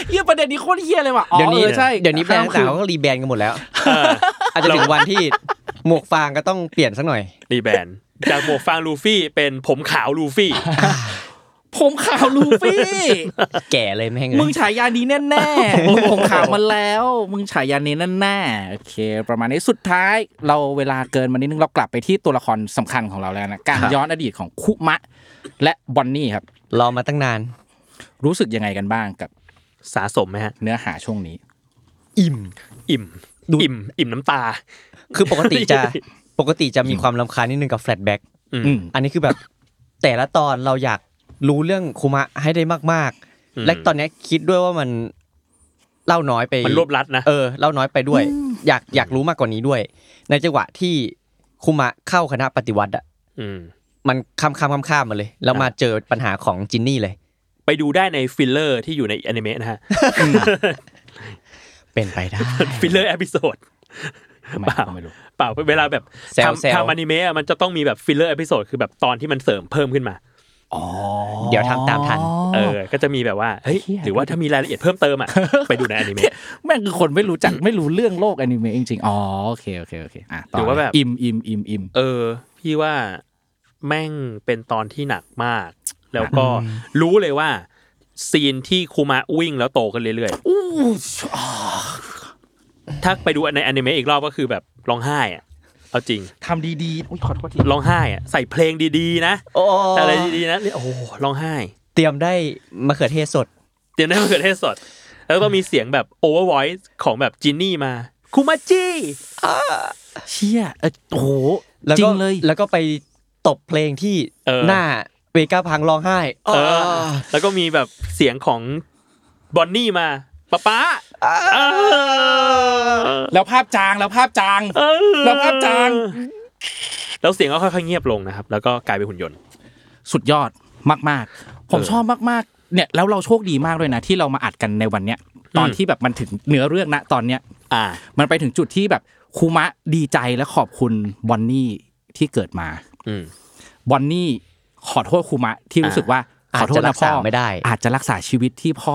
Speaker 4: เหี้ยประเด็นนี้โคตรเหี้ยเลยว่ะอ๋อ
Speaker 2: เดี๋ยวนี้
Speaker 4: ออใช่
Speaker 2: เดี๋ยวนี้แบรนด์
Speaker 4: ห้ามคื
Speaker 2: ต่างๆเขาก็รีแบรนด์กันหมดแล้ว
Speaker 3: เออ
Speaker 2: อาจจะถึงวันที่หมวกฟางก็ต้องเปลี่ยนสักหน่อย
Speaker 3: นี่แบนจากหมวกฟางลูฟี่เป็นผมขาวลู ฟี่
Speaker 4: ผมขาวลูฟี่
Speaker 2: แก่เลยแม่งเลย
Speaker 4: มึงฉายานี้แน่ๆมึงผมขาวมาแล้ว มึงฉายานี้แน่ๆโอเค ประมาณนี้สุดท้าย เราเวลาเกินมานิดนึงเรากลับไปที่ตัวละครสำคัญของเราแล้วนะการ
Speaker 3: ครับ
Speaker 4: ย้อนอดีตของคุมะ และบอนนี่ครับ
Speaker 2: รอมาตั้งนาน
Speaker 4: รู้สึกยังไงกันบ้างกับ
Speaker 3: สะสมไหมฮะ
Speaker 4: เนื้อหาช่วงนี้
Speaker 2: อิ่ม
Speaker 3: อิ่ม
Speaker 2: ดู
Speaker 3: อิ่ม อิ่มน้ำตา
Speaker 2: คือปกติจะปกติจะมีความลำคาญนิดนึงกับแฟลชแบ็ก
Speaker 3: อืม
Speaker 4: อืม
Speaker 2: อันนี้คือแบบ แต่ละตอนเราอยากรู้เรื่องคุมะให้ได้มาก
Speaker 3: อื
Speaker 2: ๆ
Speaker 3: ม
Speaker 2: และตอนเนี้ยคิดด้วยว่ามันเล่าน้อยไป
Speaker 3: มันรวบรัดนะ
Speaker 2: เออเล่าน้อยไปด้วย อยากอยากรู้มากกว่านี้ด้วย ในจังหวะที่คุมะเข้าคณะปฏิวัติอะ
Speaker 3: อืม
Speaker 2: มันข้ามข้ามข้ามข้ามมาเลย แล้วมาเจอปัญหาของจินนี่เลย
Speaker 3: ไปดูได้ในฟิลเลอร์ที่อยู่ในอนิเมะนะ ฮะ
Speaker 2: เป็นไป ได้
Speaker 3: ฟิลเลอร์เอพิโซด
Speaker 4: ทำไม
Speaker 3: เปล่า
Speaker 4: ก็ไม่รู้
Speaker 3: เปล่าเวลาแบบ
Speaker 2: แซวแซว
Speaker 3: ทำทำอนิเมะอะมันจะต้องมีแบบฟิลเลอร์เอพิโซดคือแบบตอนที่มันเสริมเพิ่มขึ้นมา
Speaker 4: อ๋อ
Speaker 2: เดี๋ยวทำตามทัน
Speaker 3: เออ ก็จะมีแบบว่า เฮ้ย หรือว่าถ้ามีรายละเอียดเพิ่มเติ มอ่ะ ไปดูในอนิเมะ
Speaker 4: แม่งคือคนไม่รู้จัก ไม่รู้เรื่องโลกอนิเมะจริงๆ อ๋อโอเคโอเคโอเคอ่ะต่
Speaker 3: หรือว่าแบบ
Speaker 4: อิมอิมอิมอิม
Speaker 3: เออ พี่ว่าแม่งเป็นตอนที่หนักมาก แล้วก็รู้เลยว่า ซีนที่คูมะวิ่งแล้วโตกันเรื่อย
Speaker 4: อู้
Speaker 3: ๆ ถ้าไปดูในอนิเมะอีกรอบก็คือแบบร้องไห้อะเอาจริง
Speaker 4: ทำดีๆอุ้ยขอโทษที
Speaker 3: ร้องไห้อะใส่เพลงดีๆ นะ
Speaker 2: โอ้
Speaker 3: อะไรดีๆนะเนี่ยโอ้โหร้องไห้
Speaker 2: เตรียมได้มะเขือเทศสด
Speaker 3: เตรียมได้มะเขือเทศสด แล้วก็มีเสียงแบบโอเวอร์วอยซ์ของแบบจินนี่มาคูมาจิ
Speaker 4: เชี่ยเออโอ้โห
Speaker 2: แล้ว
Speaker 4: จริ
Speaker 2: ก็
Speaker 4: งเลย
Speaker 2: แล้วก็ไปตบเพลงที่
Speaker 3: เออ
Speaker 2: หน้าเวก้าพังร้องไห้
Speaker 3: เออ แล้วก็มีแบบเสียงของบอนนี่มาป๊าป๊าเออ
Speaker 4: แล้วภาพจางแล้วภาพจาง
Speaker 3: เออ
Speaker 4: แล้วภาพจาง
Speaker 3: แล้วเสียงก็ค่อยๆเงียบลงนะครับ แล้วก็กลายเป็นหุ่นยนต์
Speaker 4: สุดยอดมากๆ ผม
Speaker 3: เออ
Speaker 4: ชอบมากๆ เนี่ยแล้วเราโชคดีมากด้วยนะ ที่เรามาอัดกันในวันเนี้ย ตอน
Speaker 3: อืม
Speaker 4: ที่แบบมันถึงเนื้อเรื่องนะตอนเนี้ย
Speaker 3: อ่า
Speaker 4: มันไปถึงจุดที่แบบคูมะดีใจและขอบคุณบอนนี่ที่เกิดมา
Speaker 3: อืม
Speaker 4: บอนนี่ขอโทษครูมะที่รู้สึกว่าข
Speaker 2: อา
Speaker 4: อ
Speaker 2: จ
Speaker 4: โท
Speaker 2: จะ
Speaker 4: ษ
Speaker 2: รั
Speaker 4: นะ
Speaker 2: ก
Speaker 4: พ่
Speaker 2: ษา
Speaker 4: อ
Speaker 2: ไม่ได้
Speaker 4: อาจจะรักษาชีวิตที่พ่อ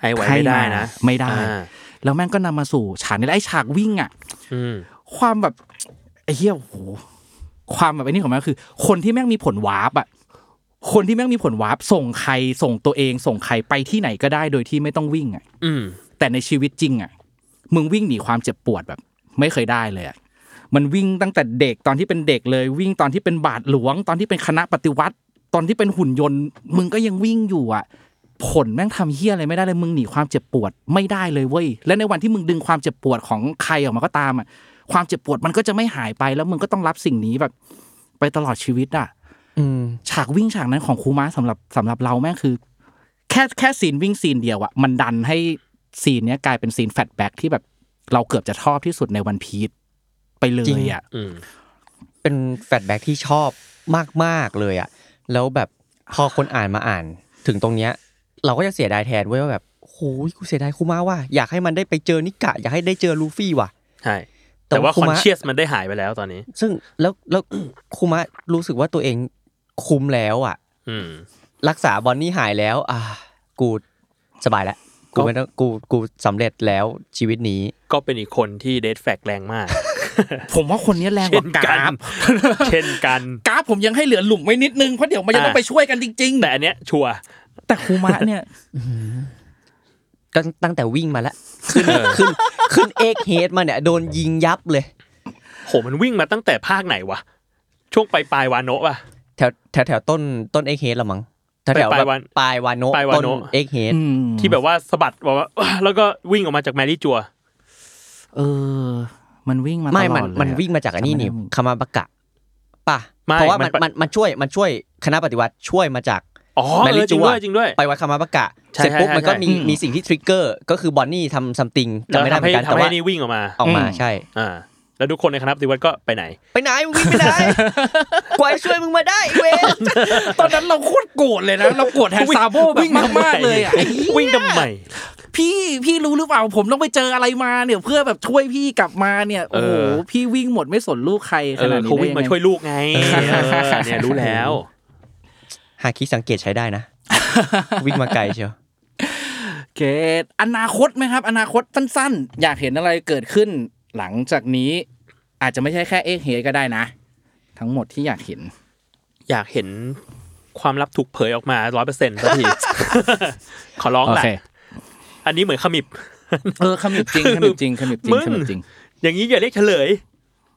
Speaker 3: ให้ไว้ไม่ได้นะ
Speaker 4: ให้มาไม่ได้
Speaker 3: อ่า
Speaker 4: แล้วแม่งก็นำมาสู่ฉากนี้แล้วไอ้ฉากวิ่งอ่ะ
Speaker 3: อืม
Speaker 4: ความแบบไอ้เหี้ยโอ้โหความแบบไอ้นี่ของมันก็คือ คนที่แม่งมีผลวาร์ปอ่ะคนที่แม่งมีผลวาร์ปส่งใครส่งตัวเอง ส่งใครไปที่ไหนก็ได้โดยที่ไม่ต้องวิ่งอ่ะ
Speaker 3: อืม
Speaker 4: แต่ในชีวิตจริงอ่ะ มึงวิ่งหนีความเจ็บปวดแบบ ไม่เคยได้เลยอะมันวิ่งตั้งแต่เด็กตอนที่เป็นเด็กเลย วิ่งตอนที่เป็นบาทหลวง ตอนที่เป็นคณะปฏิวัติ ตอนที่เป็นหุ่นยนต์ มึงก็ยังวิ่งอยู่อ่ะ ผลแม่งทำเฮี้ยอะไรไม่ได้เลยมึงหนีความเจ็บปวดไม่ได้เลยเว้ยและในวันที่มึงดึงความเจ็บปวดของใครออกมาก็ตามอ่ะความเจ็บปวดมันก็จะไม่หายไปแล้วมึงก็ต้องรับสิ่งนี้แบบ ไปตลอดชีวิตอ่ะ
Speaker 2: อืม
Speaker 4: ฉากวิ่งฉากนั้นของคูมาสำหรับสำหรับเราแม่งคือ แค่แค่ซีนวิ่งซีนเดียวอะมันดันให้ซีนเนี้ยกลายเป็นซีนแฟลชแบ็กที่แบบเราเกือบจะชอบที่สุดในวันพีซไปเล
Speaker 2: จริ
Speaker 4: ย
Speaker 2: ง
Speaker 4: อะ
Speaker 3: อืม
Speaker 2: เป็นแฟลชแบ็กที่ชอบมากๆเลยอ่ะ แล้วแบบพอคนอ่านมาอ่าน ถึงตรงเนี้ย เราก็จะเสียดายแทนเว้ยว่าแบบโอ้ยกูเสียดายคุมาว่า อยากให้มันได้ไปเจอนิกะ อยากให้ได้เจอลูฟี่ว่ะ
Speaker 3: ใช่ แต่ว่า
Speaker 2: แต่ว่าคุ
Speaker 3: คอน
Speaker 2: มะ
Speaker 3: เชียสมันได้หายไปแล้วตอนนี้
Speaker 2: ซึ่งแล้วแล้วคุมะรู้สึกว่าตัวเองคุมแล้วอ่ะ
Speaker 3: อืม
Speaker 2: รักษาบอนนี่หายแล้ว อ่า กูสบายแล้ว กูไม่ต้องกูกูสำเร็จแล้วชีวิตนี้
Speaker 3: ก็เป็นอีกคนที่เดทแฟกแรง มาก
Speaker 4: ผมว่าคนเนี้ยแรงก
Speaker 3: เช่
Speaker 4: ว่าน ก
Speaker 3: กั
Speaker 4: ราน ฟ
Speaker 3: เช่นกัน
Speaker 4: กราฟผมยังให้เหลือหลุมไว้นิดนึง เพราะเดี๋ยวมันจะต้อง
Speaker 3: อ่ะ
Speaker 4: ไปช่วยกันจริงๆ
Speaker 3: แต่อันเนี้ยชัวร์
Speaker 4: แต่คูมาเนี่ย
Speaker 2: ก็ตั้งแต่วิ่งมาแล้ว ขึ้นขึ้นขึ้นเอ็กเฮดมาเนี่ย โดนยิงยับเลย
Speaker 3: โหมันวิ่งมาตั้งแต่ภาคไหนวะ ช่วงปลายปลายๆวานโนะป่ะ
Speaker 2: แถวแถวแถวต้นต้นเอ็กเฮดละมั้งแถวแถว
Speaker 3: ปลาย
Speaker 2: แบบ
Speaker 3: วาน
Speaker 2: ปลายวานโน
Speaker 3: ปลายวา
Speaker 2: ต้น
Speaker 3: โนะ
Speaker 2: เอ็กเฮด
Speaker 4: อืม
Speaker 3: ที่แบบว่าสะบัดบอกว่า แล้วก็วิ่งออกมาจากแมรี่จัว
Speaker 4: เออ มันวิ่งมาตลอด
Speaker 2: ไม่มัน
Speaker 4: เลยอะ
Speaker 2: มันวิ่งมาจากอันนี้นี่
Speaker 4: จำไม่ได้
Speaker 2: คามาบากะป่ะ
Speaker 3: ไม่
Speaker 2: เพราะว่า
Speaker 3: มั
Speaker 2: มัน น
Speaker 3: ปะ
Speaker 2: มันมันช่วยมันช่วยคณะปฏิวัติช่วยมาจาก
Speaker 3: อ๋อ
Speaker 2: แบ
Speaker 3: เอ
Speaker 2: ริ
Speaker 3: อจ
Speaker 2: จั
Speaker 3: ริง
Speaker 2: ว
Speaker 3: ด้วยจริงด้วย
Speaker 2: ไปวัดคามาบากะ
Speaker 3: ใช่
Speaker 2: เสร็จปุ๊บ
Speaker 3: ใช่
Speaker 2: มันก็
Speaker 3: ใช่
Speaker 2: มีมีสิ่งที่ทริกเกอร์ก็คือบอนนี่ทำซัมติงจำไม่ได้เหมือนกัน
Speaker 3: แล้ว
Speaker 2: แต่
Speaker 3: ทำให้
Speaker 2: ว่า
Speaker 3: ทำให้นี่วิ่งออกมา
Speaker 2: ออกมา
Speaker 4: อืม
Speaker 2: ใช่
Speaker 3: อ่าแล้วทุกคนในคณะปฏิวัติก็ไปไหน
Speaker 2: ไปไหนมึงวิ่งไปไหน กวายช่วยมึงมาได้เวย
Speaker 4: ตอนนั้นเราโคตรโกรธเลยนะ เราโกรธแทนซาโบแบบมากมากๆเลยอะไอ้เหี้ย
Speaker 3: วิ่งทำไม
Speaker 4: พี่พี่รู้หรือเปล่าผมต้องไปเจออะไรมาเนี่ย เพื่อแบบช่วยพี่กลับมาเนี่ย
Speaker 3: เอ
Speaker 4: โอ้
Speaker 3: อ
Speaker 4: โหพี่วิ่งหมดไม่สนลูกใครข
Speaker 3: เอ
Speaker 4: นา
Speaker 3: อ
Speaker 4: ดนี้
Speaker 3: เขาวิ่งมา
Speaker 4: ได้ไ
Speaker 3: ช่วยลูกไงเออเนี่ยรู้แล้ว
Speaker 2: หาคิดสังเกตใช้ได้นะ วิ่งมาไกลเชียว
Speaker 4: เกตอนาคตไหมครับ อนาคตสั้นๆ อยากเห็นอะไรเกิดขึ้น หลังจากนี้อาจจะไม่ใช่แค่เอ็กเฮก็ได้นะ ทั้งหมดที่อยากเห็น
Speaker 3: อยากเห็นความลับถูกเผยออกมาร้อยเปอร์เซ็นต์สักที ขอร้องแหละ อันนี้เหมือนขมิบ
Speaker 4: เออขมิบจริงขมิบจริงขมิบจริ
Speaker 3: มึ
Speaker 4: ง
Speaker 3: ง
Speaker 4: ขมิบจริง
Speaker 3: อย่างนี้อย่าเรียกเฉลย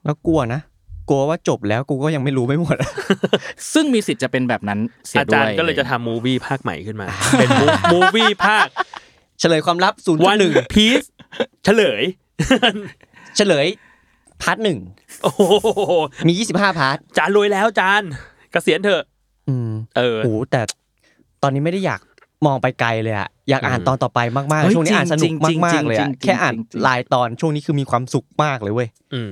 Speaker 2: แล้วกลัวนะ กลัวว่าจบแล้วกูก็ยังไม่รู้ไม่หมด
Speaker 4: ซึ่งมีสิทธิ์จะเป็นแบบนั้นเสีย
Speaker 3: อา
Speaker 4: ด้วย
Speaker 3: จารย์ก็เลยจะทำมูวี่ภาคใหม่ขึ้นมา เป็นมูวี่ภาค
Speaker 2: เฉลยความลับศูนย์
Speaker 3: วัน
Speaker 2: หนึ่ง
Speaker 3: พีซเฉลย
Speaker 2: เฉลยพาร์ทหนึ่ง
Speaker 3: โอ้โห
Speaker 2: มี 25 พาร์ท
Speaker 3: จานรวยแล้วจานเกษียณเถอะ
Speaker 2: อืม
Speaker 3: เออ
Speaker 2: โอ้โหแต่ตอนนี้ไม่ได้อยากมองไปไกลเลยอะอยากอ่านตอนต่อไปมาก
Speaker 4: เฮ้
Speaker 2: ๆ
Speaker 4: ย
Speaker 2: ช่วงนี้อ่านสนุ
Speaker 4: จริ
Speaker 2: ก
Speaker 4: งๆจริงๆ
Speaker 2: มากๆเลย
Speaker 4: จริ
Speaker 2: อะ
Speaker 4: งๆ
Speaker 2: แค่อ่าน
Speaker 4: จริงๆ
Speaker 2: ลายตอนช่วงนี้คือมีความสุขมากเลยเว้ย
Speaker 3: อืม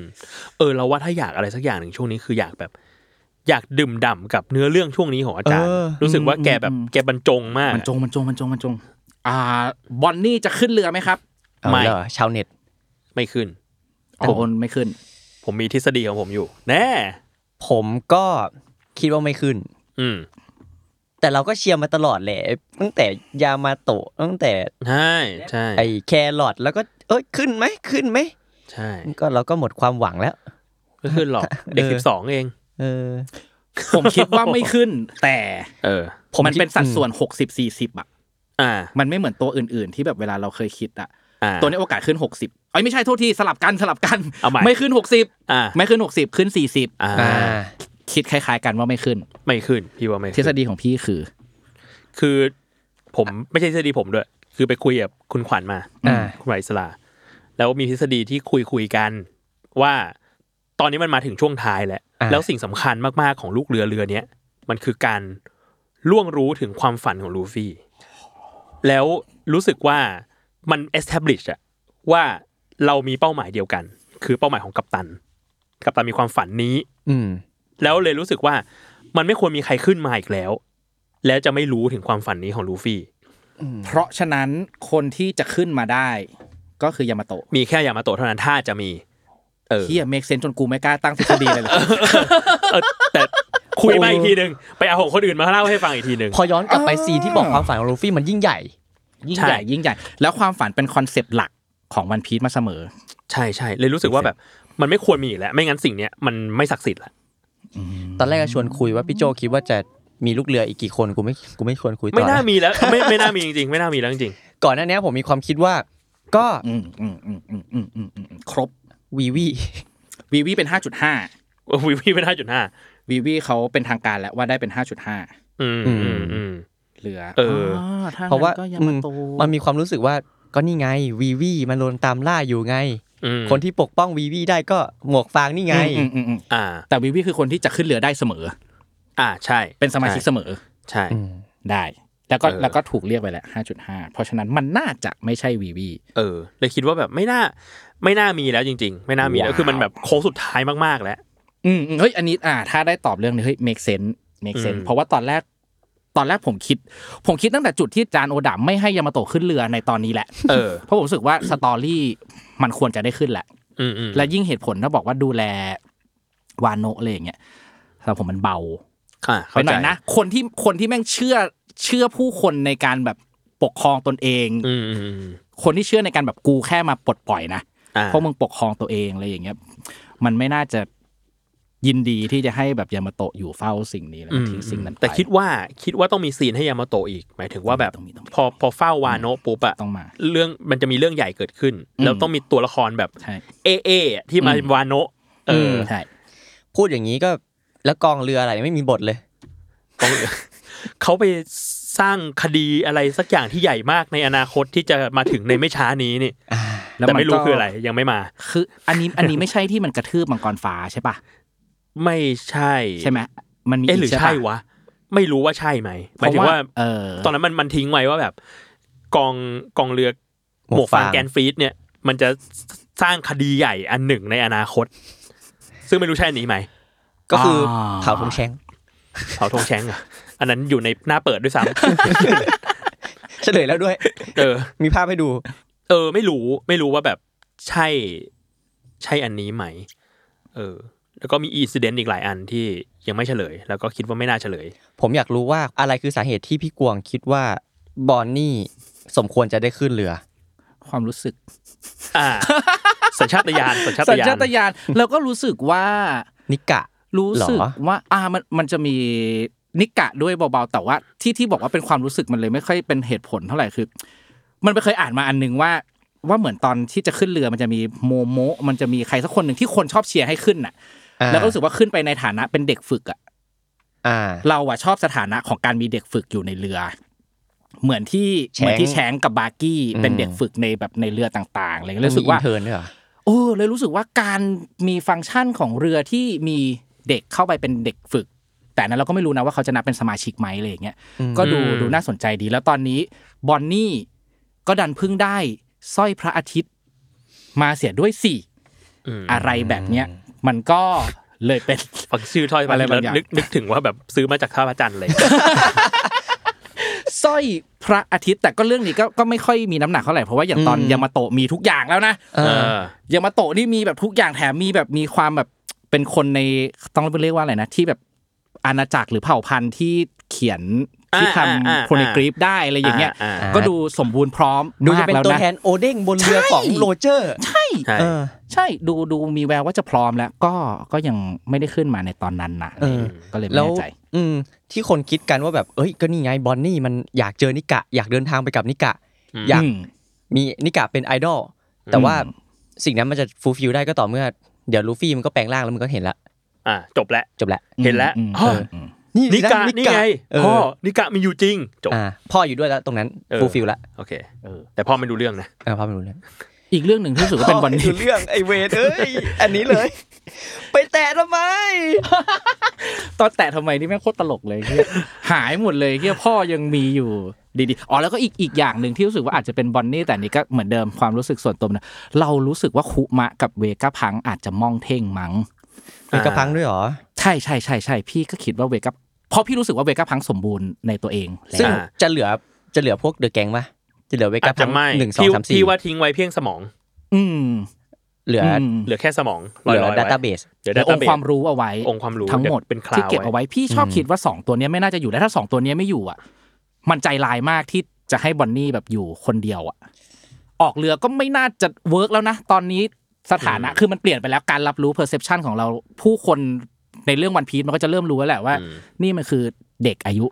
Speaker 3: เออ เราว่าถ้าอยากอะไรสักอย่างหนึ่งช่วงนี้คืออยากแบบ อยากดื่มด่ำกับเนื้อเรื่องช่วงนี้ของอาจารย์ รู้สึกว่าแกแบบแกบรรจงมาก
Speaker 4: มันจงมันจงมันจงมันจง อ่า บอนนี่จะขึ้นเรือไหมครับ
Speaker 2: เอา
Speaker 3: ไม่
Speaker 2: เหรอชาวเน็ต
Speaker 3: ไม่ขึ้น
Speaker 4: แต่โอนไม่ขึ้น
Speaker 3: ผมมีทฤษฎีของผมอยู่ แน่
Speaker 2: ผมก็คิดว่าไม่ขึ้น
Speaker 3: อืม
Speaker 2: แต่เราก็เชียร์มาตลอดแหละตั้งแต่ยามาโตะตั้งแต่
Speaker 3: ใช่ใช่
Speaker 2: ไอ้แครอทแล้วก็เอ้ยขึ้นไหมขึ้นไหม
Speaker 3: ใช่
Speaker 2: ก็เราก็หมดความหวังแล้ว
Speaker 3: ไม่ขึ้นหรอก เด็ก
Speaker 2: เออ
Speaker 3: สิบสองเอง
Speaker 2: เออ
Speaker 4: ผมคิดว่าไม่ขึ้น แต่
Speaker 3: เออ
Speaker 2: ผม
Speaker 4: มัน
Speaker 2: คิด
Speaker 4: เป็นสัดส่วน 60-40อ่ะ
Speaker 3: อ่า
Speaker 4: มันไม่เหมือนตัวอื่นๆ ที่แบบเวลาเราเคยคิดอ่ะ
Speaker 3: อ่า
Speaker 4: ตัวนี้โอกาสขึ้น 60เอ้ยไม่ใช่โทษทีสลับกันสลับกัน
Speaker 3: เอาใหม่
Speaker 4: ไม่ขึ้น 60
Speaker 3: อ่า
Speaker 4: ไม่ขึ้น 60 ขึ้น 40
Speaker 3: อ่า
Speaker 2: อ่า
Speaker 4: คิดคล้ายๆกันว่าไม่ขึ้น
Speaker 3: ไม่ขึ้น พี่ว่าไม่
Speaker 4: ทฤ
Speaker 3: ขึ้น
Speaker 4: ษฎีของพี่คือ
Speaker 3: คือผมไม่ใช่ทฤษฎีผมด้วย คือไปคุยกับคุณขวัญมา
Speaker 2: อ่า
Speaker 3: คุณขวัญอิสลา แล้วมีทฤษฎีที่คุยคุยๆกัน ว่าตอนนี้มันมาถึงช่วงท้ายแล้ว
Speaker 2: อ่า
Speaker 3: แล้วสิ่งสำคัญมากๆของลูกเรือเรือเนี้ยมันคือการล่วงรู้ถึงความฝันของลูฟี่ แล้วรู้สึกว่ามัน establish อะว่าเรามีเป้าหมายเดียวกัน คือเป้าหมายของกัปตัน กัปตันมีความฝันนี้
Speaker 2: อืม
Speaker 3: แล้วเลยรู้สึกว่ามันไม่ควรมีใครขึ้นมาอีกแล้ว แล้วจะไม่รู้ถึงความฝันนี้ของลูฟี่
Speaker 4: เพราะฉะนั้นคนที่จะขึ้นมาได้ ก็คือยามาโตะ
Speaker 3: มีแค่ยามาโตะเท่านั้นถ้าจะมี เออ
Speaker 4: เฮียเมกเซนจนกูไม่กล้าตั้งทฤษฎีเลยเหรอ
Speaker 3: เออแต่คุยมาอีกทีหนึ่งไปเอาของคนอื่นมาเล่าให้ฟังอีกทีหนึ่ง
Speaker 2: พอย้อนกลับไป
Speaker 4: อ่า
Speaker 2: ซีนที่บอกความฝันของลูฟี่มันยิ่งใหญ่
Speaker 4: ยิ่ง
Speaker 3: ใช่
Speaker 4: ใหญ่ยิ่งใหญ่ แล้วความฝันเป็นคอนเซปต์หลักของวันพีชมาเสมอ
Speaker 3: ใช่ใช่เลยรู้สึกว่าแบบ มันไม่ควรมีอีกแล้ว ไม่งั้นสิ่งเนี้ยมันไม่ศักดิ์สิทธิ์ละ
Speaker 2: ตอนแรกก็ชวนคุยว่าพี่โจคิดว่าจะมีลูกเรืออีกกี่คนกูไม่กูไม่ชวนคุยต่อ
Speaker 3: ไม่น่า
Speaker 2: แล้ว
Speaker 3: มีแล้วไม่ไม่น่ามีจริงๆ ไม่น่ามีแล้วจริง
Speaker 2: ก่อนหน้านี้ผมมีความคิดว่า ก็
Speaker 4: อืมอืมอืมอืมอืมอืมอืมครบ
Speaker 2: วีวี
Speaker 4: วีวีเป็น 5.5
Speaker 3: ๆวิวไม่น่าจุดห้า
Speaker 4: วีวีเขาเป็นทางการแล้วว่าได้เป็น 5.5
Speaker 3: อืมอืมอืม
Speaker 4: เหลือ
Speaker 3: เออ
Speaker 4: ถ้
Speaker 2: เพราะว่า
Speaker 4: งั้นก็ยา
Speaker 2: อื
Speaker 4: มาม โตะ
Speaker 2: มันมีความรู้สึกว่าก็นี่ไงวีวีมันโดนตามล่าอยู่ไง
Speaker 3: อืม
Speaker 2: คนที่ปกป้องวีวีได้ก็หมวกฟางนี่ไง
Speaker 4: อืมอืมอืมอืม
Speaker 3: อ่า
Speaker 4: แต่วิวีคือคนที่จะขึ้นเรือได้เสมอ
Speaker 3: อ่าใช่
Speaker 4: เป็นสมาชิกเสมอ
Speaker 3: ใช่
Speaker 2: อืม
Speaker 4: ได้ แล้วก็
Speaker 3: เออ
Speaker 4: แล้วก็ถูกเรียกไปแล้ว5.5 เพราะฉะนั้นมันน่าจะไม่ใช่วีวี
Speaker 3: เออเลยคิดว่าแบบไม่น่าไม่น่ามีแล้วจริง ๆ ไม่น่ามีแล้ว
Speaker 4: ว้าว
Speaker 3: คือมันแบบโค้งสุดท้ายมากๆแล้ว
Speaker 4: อืมอืมเฮ้ยอันนี้อ่า ถ้าได้ตอบเรื่องนี้เฮ้ย make sense make
Speaker 3: อื
Speaker 4: sense
Speaker 3: ม
Speaker 4: เพราะว่าตอนแรก ตอนแรกผมคิด ผมคิดตั้งแต่จุดที่จานโอดะไม่ให้ยามาโตะขึ้นเรือในตอนนี้แหละ
Speaker 3: เออ
Speaker 4: เพราะผมรู้สึกว่าสตอรี่มันควรจะได้ขึ้นแหละ
Speaker 3: อืมอืม
Speaker 4: และยิ่งเหตุผลถ้าบอกว่าดูแลวานโนะอะไรอย่างเงี้ยสำหรับผมมันเบา
Speaker 3: อ่ะ
Speaker 4: ไป
Speaker 3: เข้า
Speaker 4: ห
Speaker 3: ใจ
Speaker 4: น่อยนะคนที่คนที่แม่งเชื่อเชื่อผู้คนในการแบบปกครองตนเอง
Speaker 3: อืมอืมอืม
Speaker 4: คนที่เชื่อในการแบบกูแค่มาปลดปล่อยนะ
Speaker 3: อ่า
Speaker 4: เพราะมึงปกครองตัวเองอะไรอย่างเงี้ย มันไม่น่าจะยินดีที่จะให้แบบยามาโตะอยู่เฝ้าสิ่งนี้แล้ว
Speaker 3: อื
Speaker 4: ก็
Speaker 3: ม
Speaker 4: ทิ้งสิ่งนั้นไป
Speaker 3: แต่คิดว่าคิดว่าต้องมีซีนให้ยามาโตะอีก หมายถึงว่าแบบ
Speaker 4: ต้องมีต้องมี
Speaker 3: พอพอเฝ้าวาโนะปุ๊บอะ
Speaker 4: ต้องมา
Speaker 3: เรื่องมันจะมีเรื่องใหญ่เกิดขึ้น
Speaker 4: อืม
Speaker 3: แล้วต้องมีตัวละครแบบ
Speaker 4: ใช่
Speaker 3: เอเออะที่มาวาโนะเออ
Speaker 4: ใช่
Speaker 2: พูดอย่างนี้ก็แล้วกองเรืออะไรไม่มีบทเลย
Speaker 3: ต้องเขาไปสร้างคดีอะไรสักอย่างที่ใหญ่มากในอนาคตที่จะมาถึงในไม่ช้านี้นี่
Speaker 4: ล้ว
Speaker 3: แต่
Speaker 4: นก็
Speaker 3: ไม่รู้คืออะไรยังไม่มา
Speaker 4: คืออันนี้อันนี้ไม่ใช่ที่มันกระทืบมังกรฟ้าใช่ปะ
Speaker 3: ไม่ใช่
Speaker 4: ใช่ไหมมันมี
Speaker 3: เอ๊ะหรือก
Speaker 4: ป
Speaker 3: ใช่วะ ไม่รู้ว่าใช่ไหมห
Speaker 4: เพ
Speaker 3: มายถึ
Speaker 4: ราะ
Speaker 3: ง
Speaker 4: ว่า
Speaker 3: ว่า
Speaker 4: เออ
Speaker 3: ตอนนั้นมันมันทิ้งไว้ว่าแบบ กองกองเรือ
Speaker 2: ห
Speaker 3: ห
Speaker 2: ม
Speaker 3: ม
Speaker 2: ว
Speaker 3: ว
Speaker 2: ก
Speaker 3: ก
Speaker 2: ฟาง
Speaker 3: ฟางแกนฟรีดเนี่ย มันจะสร้างคดีใหญ่อันหนึ่งในอนาคต ซึ่งไม่รู้ใช่อันนี้ไหม
Speaker 2: ก็คืออา เผาทงแชง
Speaker 3: เผาธงแชงเหรอ่ะอันนั้นอยู่ในหน้าเปิดด้วยซ้
Speaker 2: เฉลยแล้วด้วย
Speaker 3: ำ เออ
Speaker 2: มีภาพให้ดู
Speaker 3: เออ ไม่รู้ไม่รู้ว่าแบบใช่ ใช่อันนี้ไหม เออ แล้วก็มีอีสิเดนต์อีกหลายอันที่ยังไม่เฉลย แล้วก็คิดว่าไม่น่าเฉลย
Speaker 2: ผมอยากรู้ว่าอะไรคือสาเหตุที่พี่กวางคิดว่าบอนนี่สมควรจะได้ขึ้นเรือ
Speaker 4: ความรู้สึก
Speaker 3: อ่า สัญชาตญาณสัญชาต
Speaker 4: สัญ
Speaker 3: ญา
Speaker 4: ชา
Speaker 3: ณ
Speaker 4: ตญาณเราก็รู้สึกว่า
Speaker 2: นิกะ
Speaker 4: รู้สึก
Speaker 2: หรอ
Speaker 4: ว่าอ่ามันมันจะมีนิกะด้วยเบาๆแต่ว่าที่ที่บอกว่าเป็นความรู้สึกมันเลยไม่ค่อยเป็นเหตุผลเท่าไหร่คือ มันไปเคยอ่านมาอันนึงว่า ว่าเหมือนตอนที่จะขึ้นเรือมันจะมีโมโมะมันจะมีใครสักคนหนึ่งที่คนชอบเชียร์ให้ขึ้นน่ะ
Speaker 2: อ่า
Speaker 4: แล้วก็รู้สึกว่าขึ้นไปในฐานะเป็นเด็กฝึกอ่ะ
Speaker 2: อ่า
Speaker 4: เราอ่ะชอบสถานะของการมีเด็กฝึกอยู่ในเรือ เหมือนที่
Speaker 2: แชง
Speaker 4: เหมือนที่แชงกับบาร์กี้
Speaker 2: อืม
Speaker 4: เป็นเด็กฝึกในแบบในเรือต่างๆอะไรอย่างเงี้ยรู้สึกว่า
Speaker 2: เทิร์นด้วยเหรอ
Speaker 4: โอ้เลยรู้สึกว่าการมีฟังก์ชันของเรือที่มีเด็กเข้าไปเป็นเด็กฝึก แต่นั้นเราก็ไม่รู้นะว่าเขาจะนับเป็นสมาชิกไหมอะไรอย่างเงี้ย
Speaker 2: อืม
Speaker 4: ก็ดูดูน่าสนใจดี แล้วตอนนี้บอนนี่ก็ดันเพึ่งได้สร้อยพระอาทิตย์มาเสียด้วยสี่
Speaker 3: อืม
Speaker 4: อะไรแบบเนี้ยมันก็เลยเป็น
Speaker 3: ฟังชื่อถ้อยมา
Speaker 4: อะไรบางอย่าง
Speaker 3: แล้วนึกนึกถึงว่าแบบซื้อมาจากท่าพระจันทร์เลย
Speaker 4: สร้อยพระอาทิตย์ แต่ก็เรื่องนี้ก็ก็ไม่ค่อยมีน้ำหนักเท่าไหร่เพราะว่าอย่างตอน
Speaker 2: อืม
Speaker 4: ยามาโตะมีทุกอย่างแล้วนะ
Speaker 2: เอ
Speaker 3: เอ
Speaker 2: อ
Speaker 3: อ
Speaker 4: ยามาโตะนี่มีแบบทุกอย่างแถมมีแบบมีความแบบเป็นคนในต้องเรียกว่าอะไรนะ ที่แบบอาณาจักรหรือเผ่าพันธุ์ที่เขียนที่ท
Speaker 3: อ่าอ่าอ่า
Speaker 4: ำคนในกรีฟได้อะไรอย่างเงี้ย
Speaker 3: อ่า
Speaker 4: ก็ดูสมบูรณ์พร้อม
Speaker 2: ดูจะ
Speaker 4: มาก
Speaker 2: เป็น
Speaker 4: แล้ว
Speaker 2: ตัว
Speaker 4: นะ
Speaker 2: แทนโอเด้งบนเรือ
Speaker 4: ใช่
Speaker 2: ของโรเจอร์
Speaker 4: ใช่
Speaker 3: ใช่
Speaker 2: เออ
Speaker 4: ใช่ดูดูมีแววว่าจะพร้อมแล้ว ก็ก็ยังไม่ได้ขึ้นมาในตอนนั้นนะ
Speaker 2: เออ
Speaker 4: ก็เลยไม่
Speaker 2: แล้ว
Speaker 4: แน่ใจ
Speaker 2: อืมที่คนคิดกันว่าแบบเอ้ยก็นี่ไงบอนนี่มันอยากเจอนิกะ อยากเดินทางไปกับนิกะ อยาก มีนิกะเป็นไอดอลแต่ว่า
Speaker 4: อืม
Speaker 2: สิ่งนั้นมันจะฟูลฟิลได้ก็ต่อเมื่อเดี๋ยวลูฟี่มันก็แปลงร่างแล้วมันก็เห็นละ
Speaker 3: อ่าจบแล้ว
Speaker 2: จบละ
Speaker 3: เห็นแล้ว
Speaker 4: อืม
Speaker 3: อ๋อ
Speaker 4: อืม
Speaker 3: นิกะนี่ไง
Speaker 2: เออ
Speaker 3: พ่อนิกะมีอยู่จริงจบ
Speaker 2: อ่าพ่ออยู่ด้วยแล้วตรงนั้น
Speaker 3: เออ
Speaker 2: ฟูลฟิลละ
Speaker 3: โอเคแต่พ่อไม่รู้เรื่องนะ
Speaker 2: เออพ่อไม่รู้เรื่อง
Speaker 4: อีกเรื่องหนึ่งที่รู้สึกว่าเป็นบอนนี่
Speaker 2: เรื่องไอเวทเอ้ยอันนี้เลย ไปแตะทำไม
Speaker 4: ตอนแตะทำไมนี่แม่งโคตรตลกเลยเหี้ย หายหมดเลยเฮียพ่อยังมีอยู่ดีๆอ๋อแล้วก็อีกอีกอย่างหนึ่งที่รู้สึกว่าอาจจะเป็นบอนนี่แต่อันนี้ก็เหมือนเดิมความรู้สึกส่วนตัวนะเรารู้สึกว่าคุมะกับเวก้าพังอาจจะมองเท่งมัง้ง
Speaker 2: มีกระพังด้วยเหรอ
Speaker 4: ใช่ใช่ใช่ใช่พี่ก็คิดว่าเวก้าเพราะพี่รู้สึกว่าเวก้าพังสมบูรณ์ในตัวเองแล้ว
Speaker 2: ซึ่ง
Speaker 3: อ่า
Speaker 2: จะเหลือจะเหลือพวกเดอะแกงปะจะเหลือเว
Speaker 3: อา
Speaker 2: กั
Speaker 3: จจะ
Speaker 2: พัง
Speaker 3: ไม่
Speaker 2: หนึ่งสอง
Speaker 3: ที่
Speaker 2: สามสี่
Speaker 3: ที่ว่าทิ้งไว้เพียงสมอง
Speaker 4: อืม
Speaker 2: เหลือ
Speaker 4: ม
Speaker 3: เหลือแค่สมองล
Speaker 2: เห
Speaker 3: อย
Speaker 2: ลือ
Speaker 3: ๆ
Speaker 2: ดัต
Speaker 3: ไว้
Speaker 2: ต้าเบส
Speaker 3: เหลือ
Speaker 4: เหลือองค์ความรู้เอาไว้
Speaker 3: องค์ความรู้
Speaker 4: ทั้งหมด
Speaker 3: เยวเป็นคลาว
Speaker 4: ที่เก็บเอาไว้พี่ชอบคิดว่าสองตัวเนี้ยไม่น่าจะอยู่แล้วถ้าสองตัวเนี้ยไม่อยู่อ่ะ มันใจลายมากที่จะให้บอนนี่แบบอยู่คนเดียวอ่ะ ออกเรือก็ไม่น่าจะเวิร์กแล้วนะ ตอนนี้สถานะคือมันเปลี่ยนไปแล้วการรับรู้เพอร์เซพชันของเราผู้คนในเรื่องวันพี e มันก็จะเริ่มรู้แล้วแหละว่า
Speaker 3: อืม
Speaker 4: นี่มันคือเด็กอายุ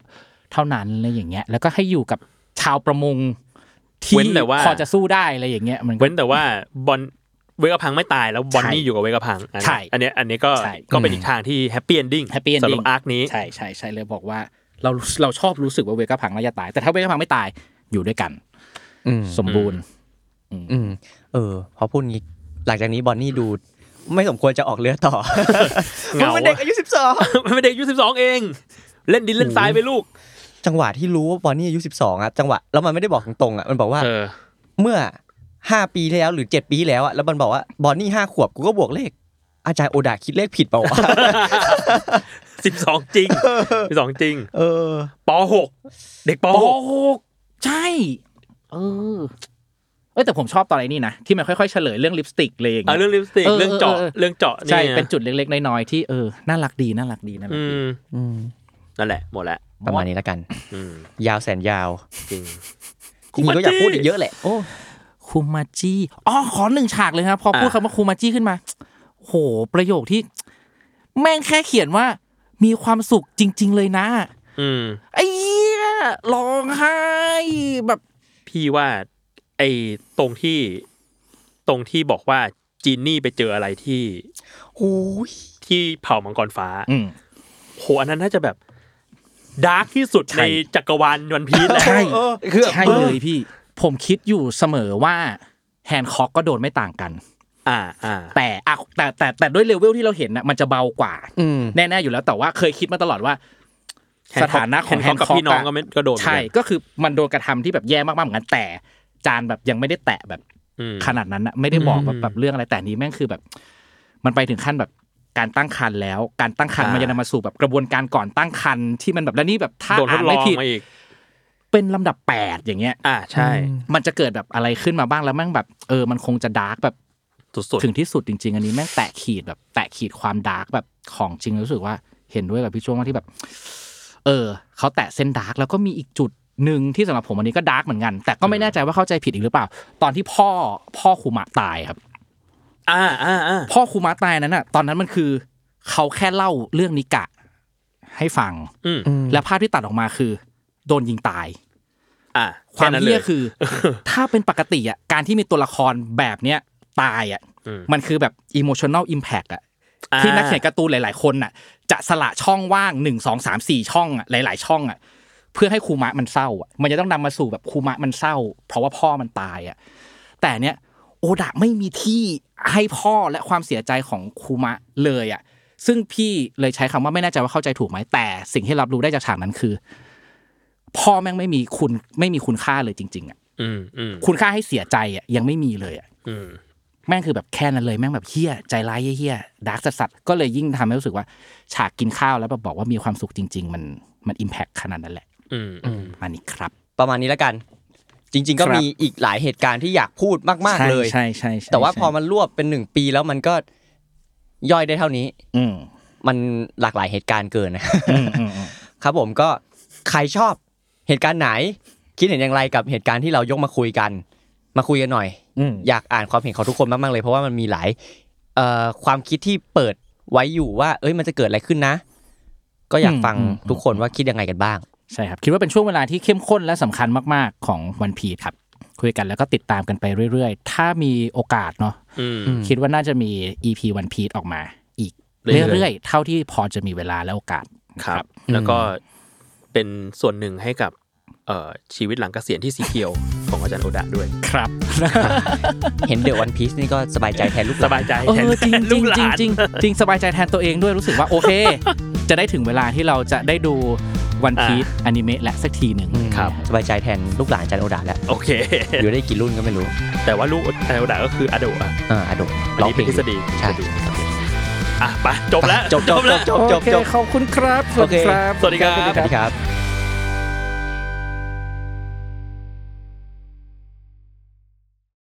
Speaker 4: เท่านั้นอะไรอย่างเงี้ย แล้วก็ให้อยู่กับชาวประมงที่
Speaker 3: เว้นแต่ว่า
Speaker 4: พอจะสู้ได้อะไรอย่างเงี้ยมันก็
Speaker 3: เว้นแต่ว่าบอลเวกพังไม่ตายแล้วบอนนี่อยู่กับเวกพังอันนี้
Speaker 4: ใช่
Speaker 3: อันเนี้ยอันนี้ก็
Speaker 4: ใช่
Speaker 3: ก็เป็นอีกทางที่แฮปปี้เอนดิ้ง
Speaker 4: happy ending
Speaker 3: สำหรับอาร์คนี้
Speaker 4: ใช่ใช่ใช่เลยบอกว่าเราเราชอบรู้สึกว่าเวก้าพังน่าจะตาย แต่ถ้าเวก้าพังไม่ตายอยู่ด้วยกัน
Speaker 2: อืม
Speaker 4: สมบูรณ์
Speaker 2: อืมเออพอพูดงี้หลังจากนี้บอนนี่ดู ไม่สมควรจะออกเรือต่อ
Speaker 3: เหงา
Speaker 2: มันเป็นเด็กอายุสิบสอง
Speaker 3: มันเป็นเด็กอายุสิบสองเอง เล่นดินเล่นทรายไปลูก
Speaker 2: จังหวะที่รู้ว่าบอนนี่อายุสิบสองอะจังหวะแล้วมันไม่ได้บอกตรงๆอะมันบอกว่า
Speaker 3: เออ
Speaker 2: เมื่อห้าปีที่แล้วหรือเจ็ดปีที่แล้วอะแล้วมันบอกว่าบอนนี่ห้าขวบกูก็บวกเลข อาจารย์โอดาคิดเลขผิดเปล่าวะ
Speaker 3: สิบสอง จริงสิบสองจริง
Speaker 2: เออ
Speaker 3: ปหกเด็กป
Speaker 4: โอ้
Speaker 3: หก
Speaker 4: โหใช่ เออ เอยแต่ผมชอบตอนไอ้นี่นะ ที่มันค่อยๆเฉลยเรื่องลิปสติกเลยอย่าง
Speaker 3: อ่ะ
Speaker 4: เงี้ย
Speaker 3: เรื่องลิปสติก
Speaker 4: เออ
Speaker 3: เรื่องเจาะ
Speaker 4: เออเออ
Speaker 3: เรื่องเจาะนี่
Speaker 4: ใช่
Speaker 3: ย
Speaker 4: เป็นจุดเล็กๆ น้อยๆที่เออน่ารักดีน่ารักดีน่ารัก
Speaker 3: อื
Speaker 4: ดี
Speaker 3: ม
Speaker 2: อืม
Speaker 3: นั่นแหละหมดละ
Speaker 2: ประมาณนี้แล้วกัน
Speaker 3: อืม
Speaker 2: ยาวแสนยาว
Speaker 3: จริง
Speaker 2: จริงๆก็อยากพูดอีกเยอะแหละโอ้
Speaker 4: คูมาจิอ๋อขอหนึ่งฉากเลยครับพอพูด
Speaker 3: อ่ะ
Speaker 4: คำว่าคูมาจิขึ้นมาโห ประโยคที่ แม่งแค่เขียนว่า มีความสุขจริง ๆ เลยนะ
Speaker 3: อืม
Speaker 4: ไอ้เหี้ยร้องไห้แบบ
Speaker 3: พี่ว่าไอ้ตรงที่ตรงที่บอกว่าจีนนี่ไปเจออะไรที่
Speaker 2: โอ้ย
Speaker 3: ที่เผ่ามังกรฟ้า
Speaker 4: อืม
Speaker 3: โหอันนั้นน่าจะแบบดาร์กที่สุด
Speaker 4: ใช่
Speaker 3: ใน จักรวาลวันพีชแล้ว
Speaker 4: ใช่
Speaker 2: คือ
Speaker 4: ใช่เลยพี่ ผมคิดอยู่เสมอว่า แฮนค็อกก็โดนไม่ต่างกัน
Speaker 3: อ่าอ่า
Speaker 4: แต่อะแต่แต่แต่ด้วยเลเวลที่เราเห็นนะมันจะเบากว่า
Speaker 2: อืม
Speaker 4: แน่ๆอยู่แล้วแต่ว่าเคยคิดมาตลอดว่า
Speaker 3: Hancock-
Speaker 4: สถานะของแฮน
Speaker 3: Hancock
Speaker 4: ค็
Speaker 3: กั
Speaker 4: อบ ก
Speaker 3: พี่น้องก็ไม่ก็โดนเหมือนกัน
Speaker 4: ใช่ก็คือมันโดนกระทำที่แบบแย่มากๆเหมือนกันแต่จานแบบยังไม่ได้แตะแบบ
Speaker 3: อืม
Speaker 4: ขนาดนั้นนะไม่ได้บอกแบบ
Speaker 3: อืม
Speaker 4: แบบเรื่องอะไรแต่อันนี้แม่งคือแบบ มันไปถึงขั้นแบบการตั้งครรภ์แล้ว การตั้งครรภ์
Speaker 3: อ่ามั
Speaker 4: มันจะนำมาสู่แบบกระบวนการก่อนตั้งครรภ์ที่มันแบบแล้วนี่แบบถ้า
Speaker 3: โดนท
Speaker 4: อ่าน
Speaker 3: ดลอ
Speaker 4: ไม่
Speaker 3: ง
Speaker 4: ผิด
Speaker 3: มาอีก
Speaker 4: เป็นลำดับแปดอย่างเงี้ย
Speaker 3: อ่าใช่
Speaker 4: มันจะเกิดแบบอะไรขึ้นมาบ้างแล้วแม่งแบบเออมันคงจะดาร์กแบบ
Speaker 3: สุดๆ
Speaker 4: ถึงที่สุดจริง ๆ อันนี้แม่งแตะขีดแบบ แตะขีดความดาร์กแบบของจริงรู้สึกว่าเห็นด้วยกับพี่ช่วงว่าที่แบบ เออเขาแตะเส้นดาร์กแล้วก็มีอีกจุดหนึ่งที่สำหรับผมอันนี้ก็ดาร์กเหมือนกัน แต่ก็ไม่แน่ใจว่าเข้าใจผิดอีกหรือเปล่า ตอนที่พ่อพ่อคูมะตายครับ
Speaker 3: อ่าอ่าอ่า
Speaker 4: พ่อคูมะตายนั้นน่ะ ตอนนั้นมันคือเขาแค่เล่าเรื่องนิกะ ให้ฟัง
Speaker 3: อืม
Speaker 4: และภาพที่ตัดออกมาคือ โดนยิงตาย
Speaker 3: อ่า
Speaker 4: ความ
Speaker 3: นั้น
Speaker 4: เหี้ย
Speaker 3: ล
Speaker 4: คือ ถ้าเป็นปกติอ่ะการที่มีตัวละครแบบเนี้ยตายอ่ะ
Speaker 3: อืม
Speaker 4: มันคือแบบ emotional impact อ่ะ ที่นักเขียนการ์ตูนหลาย ๆ คนน่ะ จะสละช่องว่างหนึ่งสองสามสี่ช่องอ่ะหลาย ๆ ช่องอ่ะเพื่อให้คูมะมันเศร้าอ่ะมันจะต้องนำมาสู่แบบคูมะมันเศร้า เพราะว่าพ่อมันตายอ่ะแต่เนี้ยโอดะไม่มีที่ให้พ่อและความเสียใจของคูมะเลยอ่ะซึ่งพี่เลยใช้คำว่าไม่แน่ใจว่าเข้าใจถูกไหมแต่สิ่งที่รับรู้ได้จากฉากนั้นคือ พ่อแม่งไม่มีคุณไม่มีคุณค่าเลยจริง ๆอ่ะ
Speaker 3: อืมอืม
Speaker 4: คุณค่าให้เสียใจอ่ะยังไม่มีเลยอ่ะ
Speaker 3: อืม
Speaker 4: แม่งคือแบบแค่นั้นเลยแม่งแบบเฮี้ยใจร้ายเฮี้ยๆดาร์กสัสๆก็เลยยิ่งทำให้รู้สึกว่า ฉากกินข้าวแล้วแบบบอกว่ามีความสุขจริง ๆ มันมันอิมแพคขนาดนั้นแหละ
Speaker 3: อืมอืม
Speaker 4: อันนี้ครับ
Speaker 2: ประมาณนี้แล้วกัน จริง ๆ ก็
Speaker 4: ครับ
Speaker 2: มีอีกหลายเหตุการณ์ที่อยากพูดมาก ๆ เลย
Speaker 4: ใช่ใช่ใช่
Speaker 2: แต่ว่า
Speaker 4: ใช่
Speaker 2: พอมันรวบเป็นหนึ่งปีแล้วมันก็ย่อยได้เท่านี้
Speaker 4: อืม
Speaker 2: มันหลากหลายเหตุการณ์เกินนะ
Speaker 4: อืมอืมอืม
Speaker 2: ครับผมก็ใครชอบเหตุการณ์ไหน คิดเห็นอย่างไรกับเหตุการณ์ที่เรายกมาคุยกัน มาคุยกันหน่อย
Speaker 4: อืม
Speaker 2: อยากอ่านความเห็นของทุกคนมากๆเลย เพราะว่ามันมีหลายเอ่อความคิดที่เปิดไว้อยู่ว่า เอ้ยมันจะเกิดอะไรขึ้นนะ ก็อยากฟังทุกคนว่าคิดยังไงกันบ้าง
Speaker 4: ใช่ครับ คิดว่าเป็นช่วงเวลาที่เข้มข้นและสำคัญมาก ๆ ของวันพีครับ คุยกันแล้วก็ติดตามกันไปเรื่อย ๆ ถ้ามีโอกาสเนาะ
Speaker 3: อืม
Speaker 4: คิดว่าน่าจะมี EP วันพีออกมา อีก
Speaker 3: เรื่อยๆ
Speaker 4: เรื่อยๆเท่าที่พอจะมีเวลาและโอกาสนะ
Speaker 3: ครับ แล้วก็เป็นส่วนหนึ่งให้กับเอ่อชีวิตหลังเกษียณที่สีเขียว ของอาจารย์โอดะด้วย
Speaker 4: ครับ
Speaker 2: เห็นเดอะวันพีซนี่ก็สบายใจแทนลูกหลน
Speaker 3: สบายใจ
Speaker 4: เอ
Speaker 3: แทน
Speaker 4: อจริงจ
Speaker 3: ลู
Speaker 4: ริ
Speaker 3: ก
Speaker 4: ง
Speaker 3: หลาน
Speaker 4: จริงจริงสบายใจแทนตัวเองด้วยรู้สึกว่าโอเค จะได้ถึงเวลาที่เราจะได้ดูวันพีซอนิเมะและสักทีหนึ่ง
Speaker 2: อืมสบายใจแทนลูกหลานจันโอดาแล้ว
Speaker 3: โอเค
Speaker 2: เดี๋ยวได้กี่รุ่นก็ไม่รู้
Speaker 3: แต่ว่าลูกอาจารย์โอดะก็คืออโดะ
Speaker 2: อ่าอดก
Speaker 3: อัน
Speaker 2: ร้อง
Speaker 3: นี้
Speaker 2: เพล
Speaker 3: เป็น
Speaker 2: ง
Speaker 3: ทฤษฎี
Speaker 2: ใช่
Speaker 3: ทฤษฎีอ่ะไปจบแล้ว
Speaker 2: จบจบจ
Speaker 3: แล้ว
Speaker 2: บจบจบจบ
Speaker 4: ขอบคุณครับ
Speaker 2: โอเค
Speaker 3: สวัสดีครับ
Speaker 2: สวัสดีครับ